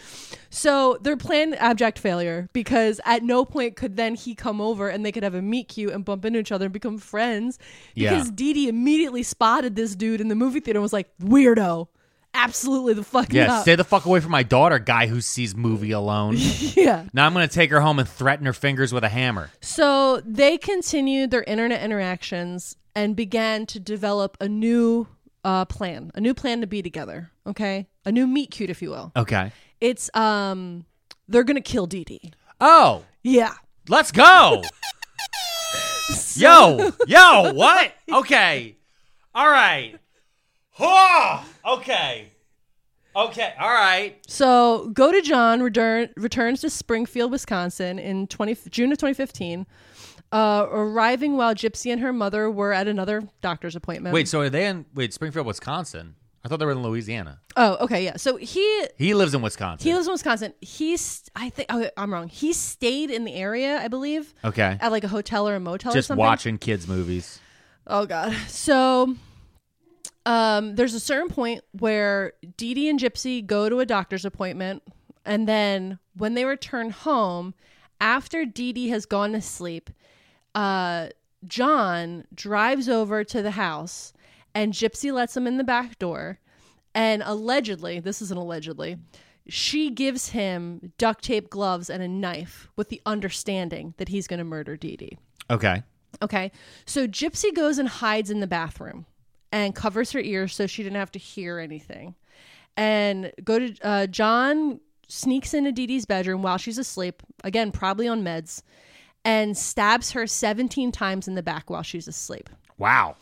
Speaker 2: so their plan abject failure because at no point could then he come over and they could have a meet cute and bump into each other and become friends
Speaker 1: Yeah.
Speaker 2: because Dee Dee immediately spotted this dude in the movie theater and was like weirdo absolutely the fuck
Speaker 1: yeah
Speaker 2: not.
Speaker 1: stay the fuck away from my daughter guy who sees movie alone
Speaker 2: yeah
Speaker 1: now i'm gonna take her home and threaten her fingers with a hammer
Speaker 2: So they continued their internet interactions and began to develop a new uh, plan, a new plan to be together. Okay, a new meet cute, if you will.
Speaker 1: okay
Speaker 2: It's um, they're gonna kill Dee Dee.
Speaker 1: oh
Speaker 2: Yeah,
Speaker 1: let's go yo yo what okay all right oh, okay okay all right
Speaker 2: So Go to John return, returns to Springfield, Wisconsin in 20, June of 2015, uh, arriving while Gypsy and her mother were at another doctor's appointment.
Speaker 1: Wait, so are they in wait Springfield, Wisconsin? I thought they were in Louisiana.
Speaker 2: Oh, okay, yeah. So he
Speaker 1: He lives in Wisconsin.
Speaker 2: he lives in Wisconsin. He's I think oh, I'm wrong. He stayed in the area, I believe.
Speaker 1: okay,
Speaker 2: at like a hotel or a motel or
Speaker 1: just
Speaker 2: something.
Speaker 1: watching kids movies.
Speaker 2: Oh god. So um there's a certain point where Dee Dee and Gypsy go to a doctor's appointment and then when they return home after Dee Dee has gone to sleep, uh John drives over to the house and Gypsy lets him in the back door and allegedly, this is an allegedly she gives him duct tape gloves and a knife with the understanding that he's going to murder Dee Dee.
Speaker 1: Okay,
Speaker 2: Okay. So Gypsy goes and hides in the bathroom and covers her ears so she didn't have to hear anything. And go to uh, John sneaks into Dee Dee's bedroom while she's asleep, again, probably on meds, and stabs her 17 times in the back while she's asleep.
Speaker 1: wow.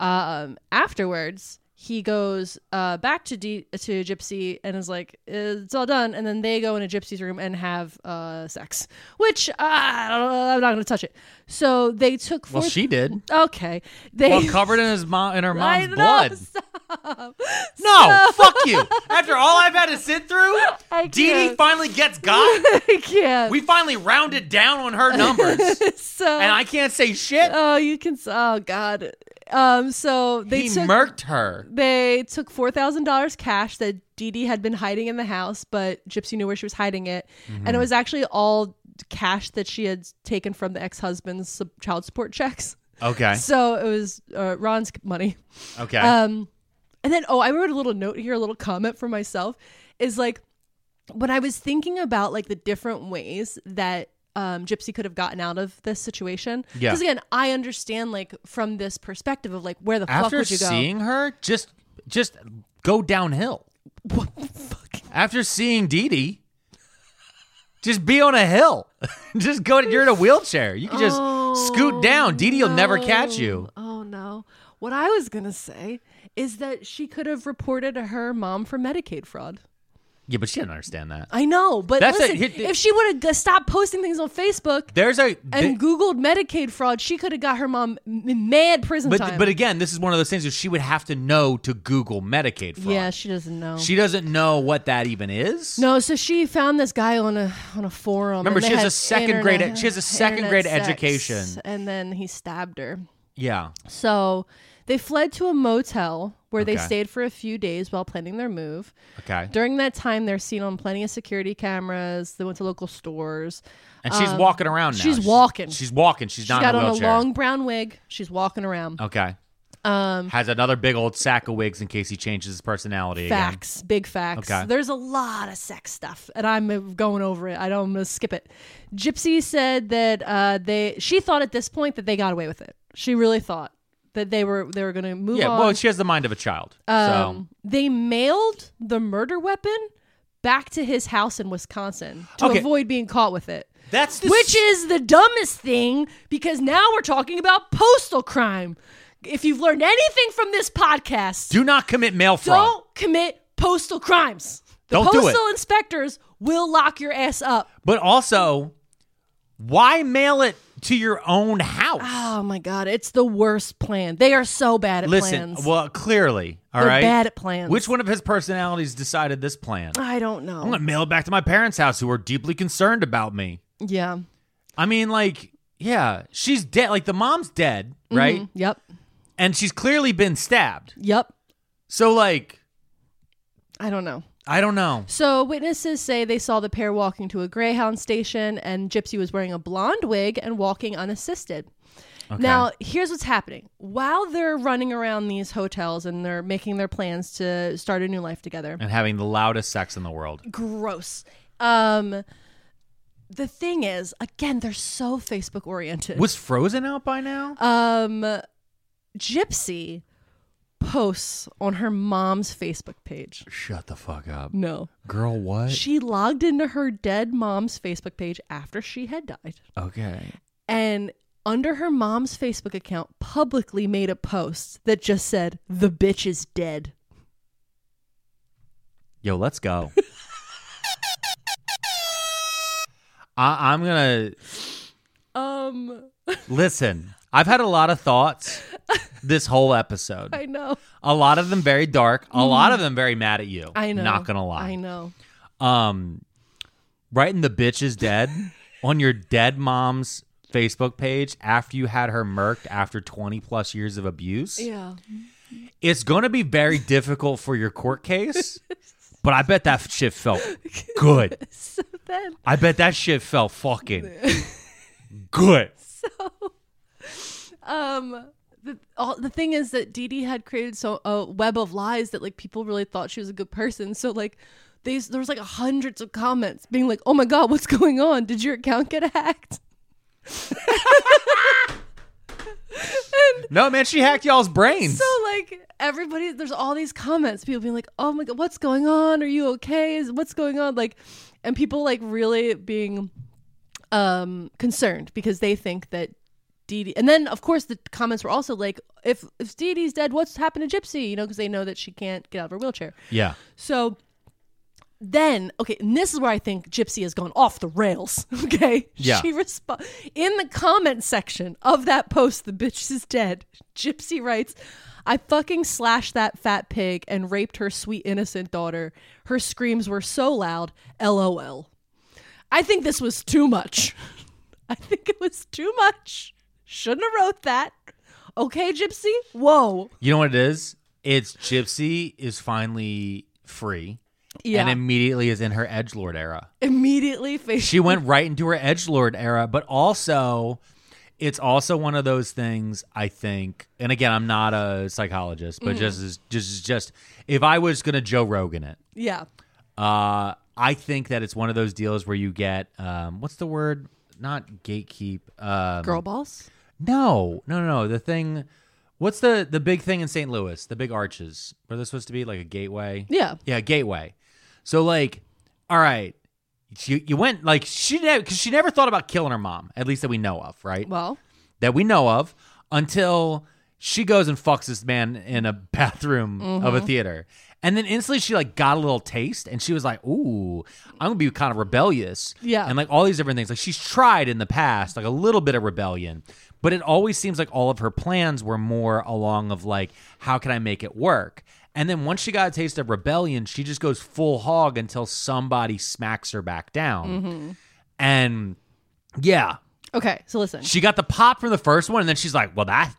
Speaker 2: Um, afterwards, he goes uh, back to D- to Gypsy and is like, "It's all done." And then they go into Gypsy's room and have uh, sex, which uh, I don't know, I'm not going to touch it. So they took.
Speaker 1: Well,
Speaker 2: fourth-
Speaker 1: she did.
Speaker 2: Okay, they.
Speaker 1: Well, covered in his mom in her
Speaker 2: I
Speaker 1: mom's
Speaker 2: know,
Speaker 1: blood.
Speaker 2: stop.
Speaker 1: No, fuck you. After all I've had to sit through,
Speaker 2: I
Speaker 1: Dee Dee
Speaker 2: can't.
Speaker 1: finally gets got.
Speaker 2: I can't.
Speaker 1: We finally rounded down on her numbers,
Speaker 2: so.
Speaker 1: and I can't say shit.
Speaker 2: oh, you can. Oh God. Um. So they
Speaker 1: he
Speaker 2: took.
Speaker 1: murked her.
Speaker 2: They took four thousand dollars cash that Dee Dee had been hiding in the house, but Gypsy knew where she was hiding it,
Speaker 1: Mm-hmm.
Speaker 2: and it was actually all cash that she had taken from the ex-husband's sub- child support checks.
Speaker 1: Okay,
Speaker 2: So it was uh, Ron's money.
Speaker 1: okay.
Speaker 2: Um, and then, oh, I wrote a little note here, a little comment for myself is like when I was thinking about like the different ways that um, Gypsy could have gotten out of this situation.
Speaker 1: Yeah.
Speaker 2: Because again, I understand like from this perspective of like where the fuck
Speaker 1: After
Speaker 2: would you go?
Speaker 1: seeing her, just just go downhill.
Speaker 2: what the fuck?
Speaker 1: after seeing Dee Dee, just be on a hill. just go. You're in a wheelchair. You can just scoot down. Dee Dee will never catch you.
Speaker 2: Oh no. What I was gonna say is that she could have reported her mom for Medicaid fraud.
Speaker 1: Yeah, but she didn't understand that.
Speaker 2: I know, but
Speaker 1: That's it.
Speaker 2: listen,
Speaker 1: Hit the-
Speaker 2: if she would have stopped posting things on Facebook
Speaker 1: There's a
Speaker 2: and Googled Medicaid fraud, she could have got her mom m- mad prison
Speaker 1: but
Speaker 2: time.
Speaker 1: but again, this is one of those things where she would have to know to Google Medicaid fraud.
Speaker 2: yeah, she doesn't know.
Speaker 1: she doesn't know what that even is.
Speaker 2: no, so she found this guy on a on a forum.
Speaker 1: Remember,
Speaker 2: and they
Speaker 1: she has
Speaker 2: had
Speaker 1: a second grade- e-
Speaker 2: internet-
Speaker 1: she has a second
Speaker 2: internet
Speaker 1: grade
Speaker 2: sex,
Speaker 1: education.
Speaker 2: and then he stabbed her.
Speaker 1: Yeah.
Speaker 2: So they fled to a motel where they
Speaker 1: Okay.
Speaker 2: stayed for a few days while planning their move.
Speaker 1: Okay.
Speaker 2: During that time, they're seen on plenty of security cameras. They went to local stores.
Speaker 1: And she's walking around now.
Speaker 2: um, she's walking.
Speaker 1: She's walking. She's
Speaker 2: She
Speaker 1: not
Speaker 2: got
Speaker 1: in a
Speaker 2: on a
Speaker 1: wheelchair.
Speaker 2: long brown wig. She's walking around.
Speaker 1: okay. Um, Has another big old sack of wigs in case he changes his personality again.
Speaker 2: Facts, big facts.
Speaker 1: Okay.
Speaker 2: There's a lot of sex stuff, and I'm going over it. I don't, I'm gonna skip it. Gypsy said that uh, they, she thought at this point that they got away with it. She really thought that they were they were gonna move
Speaker 1: Yeah,
Speaker 2: on.
Speaker 1: well, she has the mind of a child.
Speaker 2: Um, they mailed the murder weapon back to his house in Wisconsin to
Speaker 1: Okay.
Speaker 2: avoid being caught with it.
Speaker 1: so that's the
Speaker 2: Which is the dumbest thing because now we're talking about postal crime. If you've learned anything from this podcast,
Speaker 1: do not commit mail fraud.
Speaker 2: don't commit postal crimes. The
Speaker 1: Don't do
Speaker 2: postal
Speaker 1: it.
Speaker 2: inspectors will lock your ass up.
Speaker 1: But also, why mail it to your own house?
Speaker 2: Oh my god, it's the worst plan. They are so bad at
Speaker 1: Listen,
Speaker 2: plans.
Speaker 1: well, clearly, all right.
Speaker 2: They're bad at plans.
Speaker 1: Which one of his personalities decided this plan? I'm
Speaker 2: I don't know.
Speaker 1: gonna mail it back to my parents' house, who are deeply concerned about me.
Speaker 2: yeah.
Speaker 1: I mean, like, yeah, she's dead. Like the mom's dead,
Speaker 2: Mm-hmm.
Speaker 1: right?
Speaker 2: Yep.
Speaker 1: And she's clearly been stabbed.
Speaker 2: Yep.
Speaker 1: So, like,
Speaker 2: I don't know.
Speaker 1: I don't know.
Speaker 2: So witnesses say they saw the pair walking to a Greyhound station, and Gypsy was wearing a blonde wig and walking unassisted. Now, here's what's happening. While they're running around these hotels and they're making their plans to start a new life together,
Speaker 1: And having the loudest sex in the world.
Speaker 2: gross. Um, the thing is, again, they're so Facebook oriented.
Speaker 1: Was Frozen out by now?
Speaker 2: um, Gypsy posts on her mom's Facebook page.
Speaker 1: Shut the fuck up,
Speaker 2: No,
Speaker 1: girl. What?
Speaker 2: she logged into her dead mom's Facebook page after she had died,
Speaker 1: okay.
Speaker 2: and under her mom's Facebook account, publicly made a post that just said, "The bitch is dead."
Speaker 1: Yo, let's go. I, I'm gonna
Speaker 2: Um,
Speaker 1: listen. I've had a lot of thoughts this whole episode.
Speaker 2: I know,
Speaker 1: A lot of them very dark. A lot of them very mad at you.
Speaker 2: Mm-hmm. I know.
Speaker 1: Not gonna
Speaker 2: I
Speaker 1: lie.
Speaker 2: know.
Speaker 1: Um, writing the bitch is dead on your dead mom's Facebook page after you had her murked after 20 plus years of abuse.
Speaker 2: Yeah.
Speaker 1: It's gonna be very difficult for your court case. But I bet that shit felt good.
Speaker 2: So then,
Speaker 1: I bet that shit felt fucking good.
Speaker 2: um the, all, the thing is that Dee Dee had created so a web of lies that like people really thought she was a good person. So like these there was like hundreds of comments being like, "Oh my god, what's going on? Did your account get hacked?"
Speaker 1: No, man, she hacked y'all's brains.
Speaker 2: So like everybody, there's all these comments. People being like, "Oh my god, what's going on? Are you okay? Is what's going on?" Like, and people like really being um concerned because they think that Dee Dee. And then of course the comments were also like, "If if Dee Dee's dead, what's happened to Gypsy?" You know, because they know that she can't get out of her wheelchair.
Speaker 1: yeah.
Speaker 2: So then, okay, and this is where I think Gypsy has gone off the rails. Okay,
Speaker 1: Yeah.
Speaker 2: She resp- in the comment section of that post, the bitch is dead. Gypsy writes, "I fucking slashed that fat pig and raped her sweet innocent daughter. Her screams were so loud. LOL." I think this was too much. I think it was too much. Shouldn't have wrote that. Okay, Gypsy. Whoa.
Speaker 1: You know what it is? It's Gypsy is finally free
Speaker 2: Yeah.
Speaker 1: and immediately is in her edge lord era.
Speaker 2: immediately face.
Speaker 1: She went right into her edge lord era, but also it's also one of those things I think. And again, I'm not a psychologist, but just as just just if I was going to Joe Rogan it,
Speaker 2: yeah.
Speaker 1: Uh, I think that it's one of those deals where you get um, what's the word? Not gatekeep. Um,
Speaker 2: Girl balls.
Speaker 1: No, no, no, no. The thing. What's the the big thing in St. Louis? The big arches. Were they supposed to be like a gateway?
Speaker 2: Yeah.
Speaker 1: Yeah, gateway. So like, all right, you you went like she never because she never thought about killing her mom, at least that we know of, right?
Speaker 2: Well,
Speaker 1: that we know of until she goes and fucks this man in a bathroom of a theater. And then instantly she like got a little taste and she was like, ooh, I'm gonna be kind of rebellious.
Speaker 2: Yeah.
Speaker 1: And like all these different things. Like she's tried in the past, like a little bit of rebellion, but it always seems like all of her plans were more along of like, how can I make it work? And then once she got a taste of rebellion, she just goes full hog until somebody smacks her back down. And yeah,
Speaker 2: okay. So listen.
Speaker 1: she got the pop from the first one, and then she's like, "Well, that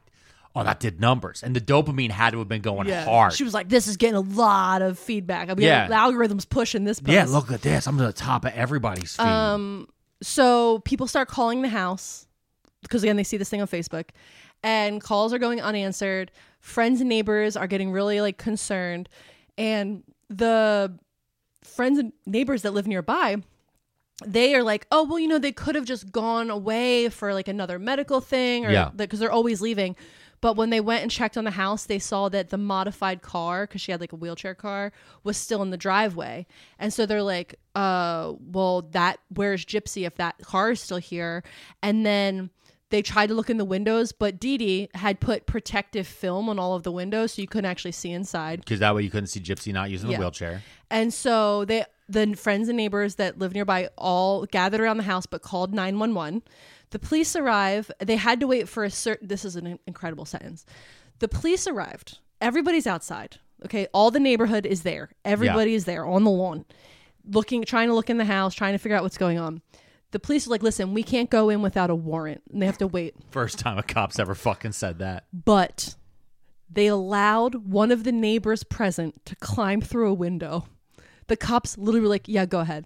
Speaker 1: oh, that did numbers. And the dopamine had to have been going
Speaker 2: Yeah.
Speaker 1: hard.
Speaker 2: She was like, "This is getting a lot of feedback. I mean,
Speaker 1: Yeah.
Speaker 2: the algorithm's pushing this." Post.
Speaker 1: yeah, look at this. I'm to the top of everybody's feed.
Speaker 2: Um, So people start calling the house because again they see this thing on Facebook, and calls are going unanswered. Friends and neighbors are getting really like concerned, and the friends and neighbors that live nearby they are like, oh, well, you know, they could have just gone away for like another medical thing or
Speaker 1: Yeah.
Speaker 2: because they're always leaving. But when they went and checked on the house, they saw that the modified car, because she had like a wheelchair car, was still in the driveway. And so they're like, uh, well, that where's Gypsy if that car is still here? And then they tried to look in the windows, but Dee Dee had put protective film on all of the windows, so you couldn't actually see inside.
Speaker 1: Because that way you couldn't see Gypsy not using the
Speaker 2: Yeah.
Speaker 1: wheelchair.
Speaker 2: And so they the friends and neighbors that live nearby all gathered around the house but called 911. The police arrive. They had to wait for a certain this is an in- incredible sentence. The police arrived. Everybody's outside. Okay, all the neighborhood is there. Everybody is there on the lawn looking trying to look in the house, trying to figure out what's going on. The police are like, "Listen, we can't go in without a warrant." And they have to wait
Speaker 1: First time a cop's ever fucking said that.
Speaker 2: but they allowed one of the neighbors present to climb through a window. The cops literally were like, yeah, go ahead.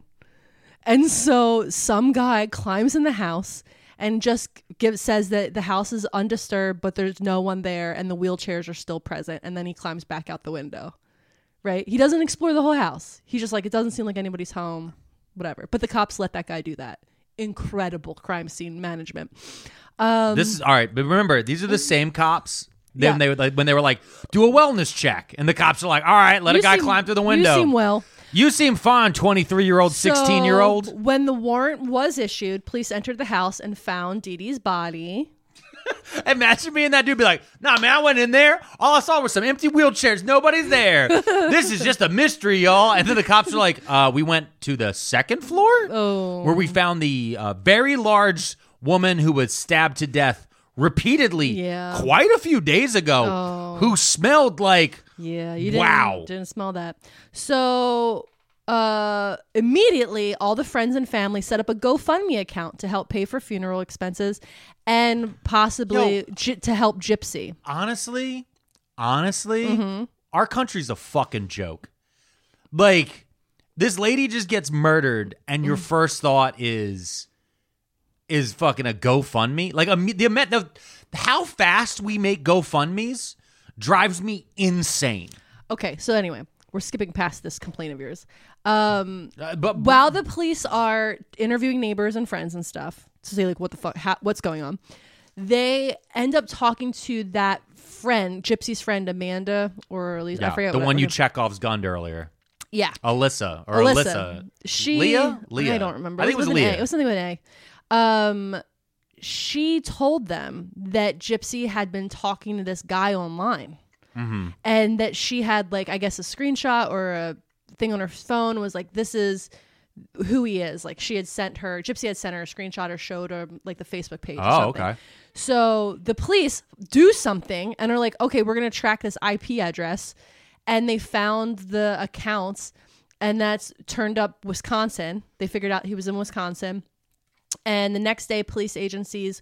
Speaker 2: And so some guy climbs in the house and just gives, says that the house is undisturbed, but there's no one there and the wheelchairs are still present. And then he climbs back out the window, right? He doesn't explore the whole house. He's just like, it doesn't seem like anybody's home, whatever. But the cops let that guy do that. Incredible crime scene management.
Speaker 1: this is all right, but remember, these are the same cops. Then
Speaker 2: Um, Yeah.
Speaker 1: they would like when they were like, do a wellness check, and the cops are like, all right, let a
Speaker 2: You
Speaker 1: guy
Speaker 2: seem-
Speaker 1: climb through the window.
Speaker 2: You seem well.
Speaker 1: You seem fine, 23 year old, 16 year
Speaker 2: So,
Speaker 1: old.
Speaker 2: When the warrant was issued, police entered the house and found Dee Dee's body.
Speaker 1: Imagine being that dude, be like, nah, man, I went in there. All I saw was some empty wheelchairs. Nobody's there. this is just a mystery, y'all. And then the cops are like, uh, we went to the second floor oh. where we found the uh, very large woman who was stabbed to death repeatedly
Speaker 2: Yeah.
Speaker 1: quite a few days ago who smelled like.
Speaker 2: Yeah, you didn't,
Speaker 1: Wow.
Speaker 2: didn't smell that. So uh immediately all the friends and family set up a GoFundMe account to help pay for funeral expenses and possibly
Speaker 1: Yo.
Speaker 2: gy- to help Gypsy.
Speaker 1: honestly, honestly,
Speaker 2: Mm-hmm.
Speaker 1: our country's a fucking joke. Like, this lady just gets murdered, and
Speaker 2: Mm.
Speaker 1: your first thought is is fucking a GoFundMe. Like, imme- the, amount- the how fast we make GoFundmes drives me insane.
Speaker 2: Okay, so anyway, we're skipping past this complaint of yours. Um
Speaker 1: Uh, but
Speaker 2: while the police are interviewing neighbors and friends and stuff to say like what the fuck ha- what's going on they end up talking to that friend gypsy's friend amanda or at least
Speaker 1: yeah,
Speaker 2: i forget
Speaker 1: the
Speaker 2: what-
Speaker 1: one
Speaker 2: what
Speaker 1: you
Speaker 2: her-
Speaker 1: Chekhov's gunned earlier,
Speaker 2: yeah
Speaker 1: Alyssa or Alyssa.
Speaker 2: Alyssa. She
Speaker 1: Leah? Leah.
Speaker 2: I don't remember.
Speaker 1: I think it was
Speaker 2: with an
Speaker 1: Leah.
Speaker 2: A. It was something with an A. Um she told them that Gypsy had been talking to this guy online.
Speaker 1: Mm-hmm.
Speaker 2: And that she had like I guess a screenshot or a thing on her phone was like this is who he is. Like she had sent her Gypsy had sent her a screenshot or showed her like the Facebook page. or
Speaker 1: Oh,
Speaker 2: something.
Speaker 1: okay.
Speaker 2: So the police do something and are like, okay, we're going to track this IP address. And they found the accounts, and that's turned up Wisconsin. They figured out he was in Wisconsin. And the next day, police agencies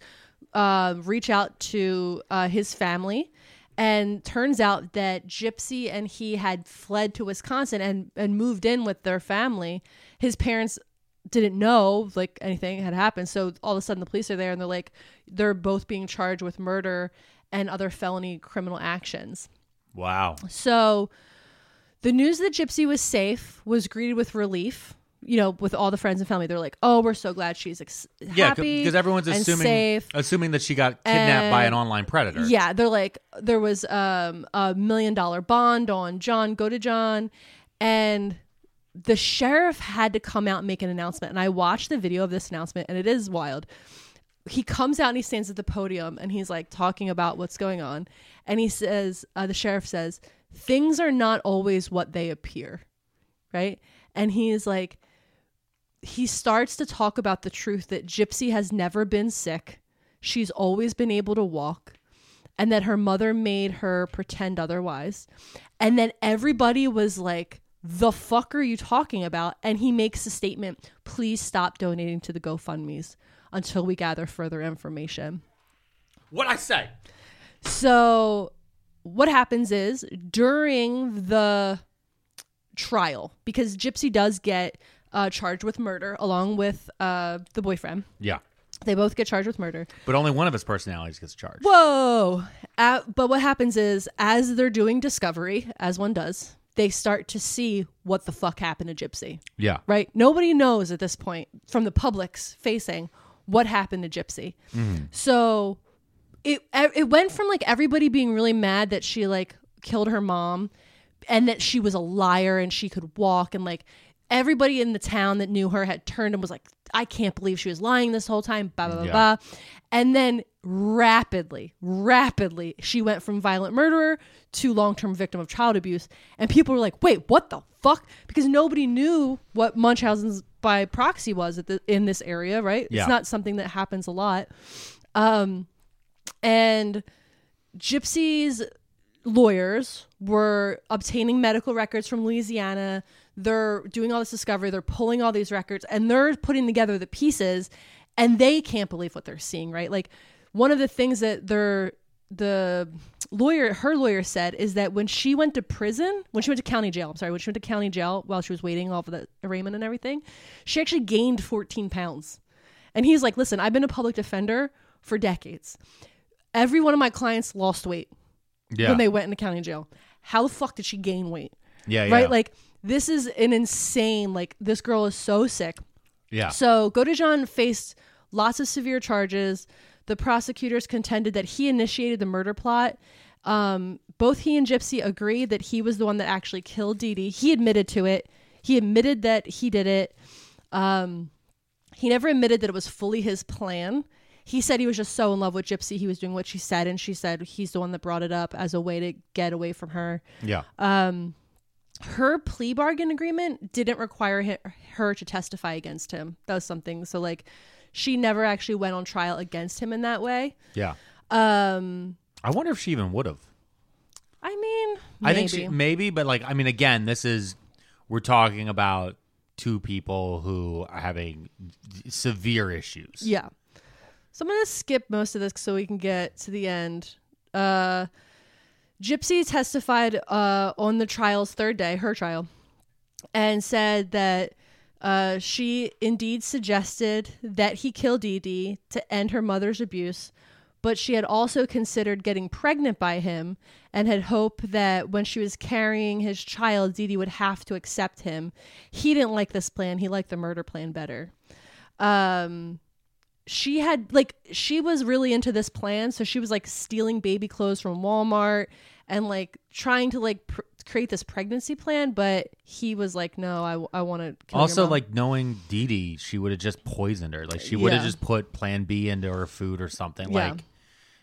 Speaker 2: uh, reach out to uh, his family. And turns out that Gypsy and he had fled to Wisconsin and, and moved in with their family. His parents didn't know like anything had happened. So all of a sudden the police are there and they're like, they're both being charged with murder and other felony criminal actions.
Speaker 1: Wow.
Speaker 2: So the news that Gypsy was safe was greeted with relief. You know, with all the friends and family, they're like, "Oh, we're so glad she's ex-
Speaker 1: Yeah,
Speaker 2: happy
Speaker 1: because everyone's
Speaker 2: and
Speaker 1: assuming
Speaker 2: safe."
Speaker 1: assuming that she got kidnapped by an
Speaker 2: And-
Speaker 1: online predator.
Speaker 2: Yeah, they're like there was um, a million dollar bond on John. Go to John, and the sheriff had to come out and make an announcement. And I watched the video of this announcement, and it is wild. He comes out and he stands at the podium, and he's like talking about what's going on, and he says, uh, the sheriff says, things are not always what they appear, right? And he is like. He starts to talk about the truth that Gypsy has never been sick. She's always been able to walk and that her mother made her pretend otherwise. And then everybody was like, the fuck are you talking about? And he makes a statement, please stop donating to the GoFundMe's until we gather further information.
Speaker 1: What I say?
Speaker 2: So what happens is during the trial, because Gypsy does get uh, charged with murder along with uh, the boyfriend.
Speaker 1: Yeah.
Speaker 2: They both get charged with murder.
Speaker 1: But only one of his personalities gets charged.
Speaker 2: Whoa! Uh, but what happens is, as they're doing discovery, as one does, they start to see what the fuck happened to Gypsy.
Speaker 1: Yeah.
Speaker 2: Right? Nobody knows at this point from the public's facing what happened to Gypsy. So it it went from like everybody being really mad that she like killed her mom and that she was a liar and she could walk and like everybody in the town that knew her had turned and was like I can't believe she was lying this whole time blah blah blah,
Speaker 1: Yeah.
Speaker 2: blah. and then rapidly rapidly she went from violent murderer to long-term victim of child abuse and people were like wait what the fuck because nobody knew what Munchausen's by proxy was at the, in this area right
Speaker 1: Yeah.
Speaker 2: it's not something that happens a lot um and Gypsy's lawyers were obtaining medical records from Louisiana. They're doing all this discovery, they're pulling all these records, and they're putting together the pieces, and they can't believe what they're seeing, right? Like, one of the things that they're the lawyer her lawyer said is that when she went to prison when she went to county jail i'm sorry when she went to county jail while she was waiting all for the arraignment and everything she actually gained 14 pounds and he's like listen i've been a public defender for decades every one of my clients lost weight
Speaker 1: Yeah.
Speaker 2: when they went into county jail. How the fuck did she gain weight?
Speaker 1: yeah.
Speaker 2: Right?
Speaker 1: yeah.
Speaker 2: Like this is an insane like this girl is so sick.
Speaker 1: yeah.
Speaker 2: So Godejean faced lots of severe charges. The prosecutors contended that he initiated the murder plot. Um, both he and Gypsy agreed that he was the one that actually killed Dee Dee. He admitted to it. He admitted that he did it. Um, he never admitted that it was fully his plan. He said he was just so in love with Gypsy. He was doing what she said, and she said he's the one that brought it up as a way to get away from her
Speaker 1: yeah.
Speaker 2: uh, her plea bargain agreement didn't require hi- her to testify against him. That was something. So like she never actually went on trial against him in that way.
Speaker 1: yeah.
Speaker 2: Um
Speaker 1: I wonder if she even would have.
Speaker 2: I mean,
Speaker 1: I
Speaker 2: maybe.
Speaker 1: think she maybe, but like I mean, again, this is we're talking about two people who are having severe issues.
Speaker 2: Yeah. So I'm going to skip most of this so we can get to the end. Uh, Gypsy testified uh, on the trial's third day, her trial, and said that uh, she indeed suggested that he kill Dee Dee to end her mother's abuse, but she had also considered getting pregnant by him and had hoped that when she was carrying his child, Dee Dee would have to accept him. He didn't like this plan, he liked the murder plan better um she had like she was really into this plan so she was like stealing baby clothes from Walmart and like trying to like pr- create this pregnancy plan but he was like no I, I want to kill your
Speaker 1: Also,
Speaker 2: mom."
Speaker 1: like knowing Dee Dee, she would have just poisoned her. Like she would have
Speaker 2: Yeah.
Speaker 1: just put Plan B into her food or something.
Speaker 2: Yeah.
Speaker 1: Like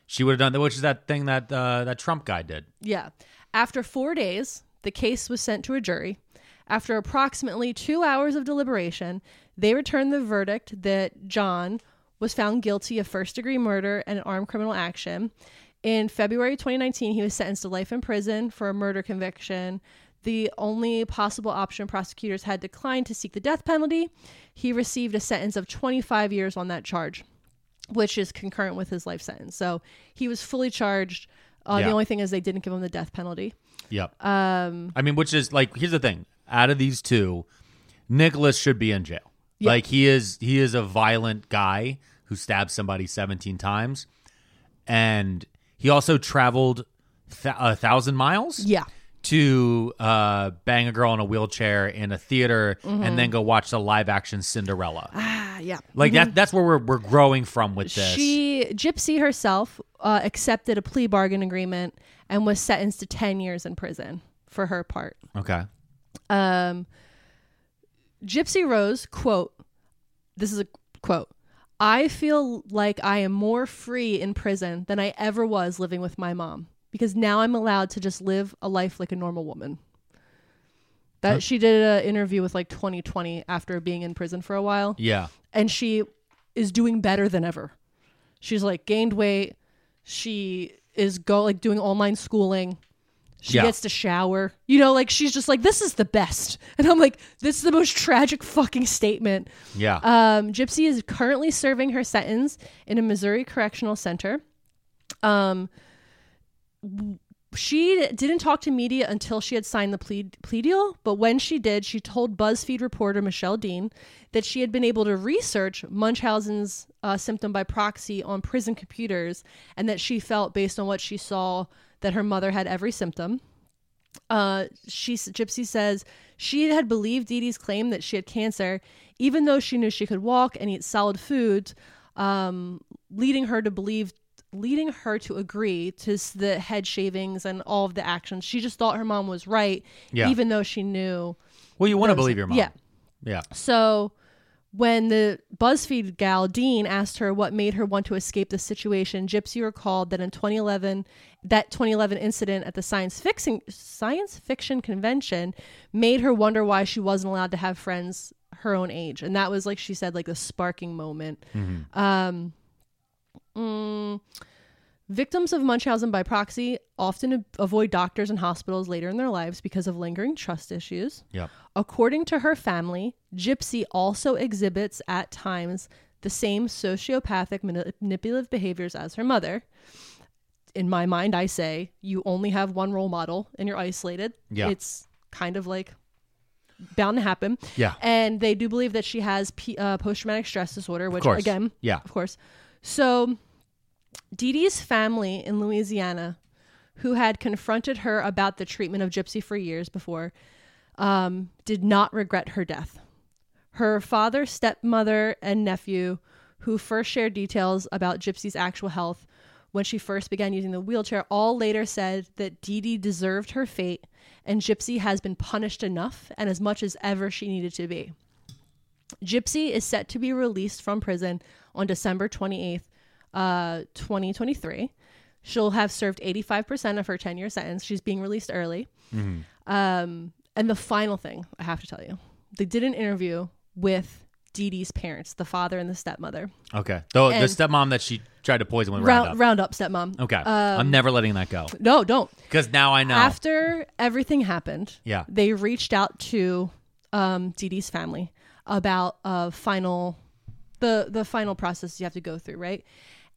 Speaker 1: she would have done that, which is that thing that uh, that Trump guy did.
Speaker 2: Yeah. After four days, the case was sent to a jury. After approximately two hours of deliberation, they returned the verdict that John was found guilty of first degree murder and armed criminal action. In February 2019, he was sentenced to life in prison for a murder conviction. The only possible option prosecutors had declined to seek the death penalty. He received a sentence of 25 years on that charge which is concurrent with his life sentence. So he was fully charged. Uh,
Speaker 1: Yeah.
Speaker 2: The only thing is they didn't give him the death penalty.
Speaker 1: Yep. Um. I mean, which is like here's the thing. Out of these two, Nicholas should be in jail. Like he is he is a violent guy who stabbed somebody 17 times, and he also traveled th- a thousand miles.
Speaker 2: Yeah.
Speaker 1: To uh, bang a girl in a wheelchair in a theater
Speaker 2: Mm-hmm.
Speaker 1: and then go watch the live action Cinderella.
Speaker 2: Ah, yeah.
Speaker 1: Like that that's where we're we're growing from with this.
Speaker 2: She, Gypsy herself, uh, accepted a plea bargain agreement and was sentenced to 10 years in prison for her part.
Speaker 1: okay.
Speaker 2: Um, Gypsy Rose, quote, this is a quote. I feel like I am more free in prison than I ever was living with my mom because now I'm allowed to just live a life like a normal woman. That she did an interview with like 2020 after being in prison for a while
Speaker 1: Yeah.
Speaker 2: and she is doing better than ever. She's like gained weight. She is go like doing online schooling. She
Speaker 1: Yeah.
Speaker 2: gets to shower. You know, like she's just like this is the best. And I'm like this is the most tragic fucking statement.
Speaker 1: Yeah.
Speaker 2: Um, Gypsy is currently serving her sentence in a Missouri Correctional Center. Um, she didn't talk to media until she had signed the plea, plea deal, but when she did, she told BuzzFeed reporter Michelle Dean that she had been able to research Munchausen's uh, symptom by proxy on prison computers and that she felt, based on what she saw, that her mother had every symptom. Uh, she Gypsy says she had believed Dee Dee's claim that she had cancer, even though she knew she could walk and eat solid food, um, leading her to believe, leading her to agree to s- the head shavings and all of the actions. She just thought her mom was right,
Speaker 1: Yeah.
Speaker 2: even though she knew.
Speaker 1: Well, you want to believe your mom.
Speaker 2: Yeah.
Speaker 1: Yeah.
Speaker 2: So when the BuzzFeed gal Dean asked her what made her want to escape the situation, Gypsy recalled that in 2011, that 2011 incident at the science fiction science fiction convention made her wonder why she wasn't allowed to have friends her own age, and that was like she said, like the sparking moment. Um, mm, Victims of Munchausen by proxy often a- avoid doctors and hospitals later in their lives because of lingering trust issues.
Speaker 1: Yeah.
Speaker 2: According to her family, Gypsy also exhibits at times the same sociopathic mani- manipulative behaviors as her mother. In my mind, I say you only have one role model and you're isolated.
Speaker 1: Yeah.
Speaker 2: It's kind of like bound to happen.
Speaker 1: Yeah.
Speaker 2: And they do believe that she has P- uh, post traumatic stress disorder, which,
Speaker 1: course.
Speaker 2: again,
Speaker 1: Yeah.
Speaker 2: of course. So, Dee Dee's family in Louisiana, who had confronted her about the treatment of Gypsy for years before, um, did not regret her death. Her father, stepmother, and nephew, who first shared details about Gypsy's actual health when she first began using the wheelchair, all later said that Dee Dee deserved her fate and Gypsy has been punished enough and as much as ever she needed to be. Gypsy is set to be released from prison on December 28th, uh, 2023. She'll have served 85% of her 10 year sentence. She's being released early.
Speaker 1: Mm-hmm.
Speaker 2: Um, and the final thing I have to tell you they did an interview with Dee Dee's parents, the father and the stepmother.
Speaker 1: Okay. Though the
Speaker 2: And-
Speaker 1: stepmom that she tried to poison with
Speaker 2: Round,
Speaker 1: Roundup.
Speaker 2: round up, stepmom.
Speaker 1: okay. I'm never letting that go
Speaker 2: No, don't.
Speaker 1: because now I know.
Speaker 2: After everything happened,
Speaker 1: Yeah.
Speaker 2: they reached out to um, Dee Dee's family about uh, final the the final process you have to go through, right?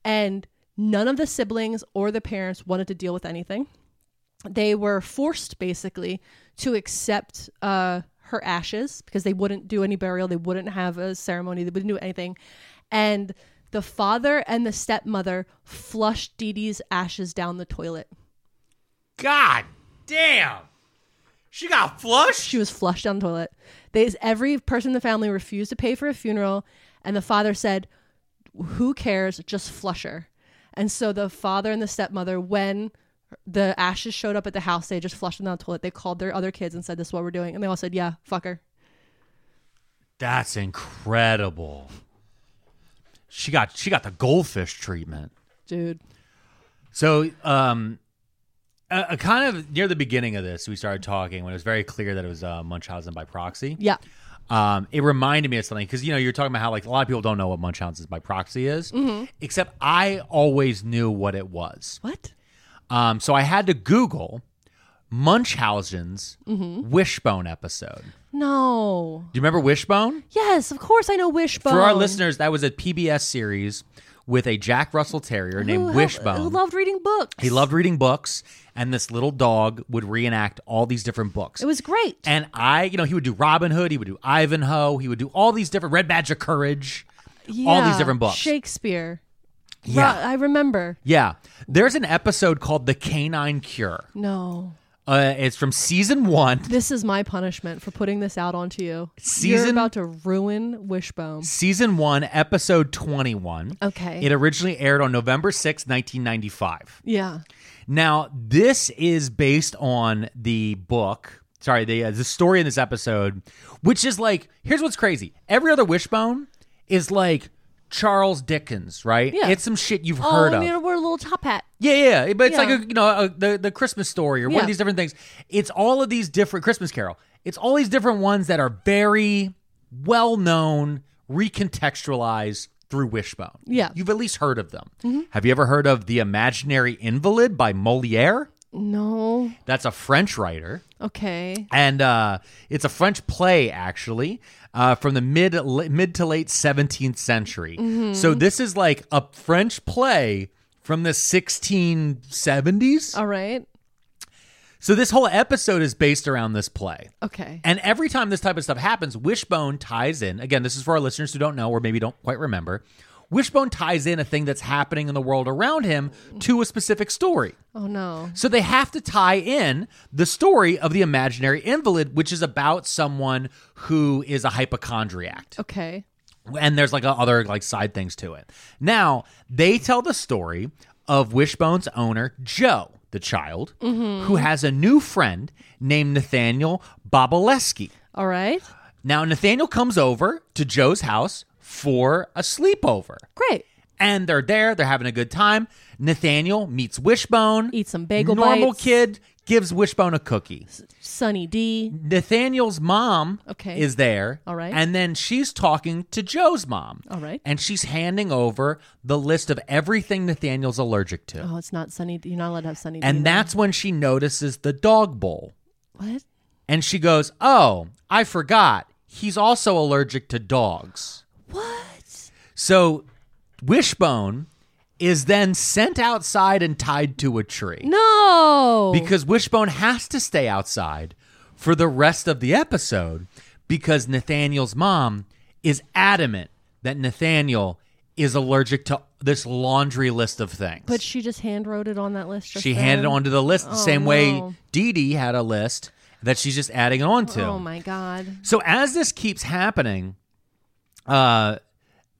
Speaker 2: And none of the siblings or the parents wanted to deal with anything. They were forced basically to accept uh, her ashes because they wouldn't do any burial, they wouldn't have a ceremony, they wouldn't do anything, and the father and the stepmother flushed Dee Dee's ashes down the toilet.
Speaker 1: God damn. She got flushed.
Speaker 2: She was flushed down the toilet. They, every person in the family refused to pay for a funeral, and the father said, "Who cares? Just flush her." And so the father and the stepmother, when the ashes showed up at the house, they just flushed them down the toilet. They called their other kids and said, "This is what we're doing," and they all said, "Yeah, fuck her."
Speaker 1: That's incredible. She got she got the goldfish treatment.
Speaker 2: Dude,
Speaker 1: So, um, a, a kind of near the beginning of this, we started talking when it was very clear that it was uh, Munchausen by proxy.
Speaker 2: yeah,
Speaker 1: Um, it reminded me of something because you know you're talking about how like a lot of people don't know what Munchausen by proxy is,
Speaker 2: Mm-hmm.
Speaker 1: except I always knew what it was.
Speaker 2: what?
Speaker 1: Um, so I had to Google Munchausen's Wishbone episode.
Speaker 2: No.
Speaker 1: Do you remember Wishbone?
Speaker 2: Yes, of course I know Wishbone.
Speaker 1: For our listeners, that was a PBS series with a Jack Russell Terrier
Speaker 2: Who
Speaker 1: named
Speaker 2: have-
Speaker 1: Wishbone.
Speaker 2: who loved reading books.
Speaker 1: He loved reading books, and this little dog would reenact all these different books.
Speaker 2: It was great.
Speaker 1: and I, you know, he would do Robin Hood, he would do Ivanhoe, he would do all these different Red Badge of Courage, all these
Speaker 2: Yeah,
Speaker 1: different books.
Speaker 2: Shakespeare.
Speaker 1: Yeah.
Speaker 2: Ro- I remember.
Speaker 1: yeah. There's an episode called The Canine Cure.
Speaker 2: No.
Speaker 1: Uh, it's from season one.
Speaker 2: This is my punishment for putting this out onto you.
Speaker 1: Season-
Speaker 2: You're about to ruin Wishbone.
Speaker 1: Season one, episode 21.
Speaker 2: Okay.
Speaker 1: It originally aired on November sixth, 1995.
Speaker 2: yeah.
Speaker 1: Now, this is based on the book. Sorry, the uh, the story in this episode, which is like, here's what's crazy. Every other Wishbone is like Charles Dickens, right?
Speaker 2: Yeah.
Speaker 1: It's some shit you've
Speaker 2: Oh,
Speaker 1: heard
Speaker 2: and
Speaker 1: of.
Speaker 2: they wore a little top hat.
Speaker 1: Yeah, yeah, yeah, but it's
Speaker 2: Yeah.
Speaker 1: like a, you know a, the the Christmas story or one
Speaker 2: Yeah.
Speaker 1: of these different things. It's all of these different Christmas Carol. It's all these different ones that are very well known, recontextualized through Wishbone.
Speaker 2: Yeah. Mm-hmm.
Speaker 1: you've at least heard of them. Have you ever heard of The Imaginary Invalid by Moliere?
Speaker 2: No.
Speaker 1: That's a French writer.
Speaker 2: Okay.
Speaker 1: And uh, it's a French play, actually, uh, from the mid
Speaker 2: Mm-hmm.
Speaker 1: mid to late 17th century. So this is like a French play from the 1670s.
Speaker 2: All right.
Speaker 1: So this whole episode is based around this play.
Speaker 2: Okay.
Speaker 1: And every time this type of stuff happens, Wishbone ties in. Again, this is for our listeners who don't know or maybe don't quite remember. Wishbone ties in a thing that's happening in the world around him to a specific story.
Speaker 2: Oh no.
Speaker 1: So they have to tie in the story of the imaginary invalid, which is about someone who is a hypochondriac.
Speaker 2: Okay.
Speaker 1: And there's like a- other like side things to it. Now, they tell the story of Wishbone's owner, Joe, the child,
Speaker 2: Mm-hmm.
Speaker 1: who has a new friend named Nathaniel Bobaleski.
Speaker 2: All right.
Speaker 1: Now, Nathaniel comes over to Joe's house for a sleepover.
Speaker 2: Great.
Speaker 1: And they're there, they're having a good time. Nathaniel meets Wishbone.
Speaker 2: Eat some bagel
Speaker 1: Normal
Speaker 2: bites.
Speaker 1: kid gives Wishbone a cookie.
Speaker 2: Sunny D.
Speaker 1: Nathaniel's mom
Speaker 2: Okay.
Speaker 1: is there.
Speaker 2: All right.
Speaker 1: And then she's talking to Joe's mom.
Speaker 2: All right.
Speaker 1: And she's handing over the list of everything Nathaniel's allergic to.
Speaker 2: Oh, it's not Sunny. D. You're not allowed to have Sunny D.
Speaker 1: and
Speaker 2: now.
Speaker 1: that's when she notices the dog bowl.
Speaker 2: what?
Speaker 1: And she goes, Oh, I forgot. He's also allergic to dogs.
Speaker 2: What?
Speaker 1: So Wishbone is then sent outside and tied to a tree
Speaker 2: No.
Speaker 1: because Wishbone has to stay outside for the rest of the episode because Nathaniel's mom is adamant that Nathaniel is allergic to this laundry list of things.
Speaker 2: but she just hand wrote it on that list. Just
Speaker 1: she handed
Speaker 2: then?
Speaker 1: on to the list the same
Speaker 2: Oh, no.
Speaker 1: way Dee Dee had a list that she's just adding on to.
Speaker 2: Oh my god.
Speaker 1: So as this keeps happening, uh,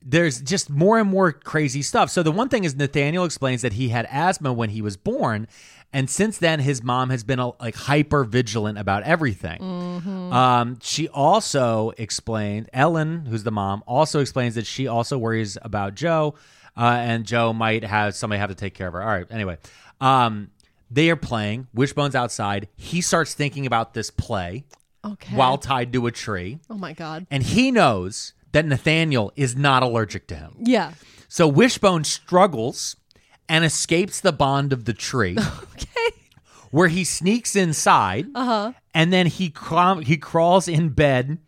Speaker 1: there's just more and more crazy stuff. So the one thing is Nathaniel explains that he had asthma when he was born, and since then his mom has been uh, like hyper vigilant about everything. Um, she also explained Ellen, who's the mom, also explains that she also worries about Joe, uh, and Joe might have somebody have to take care of her. All right, anyway. Um, they are playing. Wishbone's outside. He starts thinking about this play
Speaker 2: Okay.
Speaker 1: while tied to a tree.
Speaker 2: Oh my god.
Speaker 1: And he knows that Nathaniel is not allergic to him.
Speaker 2: Yeah.
Speaker 1: So Wishbone struggles and escapes the bond of the tree,
Speaker 2: Okay. Uh-huh.
Speaker 1: where he sneaks inside. And then he, craw- he crawls in bed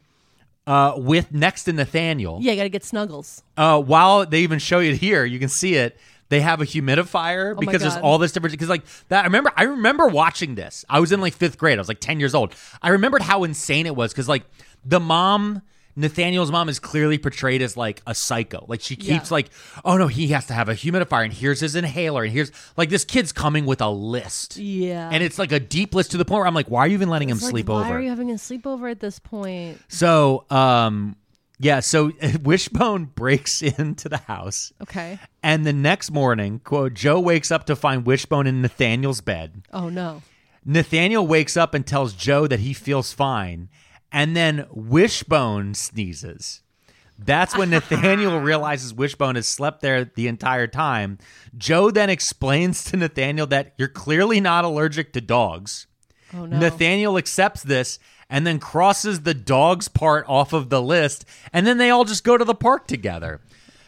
Speaker 1: uh, with next to Nathaniel.
Speaker 2: Yeah, you gotta get snuggles.
Speaker 1: uh, while they even show you here, you can see it. They have a humidifier
Speaker 2: Oh my
Speaker 1: because there's
Speaker 2: God.
Speaker 1: all this different. Because like that, I remember. I remember watching this. I was in like fifth grade. I was like ten years old. I remembered how insane it was because like the mom. Nathaniel's mom is clearly portrayed as like a psycho. Like she keeps
Speaker 2: Yeah.
Speaker 1: like, oh no, he has to have a humidifier, and here's his inhaler, and here's like this kid's coming with a list.
Speaker 2: Yeah.
Speaker 1: and it's like a deep list to the point where I'm like, why are you even letting him
Speaker 2: It's like,
Speaker 1: sleep
Speaker 2: why
Speaker 1: over?
Speaker 2: are you having a sleepover at this point?
Speaker 1: so, um, yeah, so Wishbone breaks into the house
Speaker 2: Okay.
Speaker 1: and the next morning, quote, Joe wakes up to find Wishbone in Nathaniel's bed.
Speaker 2: Oh no.
Speaker 1: Nathaniel wakes up and tells Joe that he feels fine. And then Wishbone sneezes. That's when Nathaniel realizes Wishbone has slept there the entire time. Joe then explains to Nathaniel that you're clearly not allergic to dogs.
Speaker 2: Oh no.
Speaker 1: Nathaniel accepts this and then crosses the dogs part off of the list, and then they all just go to the park together.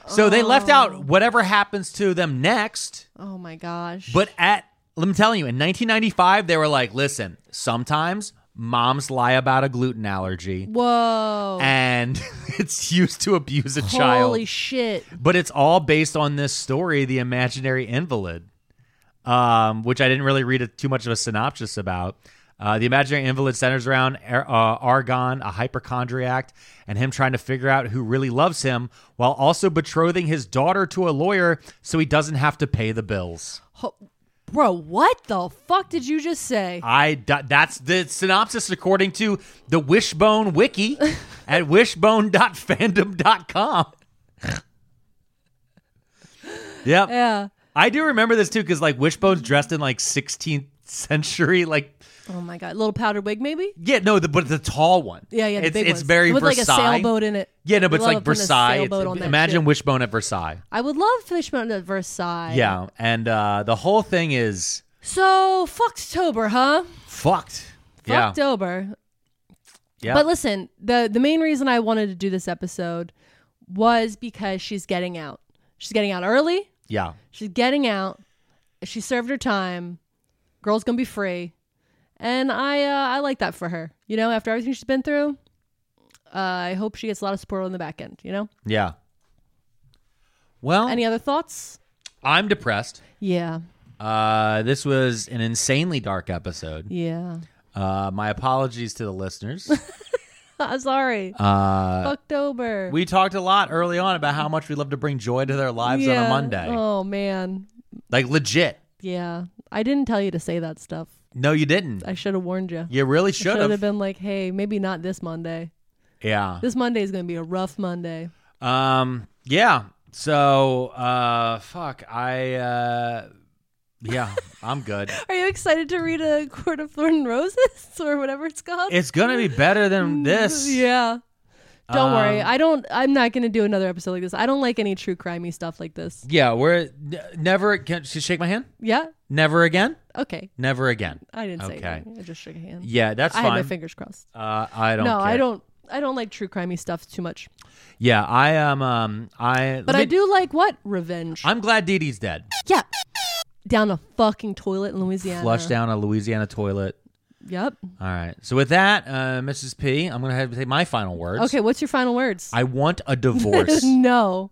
Speaker 1: So they left out whatever happens to them next,
Speaker 2: Oh my gosh.
Speaker 1: but at I'm telling you, in 1995, they were like, "Listen, sometimes moms lie about a gluten allergy,
Speaker 2: Whoa.
Speaker 1: and it's used to abuse a
Speaker 2: Holy
Speaker 1: child."
Speaker 2: shit.
Speaker 1: but it's all based on this story, the imaginary invalid, um, which I didn't really read a, too much of a synopsis about. Uh, the imaginary invalid centers around Ar- uh, Argon, a hypochondriac, and him trying to figure out who really loves him, while also betrothing his daughter to a lawyer so he doesn't have to pay the bills.
Speaker 2: Ho- Bro, what the fuck did you just say?
Speaker 1: I da- that's the synopsis according to the Wishbone wiki at wishbone.fandom.com. yep.
Speaker 2: yeah.
Speaker 1: I do remember this too cuz like Wishbone's dressed in like 16th century like
Speaker 2: Oh my god. Little powdered wig maybe?
Speaker 1: yeah, no, the, but the tall one.
Speaker 2: Yeah, yeah. The
Speaker 1: it's
Speaker 2: big
Speaker 1: it's
Speaker 2: ones.
Speaker 1: very
Speaker 2: with
Speaker 1: Versailles.
Speaker 2: like a sailboat in it.
Speaker 1: Yeah, no,
Speaker 2: I
Speaker 1: but it's
Speaker 2: love
Speaker 1: like
Speaker 2: putting a
Speaker 1: Versailles.
Speaker 2: sailboat on
Speaker 1: It's,
Speaker 2: that
Speaker 1: imagine
Speaker 2: shit.
Speaker 1: Wishbone at Versailles.
Speaker 2: I would love Fishbone at Versailles.
Speaker 1: Yeah, and uh the whole thing is
Speaker 2: So Foxtober, huh?
Speaker 1: fucked. yeah.
Speaker 2: Fucktober.
Speaker 1: yeah.
Speaker 2: But listen, the the main reason I wanted to do this episode was because she's getting out. She's getting out early.
Speaker 1: yeah.
Speaker 2: She's getting out. She served her time. Girl's gonna be free, and I uh, I like that for her. You know, after everything she's been through, uh, I hope she gets a lot of support on the back end. You know,
Speaker 1: Yeah. Well,
Speaker 2: any other thoughts?
Speaker 1: I'm depressed.
Speaker 2: Yeah.
Speaker 1: Uh, this was an insanely dark episode.
Speaker 2: Yeah.
Speaker 1: Uh, my apologies to the listeners.
Speaker 2: I'm sorry.
Speaker 1: Uh,
Speaker 2: Fucked over.
Speaker 1: we talked a lot early on about how much we love to bring joy to their lives on a
Speaker 2: Yeah.
Speaker 1: Monday.
Speaker 2: Oh man.
Speaker 1: Like, legit.
Speaker 2: Yeah. I didn't tell you to say that stuff.
Speaker 1: No, you didn't.
Speaker 2: I should have warned you.
Speaker 1: You really should
Speaker 2: Should have
Speaker 1: have.
Speaker 2: been like, hey, maybe not this Monday.
Speaker 1: Yeah.
Speaker 2: This Monday is going to be a rough Monday.
Speaker 1: Um. Yeah. So, uh, fuck. I. Uh, yeah, I'm good.
Speaker 2: Are you excited to read a Court of Thorn and Roses or whatever it's called?
Speaker 1: It's gonna be better than this.
Speaker 2: Mm, yeah. Don't worry.
Speaker 1: Um,
Speaker 2: I don't. I'm not going to do another episode like this. I don't like any true crimey stuff like this.
Speaker 1: Yeah. We're n- never. Can she shake my hand?
Speaker 2: Yeah.
Speaker 1: Never again.
Speaker 2: Okay.
Speaker 1: Never again.
Speaker 2: I didn't say
Speaker 1: Okay.
Speaker 2: anything. I just shook a hand.
Speaker 1: Yeah, that's
Speaker 2: I had my
Speaker 1: fine.
Speaker 2: fingers crossed.
Speaker 1: uh, I don't.
Speaker 2: no, I
Speaker 1: care.
Speaker 2: don't. I don't like true crimey stuff too much.
Speaker 1: Yeah, I am. Um, I.
Speaker 2: But
Speaker 1: let
Speaker 2: I
Speaker 1: me-
Speaker 2: do Uh-huh. like what revenge.
Speaker 1: I'm glad Dee Dee's dead.
Speaker 2: yeah. Down a fucking toilet in Louisiana.
Speaker 1: Flushed down a Louisiana toilet.
Speaker 2: Yep.
Speaker 1: All right. So with that, uh, Mrs. P, I'm gonna have to say my final words.
Speaker 2: Okay. What's your final words?
Speaker 1: I want a divorce.
Speaker 2: no.